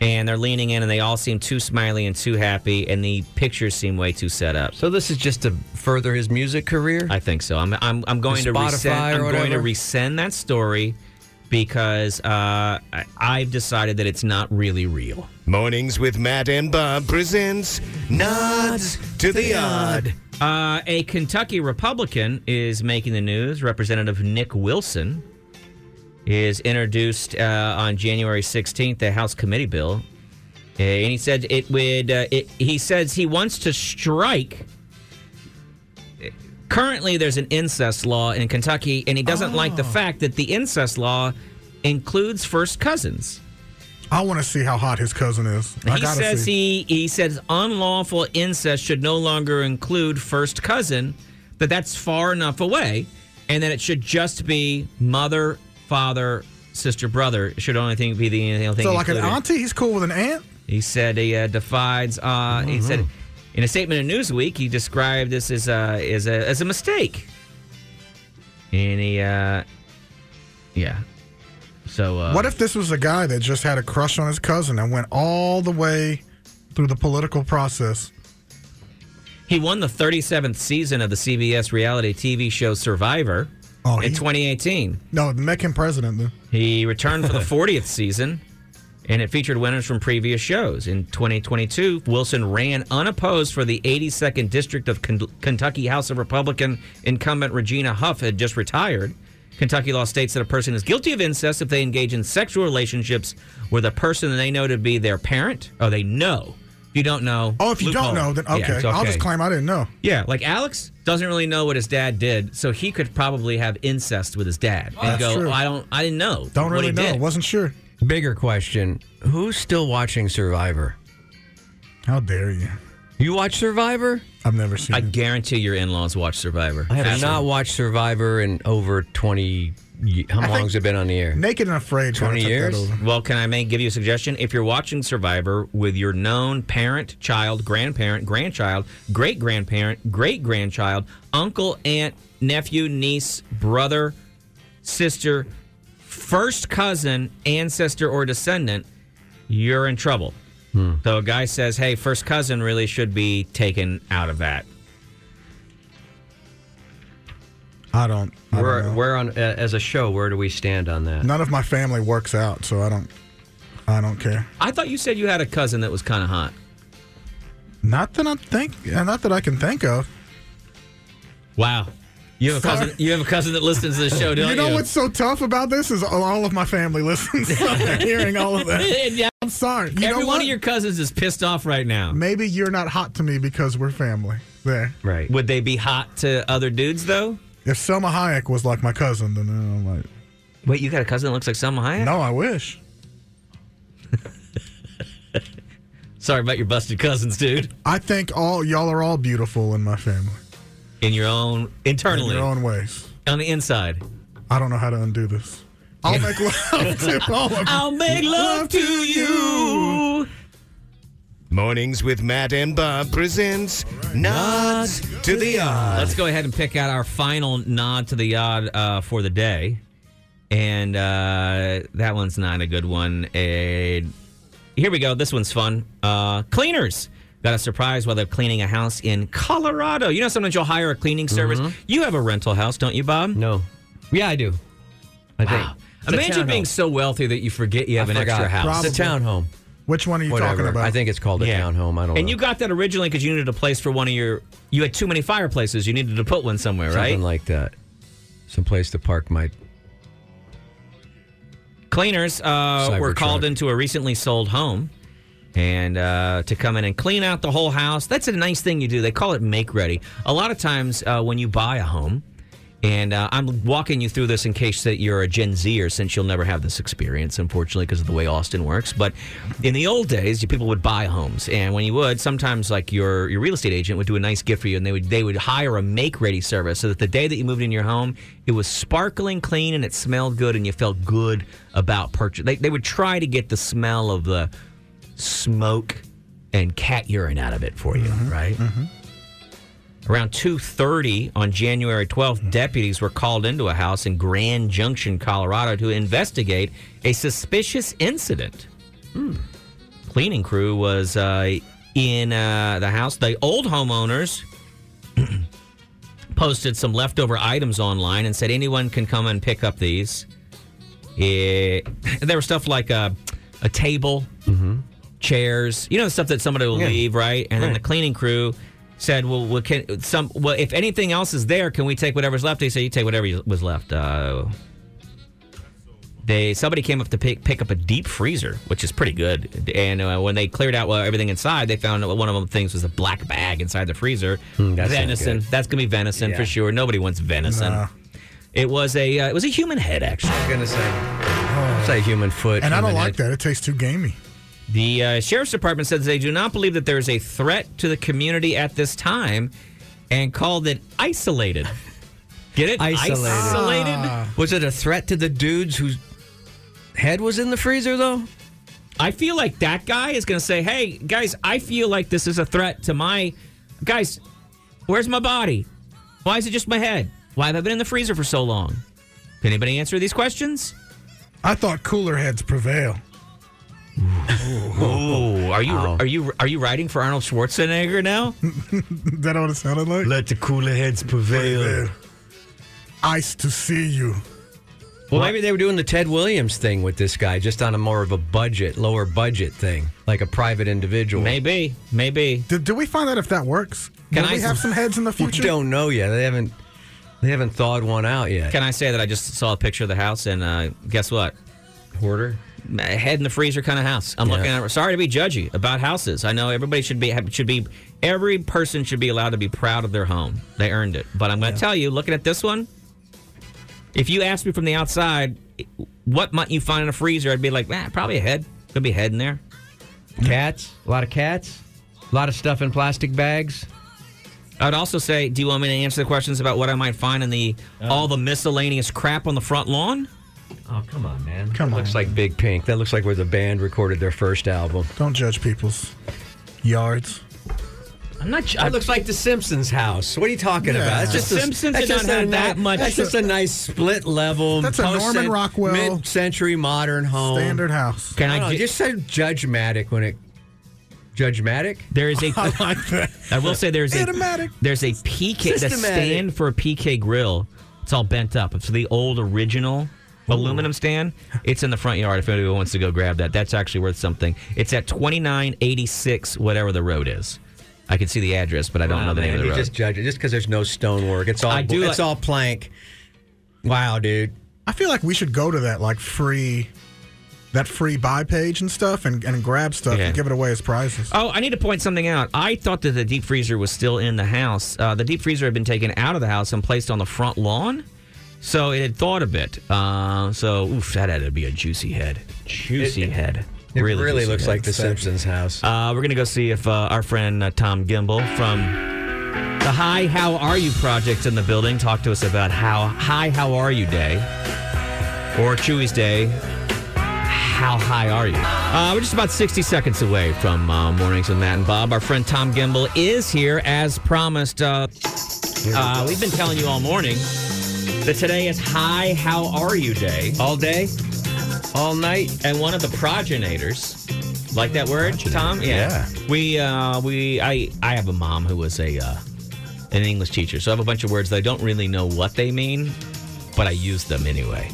And they're leaning in and they all seem too smiley and too happy and the pictures seem way too set up.
So this is just to further his music career?
I think so. I'm I'm, I'm going to
Spotify
resend, I'm
or
going to
whatever?
resend that story because uh, I, I've decided that it's not really real.
Mornings with Matt and Bob presents Nods to the Odd.
Uh, a Kentucky Republican is making the news. Representative Nick Wilson is introduced uh, on January 16th, the House committee bill, Uh, and he said it would. Uh, it, he says he wants to strike. uh, Currently, there's an incest law in Kentucky, and he doesn't like the fact that the incest law includes first cousins.
I want to see how hot his cousin is. I
He
gotta
says
see.
he he says unlawful incest should no longer include first cousin, that that's far enough away, and that it should just be mother, father, sister, brother. It should only thing be the only thing.
so like an
included.
auntie, he's cool with an aunt.
He said he uh, defies. Uh, He
Mm-hmm.
said in a statement in Newsweek, he described this as a as a as a mistake. And he, uh, yeah. So uh,
What if this was a guy that just had a crush on his cousin and went all the way through the political process?
He won the 37th season of the CBS reality TV show Survivor
Oh,
in
he-
2018.
No, make him president then.
He returned for the 40th season, and it featured winners from previous shows. In 2022, Wilson ran unopposed for the 82nd District of Ken- Kentucky House of Republican incumbent Regina Huff had just retired. Kentucky law states that a person is guilty of incest if they engage in sexual relationships with a person that they know to be their parent. Oh, they know. If you don't know.
Oh, if you don't
loophole.
know, then
Yeah,
okay.
it's
I'll
okay.
just claim I didn't know.
Yeah, like Alex doesn't really know what his dad did, so he could probably have incest with his dad and
That's
go,
true.
"I don't, I didn't know.
Don't
what
really
he
know.
Did.
Wasn't sure.
Bigger question Who's still watching Survivor?
How dare you?
You watch Survivor?
I've never seen.
I
it.
guarantee your in-laws watch Survivor.
I have
Absolutely.
not watched Survivor in over 20 ye- How
think-
long's it been on the air?
Naked and afraid. kinda
20
took that
years?
over.
Well, can I may give you a suggestion? If you're watching Survivor with your known parent, child, grandparent, grandchild, great grandparent, great grandchild, uncle, aunt, nephew, niece, brother, sister, first cousin, ancestor, or descendant, you're in trouble. So a guy says, hey, first cousin really should be taken out of that.
I don't. I don't
We're,
know.
we're on, uh, as a show, where do we stand on that?
None of my family works out, so I don't. I don't care.
I thought you said you had a cousin that was kind of hot.
Not that I'm think, not that I can think of.
Wow. You have a cousin. You have a cousin that listens to the show, don't you?
you know what's so tough about this is all of my family listens. so they're hearing all of that.
Yeah,
I'm sorry. You
Every
know
one
what?
of your cousins is pissed off right now.
Maybe you're not hot to me because we're family. There.
Right.
Would they be hot to other dudes though?
If Selma Hayek was like my cousin, then I'm like,
Wait, you got a cousin that looks like Selma Hayek?
no, I wish.
Sorry about your busted cousins, dude.
I think all y'all are all beautiful in my family
In your own
in
internally,
your own ways.
on the inside.
I don't know how to undo this. I'll make love to all of you.
I'll make love to you.
Mornings with Matt and Bob presents Nods to the Odd.
Let's go ahead and pick out our final nod to the odd uh, for the day, and uh, that one's not a good one. Eh, here we go. This one's fun. Uh, cleaners got a surprise while they're cleaning a house in Colorado. You know, sometimes you'll hire a cleaning service.
Mm-hmm.
You have a rental house, don't you, Bob?
No. Yeah, I do. I think. It's a
Imagine
townhome.
being so wealthy that you forget you have
I
an extra
forgot.
house.
It's a townhome.
Which one are you
Whatever.
talking about?
I think it's called a townhome. I don't know.
And you got that originally because you needed a place for one of your. You had too many fireplaces. You needed to put one somewhere, right?
Something like that. Some place to park my.
Cleaners uh, were
Cybertruck.
called into a recently sold home and uh, to come in and clean out the whole house. That's a nice thing you do. They call it make ready. A lot of times uh, when you buy a home, and uh, I'm walking you through this in case that you're a Gen Zer, since you'll never have this experience, unfortunately, because of the way Austin works. But in the old days, you- people would buy homes, and when you would, sometimes like your your real estate agent would do a nice gift for you, and they would they would hire a make ready service so that the day that you moved in your home, it was sparkling clean and it smelled good, and you felt good about purchase. They they would try to get the smell of the smoke and cat urine out of it for you, right? Around 2:30 on January 12th, deputies were called into a house in Grand Junction, Colorado to investigate a suspicious incident. Cleaning crew was uh, in uh, the house. The old homeowners posted some leftover items online and said anyone can come and pick up these. It, there was stuff like a, a table, chairs, you know, stuff that somebody will leave, right? And then the cleaning crew said, "Well, we can some? Well, if anything else is there, can we take whatever's left?" They said, "You take whatever was left." Uh, they somebody came up to pick pick up a deep freezer, which is pretty good. And uh, when they cleared out well, everything inside, they found that one of them things was a black bag inside the freezer.
that's not
venison.
good.
That's gonna be venison for sure. Nobody wants venison.
Nah.
It was a uh, it was a human head actually.
I'm gonna say. Say human foot.
and I don't
human
like
head.
that. It tastes too gamey.
The uh, sheriff's department says they do not believe that there is a threat to the community at this time, and called it isolated. Get it?
Isolated. Ah.
Isolated?
Was it a threat to the dudes whose head was in the freezer though?
I feel like that guy is going to say, "Hey guys, I feel like this is a threat to my guys. Where's my body? Why is it just my head? Why have I been in the freezer for so long? Can anybody answer these questions?
I thought cooler heads prevail.
Oh, are you are you are you writing for Arnold Schwarzenegger now?
Is that what it sounded like?
Let the cooler heads
Prevail. Ice to see you.
Well, maybe they were doing the Ted Williams thing with this guy, just on a more of a budget, lower budget thing, like a private individual.
Maybe, maybe.
Did, did we find out if that works? Can
Can I-
we have some heads in the
We
future?
don't know yet. They haven't. They haven't thawed one out yet.
Can I say that I just saw a picture of the house and uh, guess what?
Hoarder.
A head in the freezer kind of house. I'm
Yeah.
looking at. Sorry to be judgy about houses. I know everybody should be should be every person should be allowed to be proud of their home. They earned it. But I'm going to tell you, looking at this one, if you asked me from the outside, what might you find in a freezer? I'd be like, man, probably a head. Could be a head in there.
Cats. A lot of cats. A lot of stuff in plastic bags.
I'd also say, do you want me to answer the questions about what I might find in the all the miscellaneous crap on the front lawn?
Oh come on, man.
Come
That Looks
on.
like Big Pink. That looks like where the band recorded their first album.
Don't judge people's yards.
I'm not. ju-
That looks like the Simpsons house. What are you talking
Yeah.
about? It's
The
a-
Simpsons
that's
did
just
not
a
have
ni-
that much-
That's just a nice split level.
That's a Norman
post-cent-
Rockwell
mid-century modern home.
Standard house.
Can
I
I?
don't know,
ju-
just said judgmatic when it judgmatic.
there is a.
I like that.
I will say there's a
Automatic.
there's a PK the
Systematic.
stand for a PK grill. It's all bent up. It's the old original aluminum stand. It's in the front yard if anybody wants to go grab that. That's actually worth something. It's at 2986 whatever the road is. I can see the address, but I don't know the name
Man,
of the
you
road.
just judge it just because there's no stonework. It's all
I do
it's
like-
all plank. Wow, dude.
I feel like we should go to that like free, that free buy page and stuff, and, and grab stuff
Yeah.
and give it away as prizes.
Oh, I need to point something out. I thought that the deep freezer was still in the house. Uh, the deep freezer had been taken out of the house and placed on the front lawn, so it had thawed a bit. Uh, so, oof, that had to be a juicy head. Juicy head.
It really,
juicy
looks
head.
like the Simpsons house.
Uh, we're going to go see if uh, our friend uh, Tom Gimble from the Hi How Are You Project in the building talked to us about how Hi How Are You Day or Chewy's Day. How high are you? Uh, we're just about 60 seconds away from uh, Mornings with Matt and Bob. Our friend Tom Gimble is here as promised. Uh, uh, we've been telling you all morning that today is Hi How Are You Day.
all day, all night.
And one of the progenitors, like that word, Tom? Yeah. We uh we I I have a mom who was a uh an English teacher, so I have a bunch of words that I don't really know what they mean, but I use them anyway.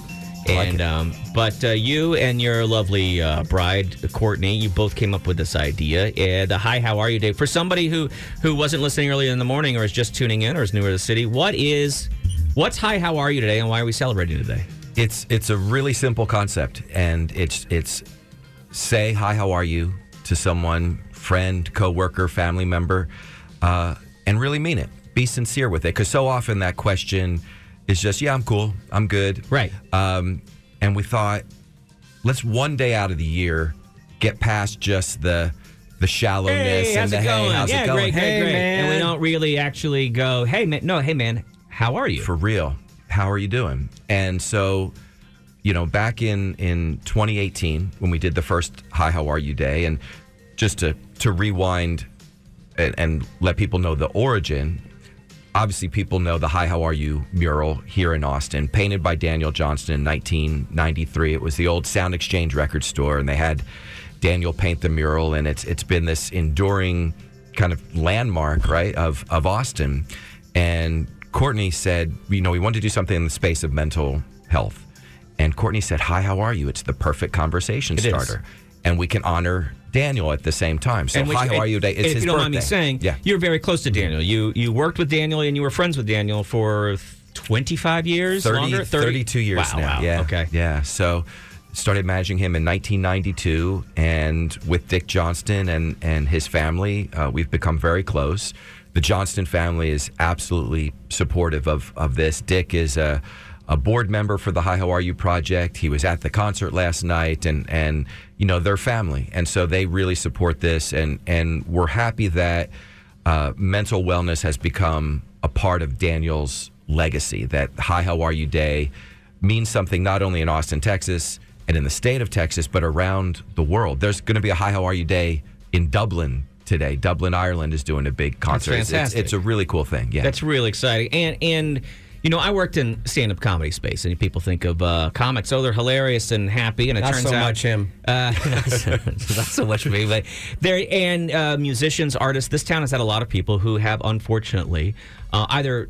And um but uh, you and your lovely uh, bride Courtney, you both came up with this idea, uh, the hi how are you day. For somebody who who wasn't listening earlier in the morning or is just tuning in or is newer to the city, what is what's hi how are you today and why are we celebrating today?
It's it's a really simple concept, and it's it's say hi, how are you to someone, friend, coworker, family member, uh, and really mean it. Be sincere with it, because so often that question is just, yeah, I'm cool, I'm good,
Right.
Um, and we thought, let's one day out of the year get past just the the shallowness
Hey,
and
how's
the
it
hey,
going?
how's
yeah,
it going?
great, great,
Hey,
great.
man.
And we don't really actually go, hey, man. No, hey, man, how are you?
for real how are you doing and so you know back in in 2018 when we did the first hi how are you day and just to to rewind and, and let people know the origin obviously people know the hi how are you mural here in austin painted by daniel johnston in 1993 it was the old sound exchange record store and they had daniel paint the mural and it's it's been this enduring kind of landmark right of of austin and courtney said you know we wanted to do something in the space of mental health and courtney said hi how are you it's the perfect conversation
is.
starter and we can honor daniel at the same time so
And which-
hi how
and-
are you day
and
it's
if
his
you don't
birthday.
mind me saying,
yeah
you're very close to Daniel. You you worked with Daniel and you were friends with Daniel for 25 years,
30,
longer, 30?
32 years
wow,
now.
Wow,
yeah.
okay.
Yeah. So started managing him in 1992 and with Dick Johnston and, and his family, uh, we've become very close. The Johnston family is absolutely supportive of, of this. Dick is a, a board member for the Hi How Are You project. He was at the concert last night and, and, you know, their family. And so they really support this. And, and we're happy that uh, mental wellness has become a part of Daniel's legacy. That Hi, How Are You Day means something not only in Austin, Texas, and in the state of Texas, but around the world. There's going to be a Hi, How Are You Day in Dublin today. Dublin, Ireland is doing a big concert. It's- it's-
fantastic.
It's, a really cool thing. Yeah.
That's really exciting. And and you know, I worked in stand-up comedy space, and people think of uh, comics. Oh, they're hilarious and happy, and it
Not
turns
so
out
much him.
Uh, not so- not so much me, but there and uh, musicians, artists. This town has had a lot of people who have, unfortunately, uh, either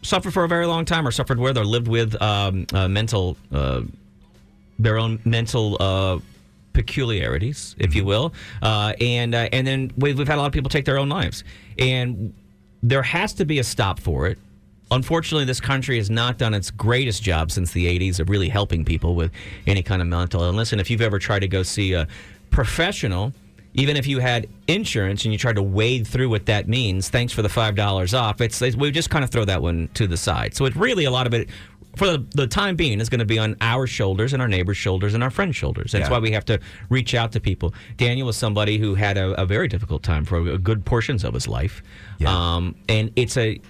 suffered for a very long time or suffered with or lived with um, uh, mental uh, their own mental uh, peculiarities, if you will, uh, and uh, and then we've, we've had a lot of people take their own lives, and there has to be a stop for it. Unfortunately, this country has not done its greatest job since the '80s of really helping people with any kind of mental illness. And if you've ever tried to go see a professional, even if you had insurance and you tried to wade through what that means, thanks for the five dollars off. It's, it's we just kind of throw that one to the side. So it's really a lot of it for the, the time being is going to be on our shoulders and our neighbors' shoulders and our friends' shoulders. That's
Yeah.
why we have to reach out to people. Daniel was somebody who had a, a very difficult time for a good portions of his life,
Yeah.
um, and it's a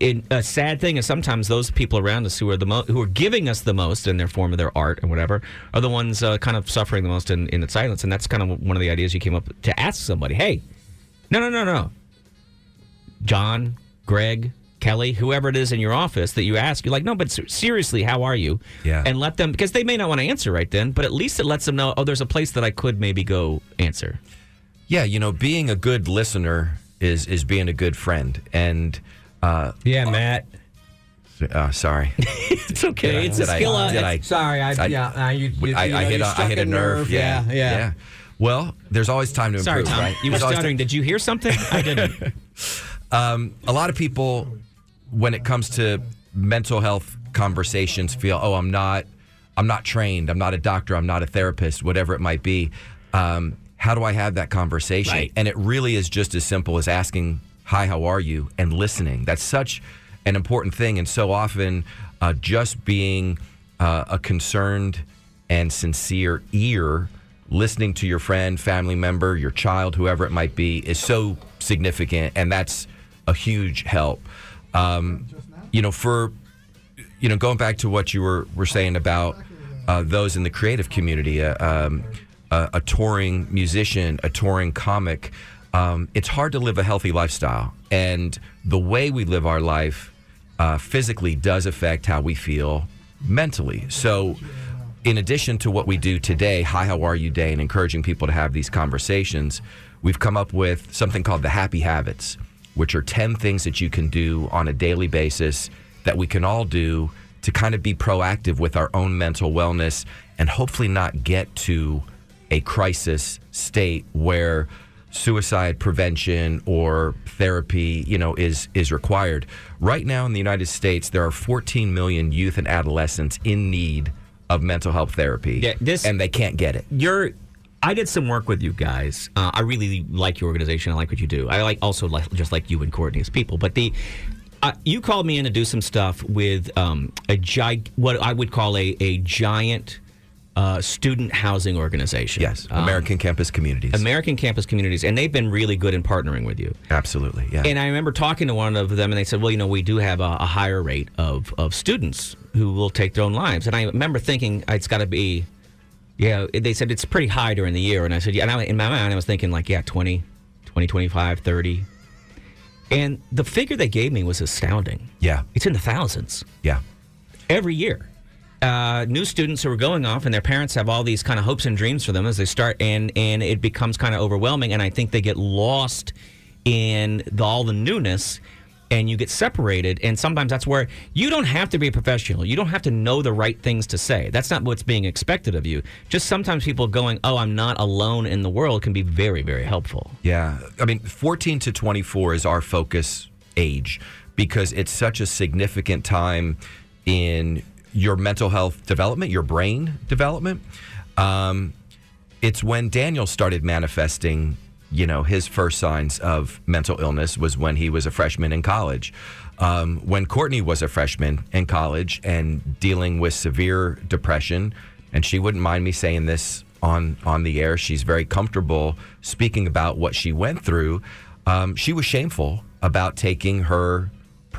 it, a sad thing is sometimes those people around us who are the mo- who are giving us the most in their form of their art and whatever are the ones uh, kind of suffering the most in, in its silence. And that's kind of one of the ideas you came up to ask somebody. Hey, no, no, no, no. John, Greg, Kelly, whoever it is in your office that you ask, you're like, no, but ser- seriously, how are you?
Yeah.
And let them, because they may not want to answer right then, but at least it lets them know, oh, there's a place that I could maybe go answer.
yeah. You know, being a good listener is, is being a good friend. And, uh,
Yeah, Matt.
Uh, sorry.
it's okay.
Did I-
it's a
did I-
skill. uh,
did I-
it's- sorry, I,
I-
yeah, uh, you, you,
I,
you
I
know,
hit
you
a, I
struck
hit a nerve. Yeah,
yeah, yeah.
Well, there's always time to
Sorry,
improve.
Tom.
right?
You were
There's always
stuttering. Did you hear something? I didn't.
um, a lot of people, when it comes to mental health conversations, feel, oh, I'm not, I'm not trained, I'm not a doctor, I'm not a therapist, whatever it might be. Um, how do I have that conversation? And it really is just as simple as asking, "Hi, how are you?" and listening. That's such an important thing, and so often, uh, just being uh, a concerned and sincere ear listening to your friend, family member, your child, whoever it might be, is so significant, and that's a huge help. Um, you know, for you know, going back to what you were were saying about uh, those in the creative community, uh, um, a, a touring musician, a touring comic, um, it's hard to live a healthy lifestyle, and the way we live our life uh, physically does affect how we feel mentally. So in addition to what we do today, Hi, How Are You Day, and encouraging people to have these conversations, we've come up with something called the Happy Habits, which are 10 things that you can do on a daily basis that we can all do to kind of be proactive with our own mental wellness and hopefully not get to a crisis state where suicide prevention or therapy, you know, is is required. Right now in the United States, there are 14 million youth and adolescents in need of mental health therapy.
Yeah, this-
and they can't get it.
You're. I did some work with you guys. Uh, I really like your organization. I like what you do. I like also like just like you and Courtney as people. But the uh, you called me in to do some stuff with um, a gig, what I would call a a giant uh, student housing organization. Yes,
American Campus Communities.
American Campus Communities, and they've been really good in partnering with you.
Absolutely. Yeah.
And I remember talking to one of them, and they said, "Well, you know, we do have a, a higher rate of of students who will take their own lives." And I remember thinking, "It's got to be, yeah." They said it's pretty high during the year, and I said, "Yeah." And I, in my mind, I was thinking like, "Yeah, 20, 20, 25, 30. And the figure they gave me was astounding.
Yeah,
it's in the thousands.
Yeah,
every year. Uh, new students who are going off and their parents have all these kind of hopes and dreams for them as they start and and it becomes kind of overwhelming and i think they get lost in the, all the newness and you get separated and sometimes that's where you don't have to be a professional you don't have to know the right things to say that's not what's being expected of you just sometimes people going oh i'm not alone in the world can be very very helpful
Yeah. I mean, 14 to 24 is our focus age because it's such a significant time in your mental health development, your brain development. Um, it's when Daniel started manifesting, you know, his first signs of mental illness was when he was a freshman in college. Um, when Courtney was a freshman in college and dealing with severe depression, and she wouldn't mind me saying this on on the air. She's very comfortable speaking about what she went through. Um, she was shameful about taking her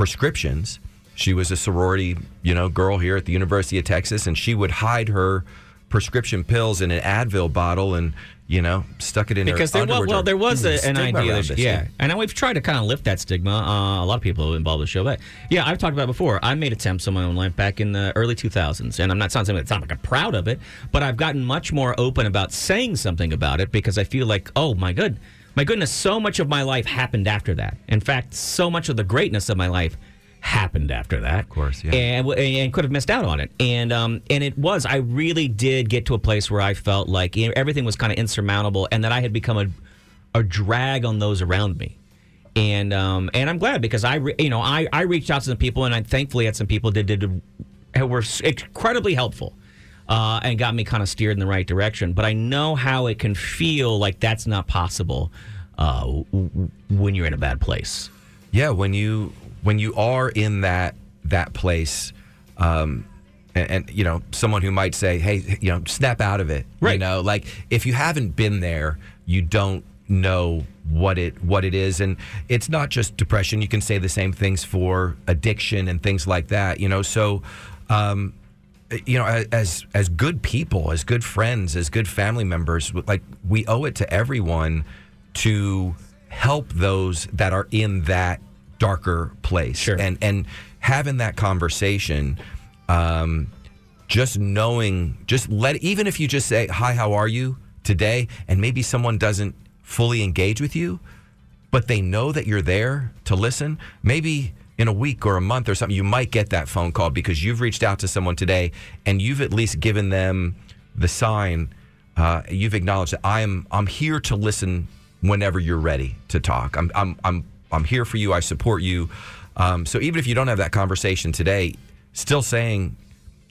prescriptions. She was a sorority, you know, girl here at the University of Texas, and she would hide her prescription pills in an Advil bottle and you know stuck it in
because
her
there was
underwear. Mm-hmm.
well there was a, an
Stigma
idea
around
that-
this,
yeah and we've tried to kind of lift that stigma uh, a lot of people involved in the show but yeah i've talked about it before i made attempts on my own life back in the early 2000s and i'm not sounding it's not like i'm proud of it but i've gotten much more open about saying something about it because i feel like oh my good my goodness so much of my life happened after that in fact so much of the greatness of my life happened after that of course
yeah.
and, and could have missed out on it. And um, and it was. I really did get to a place where I felt like you know, everything was kind of insurmountable, and that I had become a a drag on those around me. And um, and I'm glad because I re- you know I I reached out to some people, and I thankfully had some people that did that were incredibly helpful. Uh, and got me kind of steered in the right direction, but I know how it can feel like that's not possible uh, w- w- when you're in a bad place.
yeah when you when you are in that that place um and, and you know someone who might say hey you know snap out of it right you know like if you haven't been there you don't know what it what it is and it's not just depression you can say the same things for addiction and things like that you know so um you know as as good people as good friends as good family members like we owe it to everyone to help those that are in that darker place and and having that conversation um just knowing just let even if you just say hi how are you today and maybe someone doesn't fully engage with you but they know that you're there to listen. Maybe in a week or a month or something, you might get that phone call because you've reached out to someone today and you've at least given them the sign. Uh, you've acknowledged that I'm I'm here to listen whenever you're ready to talk. I'm I'm I'm I'm here for you. I support you. Um, so even if you don't have that conversation today, still saying,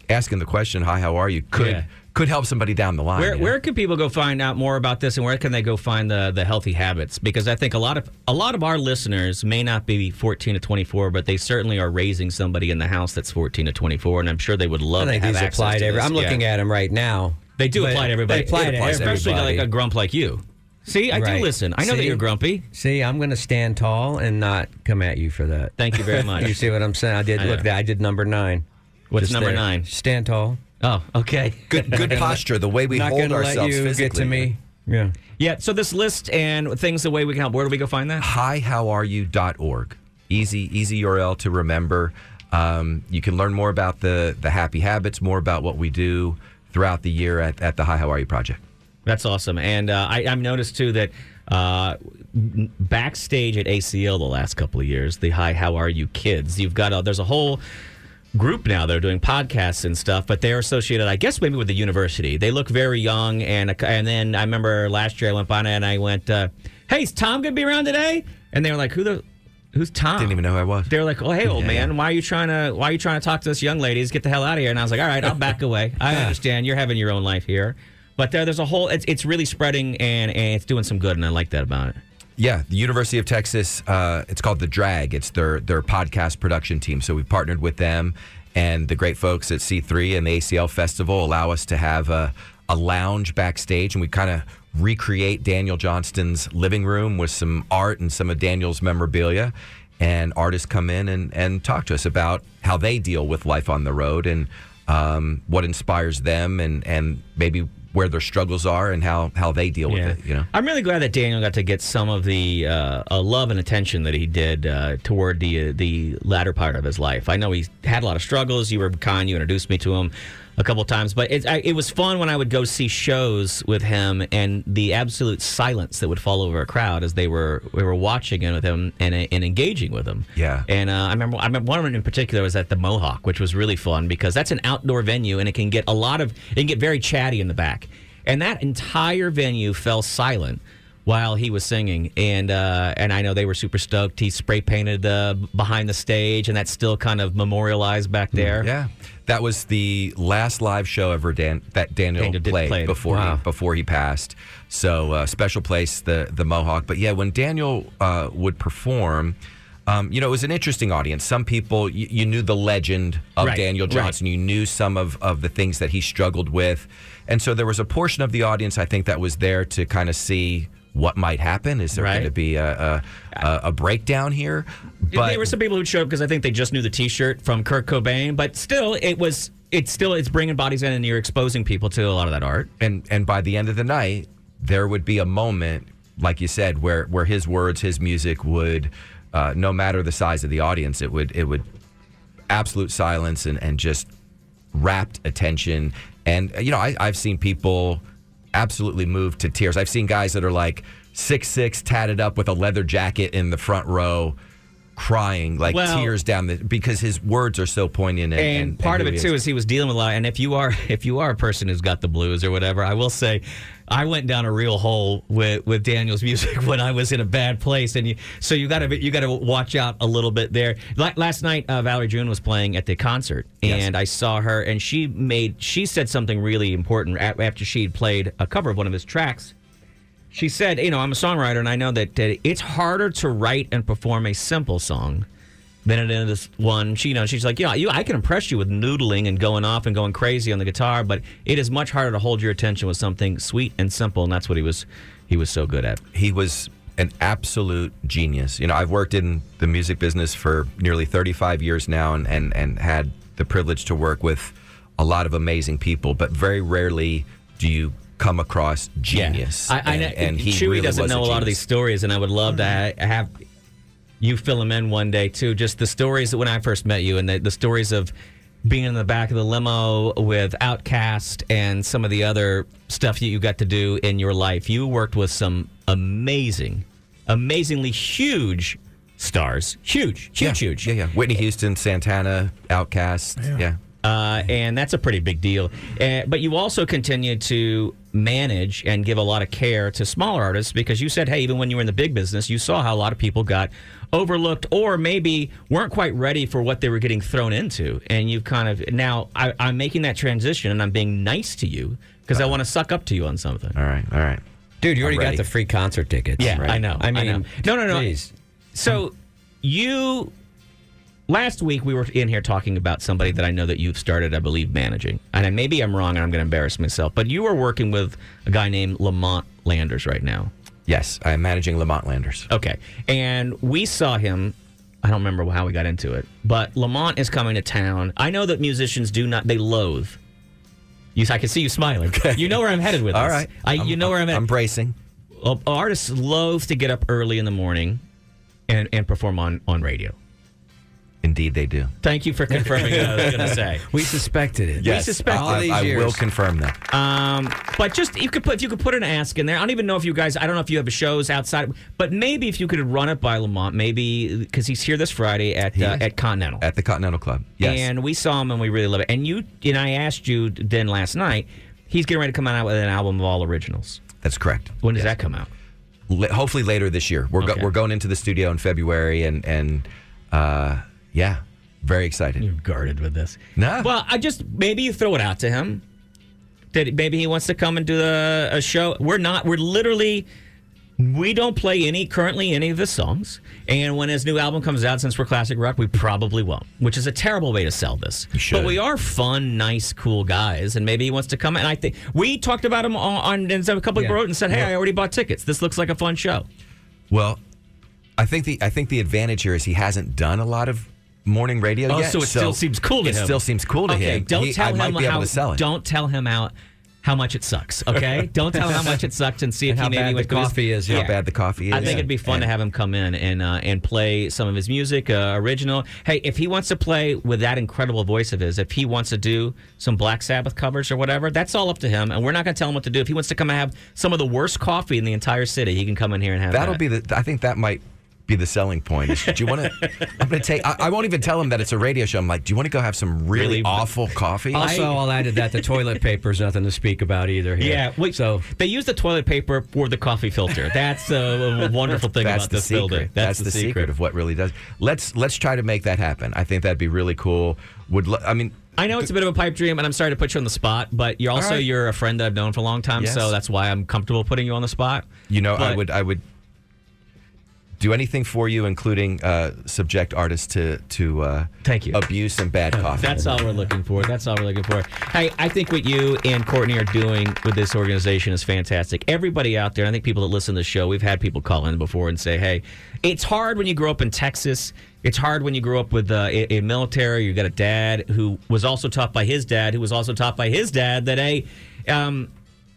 asking the question, "Hi, how are you?" could
Yeah.
could help somebody down the line.
Where,
you know?
where can people go find out more about this, and where can they go find the, the healthy habits? Because I think a lot of a lot of our listeners may not be 14 to 24, but they certainly are raising somebody in the house that's 14 to 24, and I'm sure they would love
I think
to have
these
access
apply
to
to every-
this.
I'm looking at them right now.
They do
But
apply to everybody.
they apply
It
to
applies especially to,
everybody.
like a grump like you. See, I
Right.
do listen. I know that
See?
you're grumpy.
See, I'm going to stand tall and not come at you for that.
Thank you very much.
you see what I'm saying? I did
I
look.
know.
That I did number nine.
What's
Just
number
there.
nine?
Stand tall.
Oh, okay.
Good good posture, the way we
not
hold
gonna
ourselves
let you
physically.
get to me. Yeah.
Yeah. So this list and things the way we can help. Where do we go find that?
hi how are you.org easy easy url to remember um, you can learn more about the the happy habits more about what we do throughout the year at, at the hi how are you project
That's awesome. And uh, I, I've noticed too that uh, n- backstage at ACL the last couple of years, the "Hi, how are you, kids?" You've got a, there's a whole group now that are doing podcasts and stuff, but they're associated, I guess, maybe with the university. They look very young, and uh, and then I remember last year I went by and I went, uh, "Hey, is Tom gonna be around today?" And they were like, "Who the?" Who's Tom?
Didn't even know who I was.
They're like, "Oh, hey, old man, why are you trying to why are you trying to talk to this young lady? Just get the hell out of here." And I was like, "All right, I'll back away. I understand. You're having your own life here, but there, there's a whole. It's, it's really spreading and and it's doing some good, and I like that about it.
Yeah, the University of Texas. Uh, it's called the Drag. It's their their podcast production team. So we partnered with them and the great folks at C3 and the ACL Festival allow us to have a, a lounge backstage, and we kind of recreate Daniel Johnston's living room with some art and some of Daniel's memorabilia. And artists come in and, and talk to us about how they deal with life on the road and um, what inspires them and, and maybe where their struggles are and how, how they deal with it. You know.
I'm really glad that Daniel got to get some of the uh, uh, love and attention that he did uh, toward the uh, the latter part of his life. I know he had a lot of struggles. You were con, you introduced me to him a couple times, but it, I, it was fun when I would go see shows with him and the absolute silence that would fall over a crowd as they were we were watching it with him and uh, and engaging with him.
Yeah.
And uh, I remember, I remember one in particular was at the Mohawk, which was really fun because that's an outdoor venue and it can get a lot of it can get very chatty in the back. And that entire venue fell silent while he was singing, and uh, and I know they were super stoked. He spray painted the behind the stage, and that's still kind of memorialized back there.
Yeah, that was the last live show ever Dan, that Daniel,
Daniel did
played
play.
before
Wow.
he, before he passed. So uh, special place the the Mohawk. But yeah, when Daniel uh, would perform. Um, you know, it was an interesting audience. Some people, you, you knew the legend of
Right,
Daniel
right.
Johnson. You knew some of, of the things that he struggled with. And so there was a portion of the audience, I think, that was there to kind of see what might happen. Is there
Right.
going to be a, a, a, a breakdown here?
there were some people who showed up because I think they just knew the T-shirt from Kurt Cobain, but still, it was it's still it's bringing bodies in, and you're exposing people to a lot of that art.
and and by the end of the night there would be a moment like you said where where his words his music would uh, no matter the size of the audience it would it would absolute silence and and just rapt attention and uh, you know I, i've seen people absolutely moved to tears i've seen guys that are like six six tatted up with a leather jacket in the front row crying like
Well-
tears down the because his words are so poignant and,
and,
and-
part
and
of
who
it
he
too is he was dealing with a lot. And if you are if you are a person who's got the blues or whatever, I will say, I went down a real hole with with Daniel's music when I was in a bad place. And you, so you got to you got to watch out a little bit there. La- last night, uh, Valerie June was playing at the concert, and I saw her, and she made she said something really important a- after she'd played a cover of one of his tracks. She said, "You know, I'm a songwriter, and I know that, that it's harder to write and perform a simple song than it is one." She, you know, she's like, "Yeah, you, I can impress you with noodling and going off and going crazy on the guitar, but it is much harder to hold your attention with something sweet and simple." And that's what he was, he was so good at.
he was an absolute genius. You know, I've worked in the music business for nearly 35 years now and, and, and had the privilege to work with a lot of amazing people, but very rarely do you come across genius.
I, I know, Chewy doesn't
was
know a, lot of these
genius.
stories, and I would love to ha- have you fill them in one day too. Just the stories that when I first met you, and the, the stories of being in the back of the limo with Outcast and some of the other stuff that you got to do in your life. You worked with some amazing, amazingly huge stars. Huge, huge, huge.
Yeah, yeah. Whitney Houston, Santana, Outcast. Yeah.
Uh, and that's a pretty big deal. Uh, but you also continue to manage and give a lot of care to smaller artists because you said, hey, even when you were in the big business, you saw how a lot of people got overlooked or maybe weren't quite ready for what they were getting thrown into. And you've kind of now I, I'm making that transition and I'm being nice to you because I want to suck up to you on something.
All right, all right.
Dude, you
I'm
already got
ready.
the free concert tickets.
Yeah,
right?
I know.
I mean,
know. no, no, no.
Jeez.
So
Um,
you last week we were in here talking about somebody that I know that you've started, I believe, managing, and I, maybe I'm wrong, and I'm going to embarrass myself. But you are working with a guy named Lamont Landers right now.
Yes, I'm managing Lamont Landers.
Okay, and we saw him. I don't remember how we got into it, but Lamont is coming to town. I know that musicians do not; they loathe. You, I can see you smiling. You know where I'm headed with
All
this.
right.
I, you know where I'm at.
I'm bracing.
Well, artists loathe to get up early in the morning and, and perform on, on radio.
Indeed, they do.
Thank you for confirming what I was going to say.
We suspected it.
Yes. suspected
all
I,
these
I
years.
will confirm that.
Um, but just you could put if you could put an ask in there. I don't even know if you guys. I don't know if you have shows outside, but maybe if you could run it by Lamont, maybe because he's here this Friday at uh, at Continental.
At the Continental Club. Yes.
And we saw him and we really love it. And you and I asked you then last night. He's getting ready to come out with an album of all originals.
That's correct.
When does that come out?
L- hopefully later this year. We're
Okay.
go- we're going into the studio in February, and and uh, yeah, very excited. You're
guarded with this.
No,
Well, I just maybe you throw it out to him that maybe he wants to come and do a, a show. We're not. We're literally. We don't play any currently any of his songs, and when his new album comes out, since we're classic rock, we probably won't, which is a terrible way to sell this. But we are fun, nice, cool guys, and maybe he wants to come. And I think we talked about him on, on and so a couple
Yeah.
of wrote and said, "Hey, I already bought tickets. This looks like a fun show."
well, I think the I think the advantage here is he hasn't done a lot of morning radio
Oh,
yet.
so it still seems cool to
it
him.
still seems cool to
okay,
him.
Don't
He-
tell
I
him
might be
how,
able to sell it.
Don't tell him how how much it sucks. Okay, don't tell him how much it sucks and see if
And how
he maybe
bad
would
the
go-
coffee is, how bad the coffee
I
is.
think it'd be fun to have him come in and uh, and play some of his music, uh, original. Hey, if he wants to play with that incredible voice of his, if he wants to do some Black Sabbath covers or whatever, that's all up to him. And we're not going to tell him what to do. If he wants to come and have some of the worst coffee in the entire city, he can come in here and have
That'll
that.
be the. I think that might be the selling point. Is, do you want to? I'm going to take. I, I won't even tell him that it's a radio show. I'm like, do you want to go have some really,
Really-
awful coffee?
Also, I'll add to that the toilet paper's nothing to speak about either. Here.
Yeah, wait, so they use the toilet paper for the coffee filter. That's uh, a wonderful thing
That's
about
the
this
secret.
building.
That's, the secret. of what really does. Let's let's try to make that happen. I think that'd be really cool. Would lo- I mean?
I know it's a bit of a pipe dream, and I'm sorry to put you on the spot, but you're
All
also
right.
you're a friend that I've known for a long time,
Yes.
so that's why I'm comfortable putting you on the spot.
You know, I
But-
would I would do anything for you, including uh, subject artists to to uh,
thank you
abuse and bad coffee.
That's all we're looking for. That's all we're looking for. Hey, I think what you and Courtney are doing with this organization is fantastic. Everybody out there, I think people that listen to the show, we've had people call in before and say, hey, it's hard when you grow up in Texas. It's hard when you grow up with uh, a, a military. You got a dad who was also taught by his dad, who was also taught by his dad that, hey, um,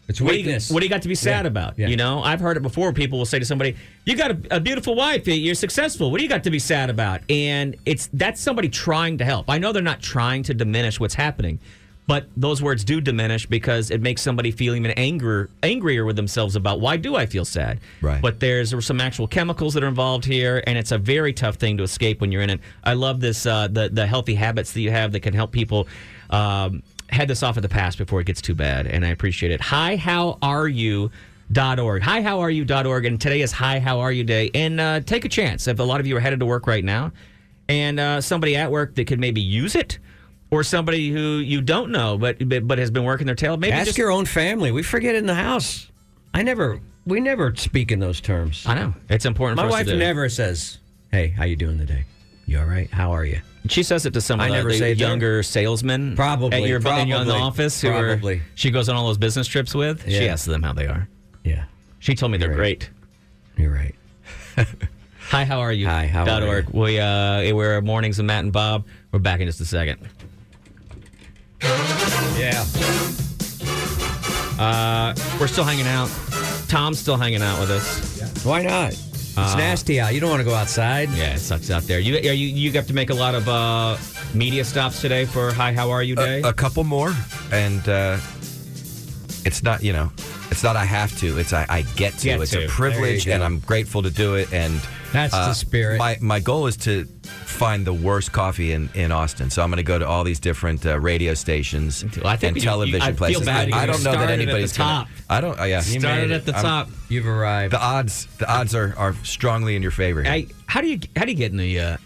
It's
what do you-
weakness.
What do you got to be sad
Yeah,
about?
yeah.
You know, I've heard it before. People will say to somebody, "You got a, a beautiful wife. You're successful. What do you got to be sad about?" And it's that's somebody trying to help. I know they're not trying to diminish what's happening, but those words do diminish because it makes somebody feel even angrier, angrier with themselves about why do I feel sad?
Right.
But there's some actual chemicals that are involved here, and it's a very tough thing to escape when you're in it. I love this uh, the the healthy habits that you have that can help people. Um, head this off at the pass before it gets too bad, and I appreciate it. Hi, how are you? Dot org. Hi, how are you? Dot org. And today is Hi, how are you day. And uh, take a chance if a lot of you are headed to work right now, and uh, somebody at work that could maybe use it, or somebody who you don't know but but, but has been working their tail. Maybe
Ask
just,
your own family. We forget in the house. I never. We never speak in those terms.
I know it's important.
My
for us
wife
to do.
never says, "Hey, how you doing today? You all right? How are you?"
She says it to some of
I
the,
never
the
say it to her.
younger salesmen
Probably,
at your in your
probably,
office who are-
probably.
she goes on all those business trips with. She
Yeah.
asks them how they are.
Yeah,
She told me they're great.
you're right.
Hi, how are you? Hi,
how
dot
are you?
org. We uh, we're mornings with Matt and Bob. We're back in just a second.
Yeah.
Uh, we're still hanging out. Tom's still hanging out with us.
Why not? It's nasty out. You don't want to go outside.
Yeah, it sucks out there. You are you you have to make a lot of uh, media stops today
uh,
for Hi, how are you day.
a couple more, and uh, it's not you know It's not I have to. It's I, I get to.
Get
it's
to.
a
There you
privilege,
go.
and I'm grateful to do it. And
That's the
spirit. My my goal is to find the worst coffee in, in Austin. So I'm going to go to all these different uh, radio stations
think
and
you-
television
I feel
places.
bad you
I, I don't know
started
that
at the
anybody's gonna-
top.
I don't. oh, yeah,
You Started made at it. the I'm- top.
You've arrived. The odds. The odds are, are strongly in your favor. here.
I, how do you how do you get in the uh,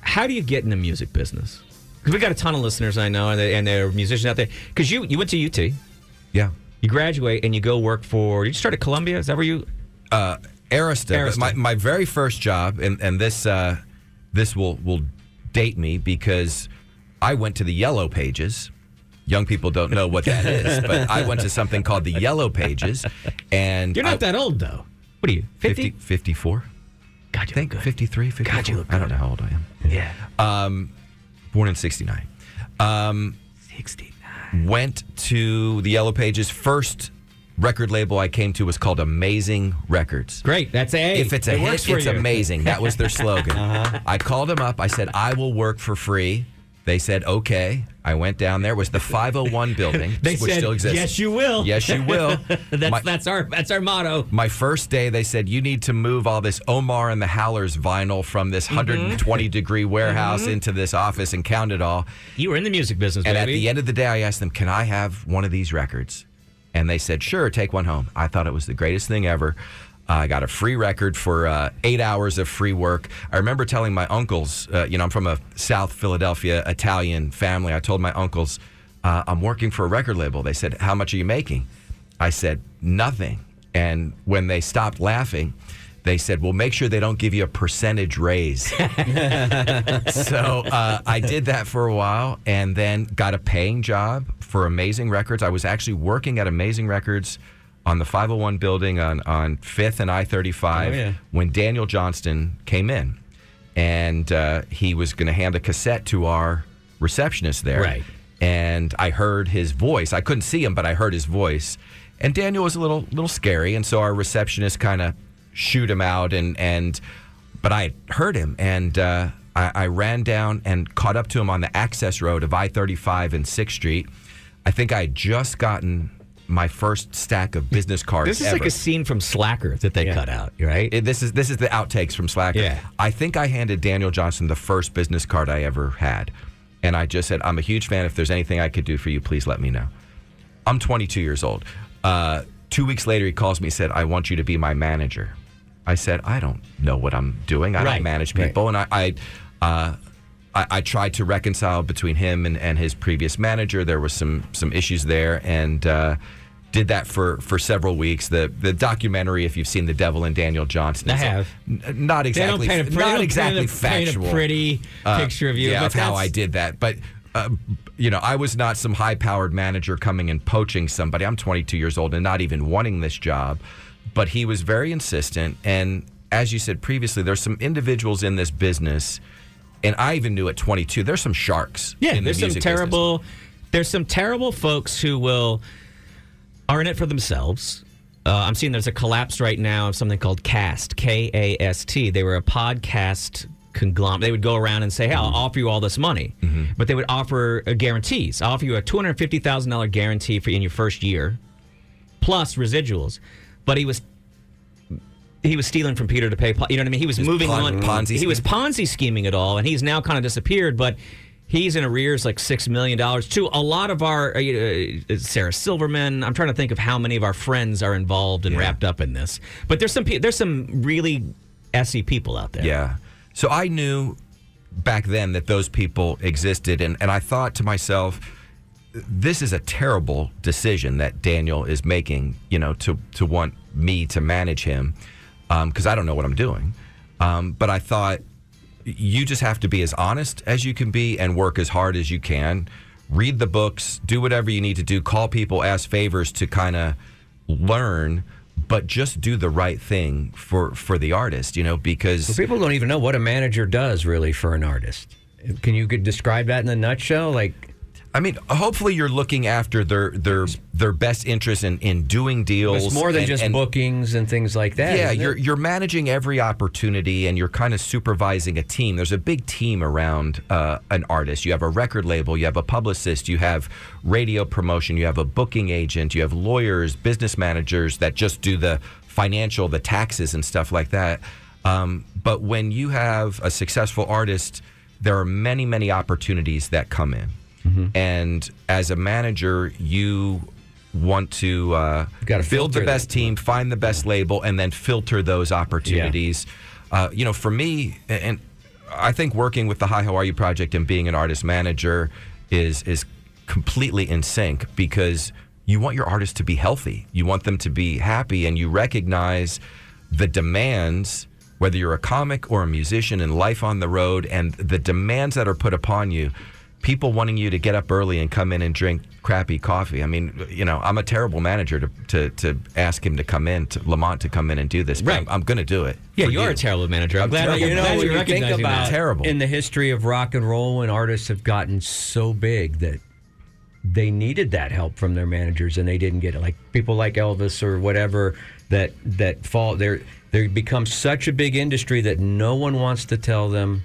how do you get in the music business? Because we got a ton of listeners I know, and, they, and they're musicians out there. Because you you went to UT,
yeah.
You graduate and you go work for. Did you start at Columbia? Is that where you?
Uh, Arista. But My, my very first job, and, and this uh, this will will date me because I went to the Yellow Pages. Young people don't know what that is, but I went to something called the Yellow Pages, and
You're not
I-
that old though. What are you?
50? 54.
God, you think
53, 54.
God, you look
I don't know how old I am.
Yeah.
Um, born in 69. Um, 69. Went to the Yellow Pages. First record label I came to was called Amazing Records.
Great. That's a.
If it's a
It works
hit,
for
it's
you.
amazing. That was their slogan.
Uh-huh.
I called them up. I said, I will work for free. They said, okay. I went down there. It was the 501 building,
They
which
said,
still exists.
"Yes, you will."
Yes, you will.
That's- that's our that's our motto. Mm-hmm.
My first day, they said, you need to move all this Omar and the Howlers vinyl from this 120 degree warehouse
Mhm.
into this office and count it all.
You were in the music business,
And
baby.
at the end of the day, I asked them, "Can I have one of these records?" And they said, "Sure, take one home." I thought it was the greatest thing ever. I got a free record for uh, eight hours of free work. I remember telling my uncles, uh, you know, I'm from a South Philadelphia Italian family. I told my uncles, uh, I'm working for a record label. They said, How much are you making? I said, Nothing. And when they stopped laughing, they said, Well, make sure they don't give you a percentage raise. so uh, I did that for a while and then got a paying job for Amazing Records. I was actually working at Amazing Records on the 501 building on, on 5th and I 35
Oh, yeah.
when Daniel Johnston came in. And uh, he was going to hand a cassette to our receptionist there.
Right.
And I heard his voice. I couldn't see him, but I heard his voice. And Daniel was a little little scary, and so our receptionist kind of shoot him out. And and but I heard him, and uh, I, I ran down and caught up to him on the access road of I thirty five and Sixth Street. I think I had just gotten my first stack of business cards.
This is
ever.
like a scene from Slacker that they cut out. right?
this is this is the outtakes from Slacker. Yeah. I think I handed Daniel Johnson the first business card I ever had, and I just said, "I'm a huge fan. If there's anything I could do for you, please let me know." I'm 22 years old. Uh, two weeks later, he calls me and said, "I want you to be my manager." I said, "I don't know what I'm doing. I
Right,
don't manage
right.
people." And I, I, uh, I, I tried to reconcile between him and, and his previous manager. There was some some issues there, and uh, did that for for several weeks. The the documentary, if you've seen The Devil and Daniel Johnson,
I
is a-
have.
n- Not
They don't
exactly.
paint a pretty- they
not
don't
exactly
paint a- paint a
factual. Uh,
pretty picture of you,
Yeah,
but
of how
that's-
I did that, but. Uh, you know, I was not some high powered manager coming and poaching somebody. I'm 22 years old and not even wanting this job. But he was very insistent. And as you said previously, there's some individuals in this business, and I even knew at 22, there's some sharks.
Yeah,
in
there's
the
some
music business.
terrible there's some terrible folks who will are in it for themselves. Uh, I'm seeing there's a collapse right now of something called Cast K A S T. They were a podcast conglomerate. They would go around and say, "Hey, I'll
Mm-hmm.
offer you all this money," but they would offer uh, guarantees. I'll offer you a two hundred fifty thousand dollar guarantee for in your first year, plus residuals. But he was he was stealing from Peter to pay. Paul. You know what I mean? He was moving
Pon-
on.
Ponzi
he
scheme.
was Ponzi scheming it all, and he's now kind of disappeared. But he's in arrears like six million dollars to a lot of our uh, Sarah Silverman. I'm trying to think of how many of our friends are involved and wrapped up in this. But there's some pe- there's some really se people out there.
Yeah. So I knew back then that those people existed, and, and I thought to myself, this is a terrible decision that Daniel is making. You know, to to want me to manage him because I don't know what I'm doing. Um, but I thought you just have to be as honest as you can be and work as hard as you can. Read the books, do whatever you need to do, call people, ask favors to kind of learn, but just do the right thing for for the artist, you know, because
Well, people don't even know what a manager does really for an artist. Can you could describe that in a nutshell? Like
I mean, hopefully you're looking after their their their best interest in, in doing deals.
It's more than
and-
just
and-
bookings and things like that.
yeah,
isn't it?
you're you're managing every opportunity, and you're kind of supervising a team. There's a big team around uh, an artist. You have a record label, you have a publicist, you have radio promotion, you have a booking agent, you have lawyers, business managers that just do the financial, the taxes, and stuff like that. Um, but when you have a successful artist, there are many many opportunities that come in, and as a manager, you want to uh, build the
filter
best team, find the best label, and then filter those opportunities. Uh, you know, for me, a- and I think working with the Hi How Are You project and being an artist manager is is completely in sync because you want your artists to be healthy, you want them to be happy, and you recognize the demands. Whether you're a comic or a musician and life on the road, and the demands that are put upon you, people wanting you to get up early and come in and drink crappy coffee. I mean, you know, I'm a terrible manager to to, to ask him to come in, to Lamont to come in and do this. But I'm, I'm going to do it.
Yeah,
for
you are a terrible manager. I'm glad that
terrible
you know
manager.
what
you
you're
think
recognizing
about
that.
Terrible.
in the history of rock and roll when artists have gotten so big that they needed that help from their managers and they didn't get it like people like Elvis or whatever that that fall they're they become such a big industry that no one wants to tell them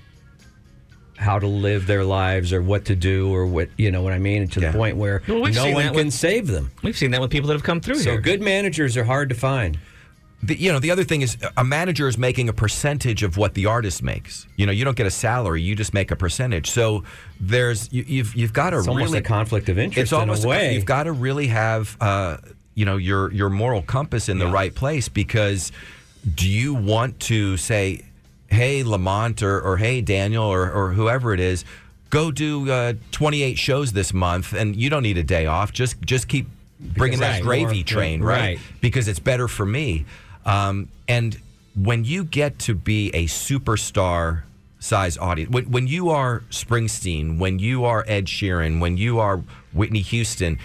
how to live their lives or what to do or what you know what I mean to
Yeah.
the point where
Well, we've
no
seen
one
that
can
with-
save them
We've seen that with people that have come through
so
here.
good managers are hard to find
the, you know the other thing is a manager is making a percentage of what the artist makes you know you don't get a salary you just make a percentage so there's you, you've you've got to
It's
really
almost a conflict of interest
it's
in a
almost
way.
you've got to really have uh, you know your your moral compass in the right place because do you want to say hey lamont or, or hey daniel or, or whoever it is go do uh, 28 shows this month and you don't need a day off just just keep bringing
Because
that
that's
gravy
more-
train
yeah,
right?
right.
because it's better for me um, and when you get to be a superstar size audience when, when you are springsteen when you are ed sheeran when you are whitney houston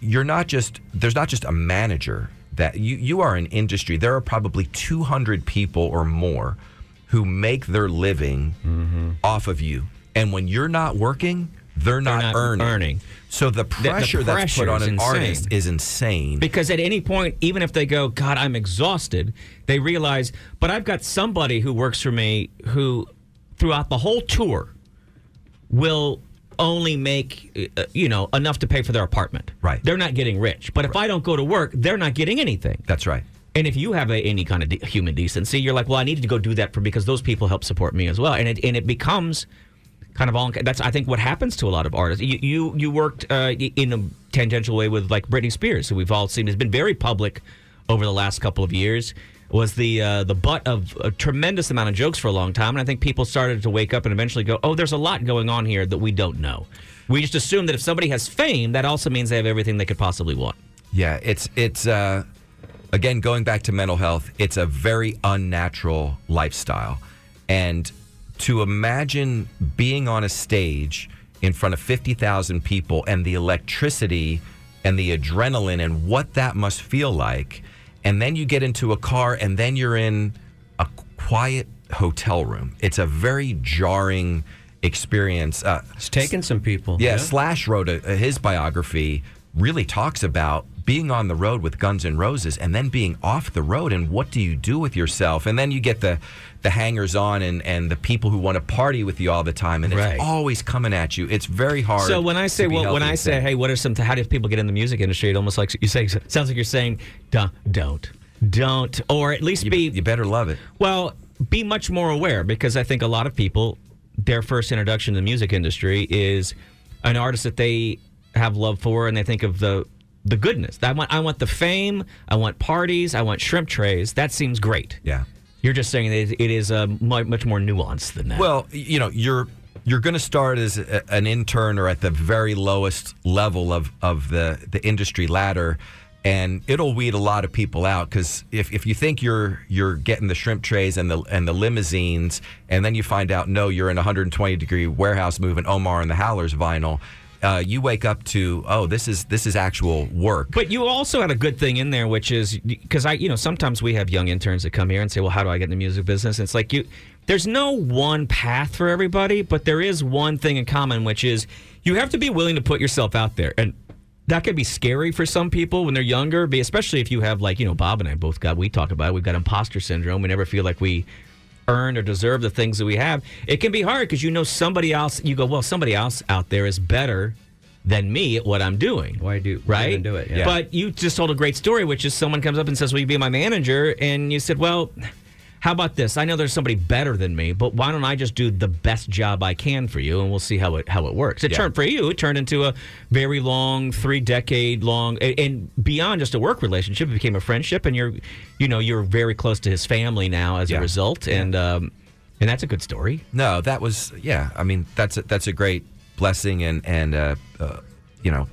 you're not just there's not just a manager that you, you are an industry there are probably 200 people or more who make their living off of you and when you're not working they're not,
not
earning.
earning.
so the
the
pressure, that's put
pressure
on
is
an
insane.
artist is insane
Because at any point, even if they go, God, I'm exhausted, they realize, but I've got somebody who works for me who, throughout the whole tour, will only make, uh, you know, enough to pay for their apartment.
Right.
They're not getting rich. But if I don't go to work, they're not getting anything.
that's right
And if you have a, any kind of de- human decency, you're like, well, I needed to go do that for because those people help support me as well, and it and it becomes kind of all. That's I think what happens to a lot of artists. You you, you worked uh, y- in a tangential way with like Britney Spears, who we've all seen has been very public over the last couple of years. Was the uh, the butt of a tremendous amount of jokes for a long time, and I think people started to wake up and eventually go, oh, there's a lot going on here that we don't know. We just assume that if somebody has fame, that also means they have everything they could possibly want.
Yeah, it's it's uh, again going back to mental health. It's a very unnatural lifestyle, and to imagine being on a stage in front of fifty thousand people and the electricity and the adrenaline and what that must feel like, and then you get into a car and then you're in a quiet hotel room. It's a very jarring experience. Uh,
it's taken some people
yeah, Slash wrote a, a- his biography. Really talks about being on the road with Guns N' Roses and then being off the road and what do you do with yourself? And then you get the the hangers on and and the people who want to party with you all the time and
Right.
it's always coming at you. It's very hard.
So when I
to
say
be
well, when
healthy
I
and
say
sane.
hey, what are some? How do people get in the music industry? It almost like you say sounds like you're saying "Duh, don't, don't, or at least be
you better love it.
well, be much more aware because I think a lot of people their first introduction to the music industry is an artist that they have love for and they think of the the goodness. I want I want the fame, I want parties, I want shrimp trays. That seems great.
Yeah.
You're just saying that it is uh, mu- much more nuanced than that.
Well, y- you know, you're you're going to start as a, an intern or at the very lowest level of of the the industry ladder, and it'll weed a lot of people out because if, if you think you're you're getting the shrimp trays and the and the limousines, and then you find out no, you're in 120 degree warehouse moving Omar and the Howlers vinyl. uh, you wake up to oh this is this is actual work.
But you also had a good thing in there, which is because I, you know, sometimes we have young interns that come here and say, "Well, how do I get in the music business?" And it's like you, there's no one path for everybody, but there is one thing in common, which is you have to be willing to put yourself out there, and that could be scary for some people when they're younger, be- especially if you have like you know, Bob and I both got we talk about it. We've got imposter syndrome. We never feel like we earn or deserve the things that we have. It can be hard because you know somebody else. You go, well, somebody else out there is better than me at what I'm doing. Why do right?
even do it, yeah.
But you just told a great story, which is someone comes up and says, "Will you be my manager?" And you said, "Well." How about this? I know there's somebody better than me, but why don't I just do the best job I can for you, and we'll see how it how it works. It
Yeah.
turned for you. It turned into a very long, three decade long, a- and beyond just a work relationship. It became a friendship, and you're, you know, you're very close to his family now as
Yeah.
a result, and um, and that's a good story.
No, that was yeah. I mean, that's a, that's a great blessing and and uh, uh, you know,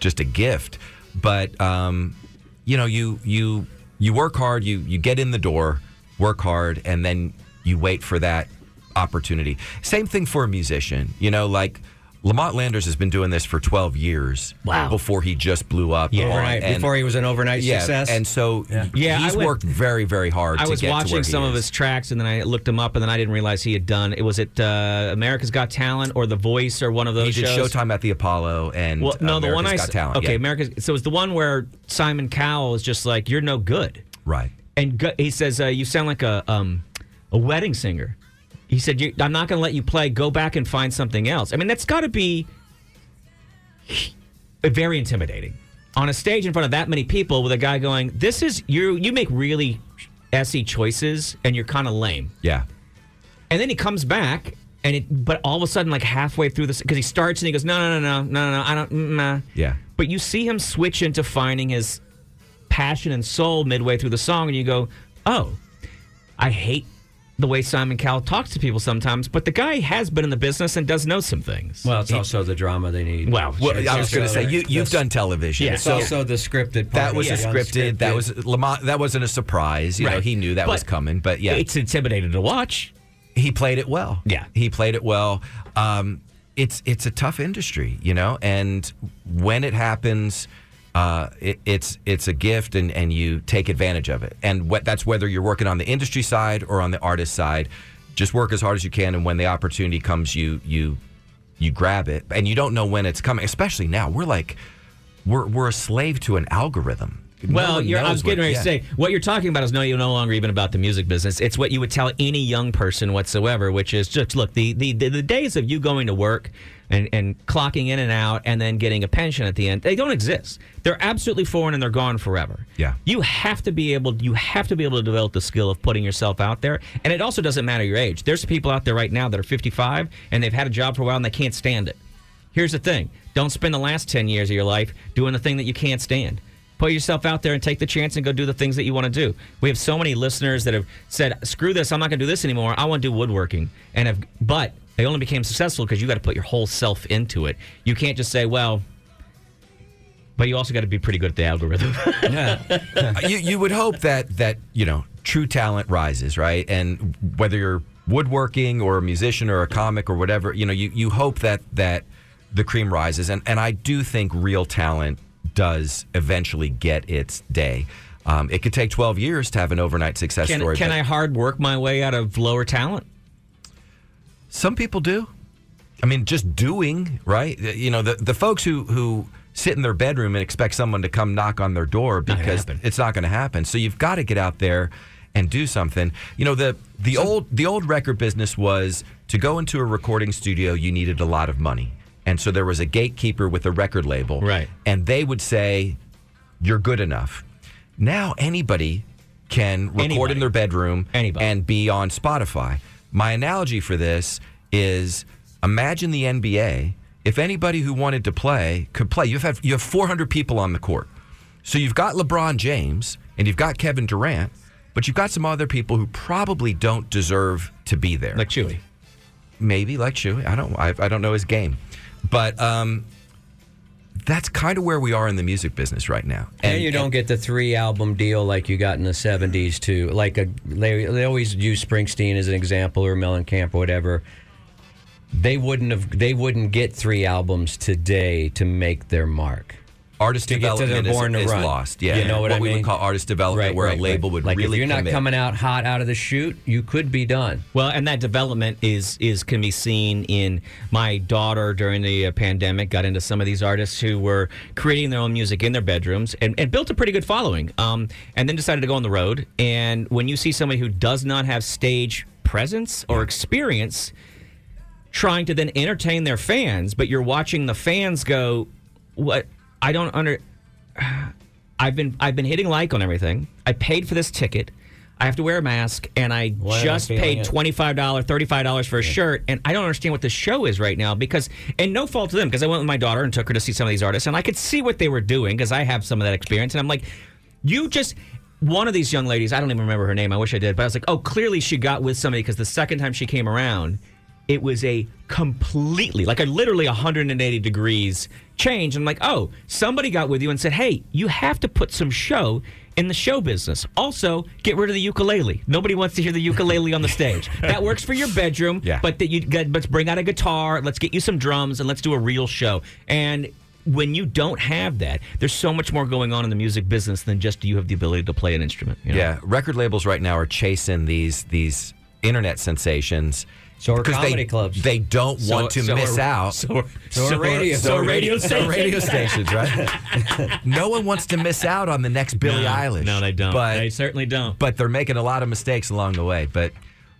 just a gift. But um, you know, you you you work hard. You you get in the door, work hard, and then you wait for that opportunity. Same thing for a musician. You know, like. Lamont Landers has been doing this for 12 years wow. before he just blew up.
Yeah.
on-
Overnight, before he was an overnight
yeah,
success.
And so
Yeah, I
he's
went-
worked very, very hard
I
to
was
get to where
watching
he
some of
is.
his tracks, and then I looked him up, and then I didn't realize he had done. It was it uh, America's Got Talent or The Voice or one of
He
those
did
shows.
Showtime at the Apollo and uh,
Well, no, the one I
America's Got
s-
Talent.
okay,
yeah.
America's. So it's the one where Simon Cowell is just like, "You're no good,"
right?
And go, he says, uh, "You sound like a um, a wedding singer." He said, you, "I'm not going to let you play. Go back and find something else." I mean, that's got to be very intimidating on a stage in front of that many people with a guy going, "This is you. You make really se choices, and you're kind of lame."
Yeah.
And then he comes back, and it, but all of a sudden, like halfway through this, because he starts and he goes, no, no, no, no, no, no, I don't, mm, nah.
Yeah.
But you see him switch into finding his passion and soul midway through the song, and you go, oh, I hate the way Simon Cowell talks to people sometimes, but the guy has been in the business and does know some things.
Well, it's also the drama they need.
Well,
Well, I was going to say you you've
That's-
done television.
It's also the scripted. Part.
that was
Yeah.
a scripted. That was Lamont. That wasn't a surprise. You know,
Right.
he knew that
But
was coming. But yeah,
it's intimidating to watch.
he played it well.
Yeah.
he played it well. Um, it's it's a tough industry, you know, and when it happens, uh, it, it's it's a gift, and and you take advantage of it. And what that's whether you're working on the industry side or on the artist side. Just work as hard as you can, and when the opportunity comes, you you you grab it, and you don't know when it's coming. Especially now, we're like we're we're a slave to an algorithm. No
Well,
one
you're, I
knows
was getting
what-
ready
yeah.
to say what you're talking about is no, you're no longer even about the music business. It's what you would tell any young person whatsoever, which is just look the the, the, the days of you going to work and, and clocking in and out and then getting a pension at the end they don't exist. They're absolutely foreign and they're gone forever.
Yeah.
you have to be able you have to be able to develop the skill of putting yourself out there, and it also doesn't matter your age. There's people out there right now that are 55 and they've had a job for a while and they can't stand it. Here's the thing don't spend the last 10 years of your life doing the thing that you can't stand. Put yourself out there and take the chance and go do the things that you want to do. We have so many listeners that have said, screw this, I'm not going to do this anymore. I want to do woodworking. And have, but they only became successful because you got to put your whole self into it. You can't just say, well, but you also got to be pretty good at the algorithm.
you, you would hope that that you know true talent rises right and whether you're woodworking or a musician or a comic or whatever you know you, you hope that that the cream rises and and i do think real talent does eventually get its day um, it could take 12 years to have an overnight success
can
story
can
but
I hard work my way out of lower talent?
some people do i mean just doing right you know the, the folks who who sit in their bedroom and expect someone to come knock on their door because
happen.
it's not going to happen so you've got to get out there and do something you know the the old the old record business was to go into a recording studio you needed a lot of money and so there was a gatekeeper with a record label
Right.
and they would say you're good enough now anybody can record
Anybody.
in their bedroom
Anybody.
and be on Spotify. My analogy for this is imagine the NBA. If anybody who wanted to play could play, you've had you have 400 people on the court. So you've got LeBron James and you've got Kevin Durant, but you've got some other people who probably don't deserve to be there.
Like Chewy.
maybe like Chewy. I don't I, I don't know his game. But um that's kind of where we are in the music business right now.
And, you don't get the three album deal like you got in the 70s to like a they, they always use Springsteen as an example or Mellencamp or whatever. They wouldn't have. They wouldn't get three albums today to make their mark.
Artist
to get to
development
the
is-
born to
is
run.
lost, yeah.
you know what,
What
I
we
mean.
would call artist development, where a label would
like
really
if you're not
commit.
coming out hot out of the chute, you could be done.
Well, and that development is is can be seen in my daughter during the uh, pandemic got into some of these artists who were creating their own music in their bedrooms and, and built a pretty good following. Um, and then decided to go on the road. And when you see somebody who does not have stage presence or experience, trying to then entertain their fans, but you're watching the fans go, "What? I don't under. I've been I've been hitting like on everything. I paid for this ticket. I have to wear a mask, and I
Why am I
just
feeling
paid
it?
twenty five dollars, thirty five dollars for a shirt, and I don't understand what the show is right now because and no fault to them because I went with my daughter and took her to see some of these artists, and I could see what they were doing because I have some of that experience, and I'm like, you just. One of these young ladies, I don't even remember her name. I wish I did, but I was like, "Oh, clearly she got with somebody because the second time she came around, it was a completely like a literally 180 degrees change i'm like oh somebody got with you and said hey you have to put some show in the show business also get rid of the ukulele nobody wants to hear the ukulele on the stage that works for your bedroom yeah. but that you got- let's bring out a guitar let's get you some drums and let's do a real show and when you don't have that there's so much more going on in the music business than just you have the ability to play an instrument you know?
Yeah, record labels right now are chasing these these internet sensations.
So
are
they,
comedy clubs.
They don't
So-
want to
so are-
miss out.
so are- so are radio-
so are
so are radio
so are radio stations, right? no one wants to miss out on the next Billie
No,
Eilish.
no, they don't.
But
They certainly don't.
But they're making a lot of mistakes along the way. But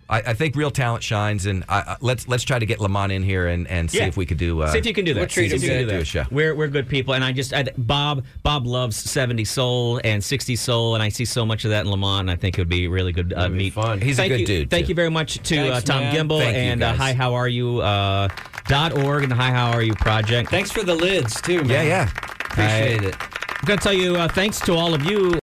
I, I think real talent shines, and I, I, let's let's try to get Lamont in here and, and see
Yeah.
if we could do. Uh,
see if you can do that.
see if
See if
we
you
can
can
do a show.
We're we're good people, and I just I, Bob Bob loves seventy soul and sixty soul, and I see so much of that in Lamont, and I think it would be really good uh, meet. Fun.
He's a
thank
good
you,
dude,
Thank
too.
you very much to uh,
Thanks,
Tom
man.
Gimble
Thank you,
and uh,
guys.
Hi How Are You uh, dot org and the Hi How Are You project.
Thanks for the lids too,
Yeah, yeah.
Appreciate it.
I'm gonna tell you uh, thanks to all of you.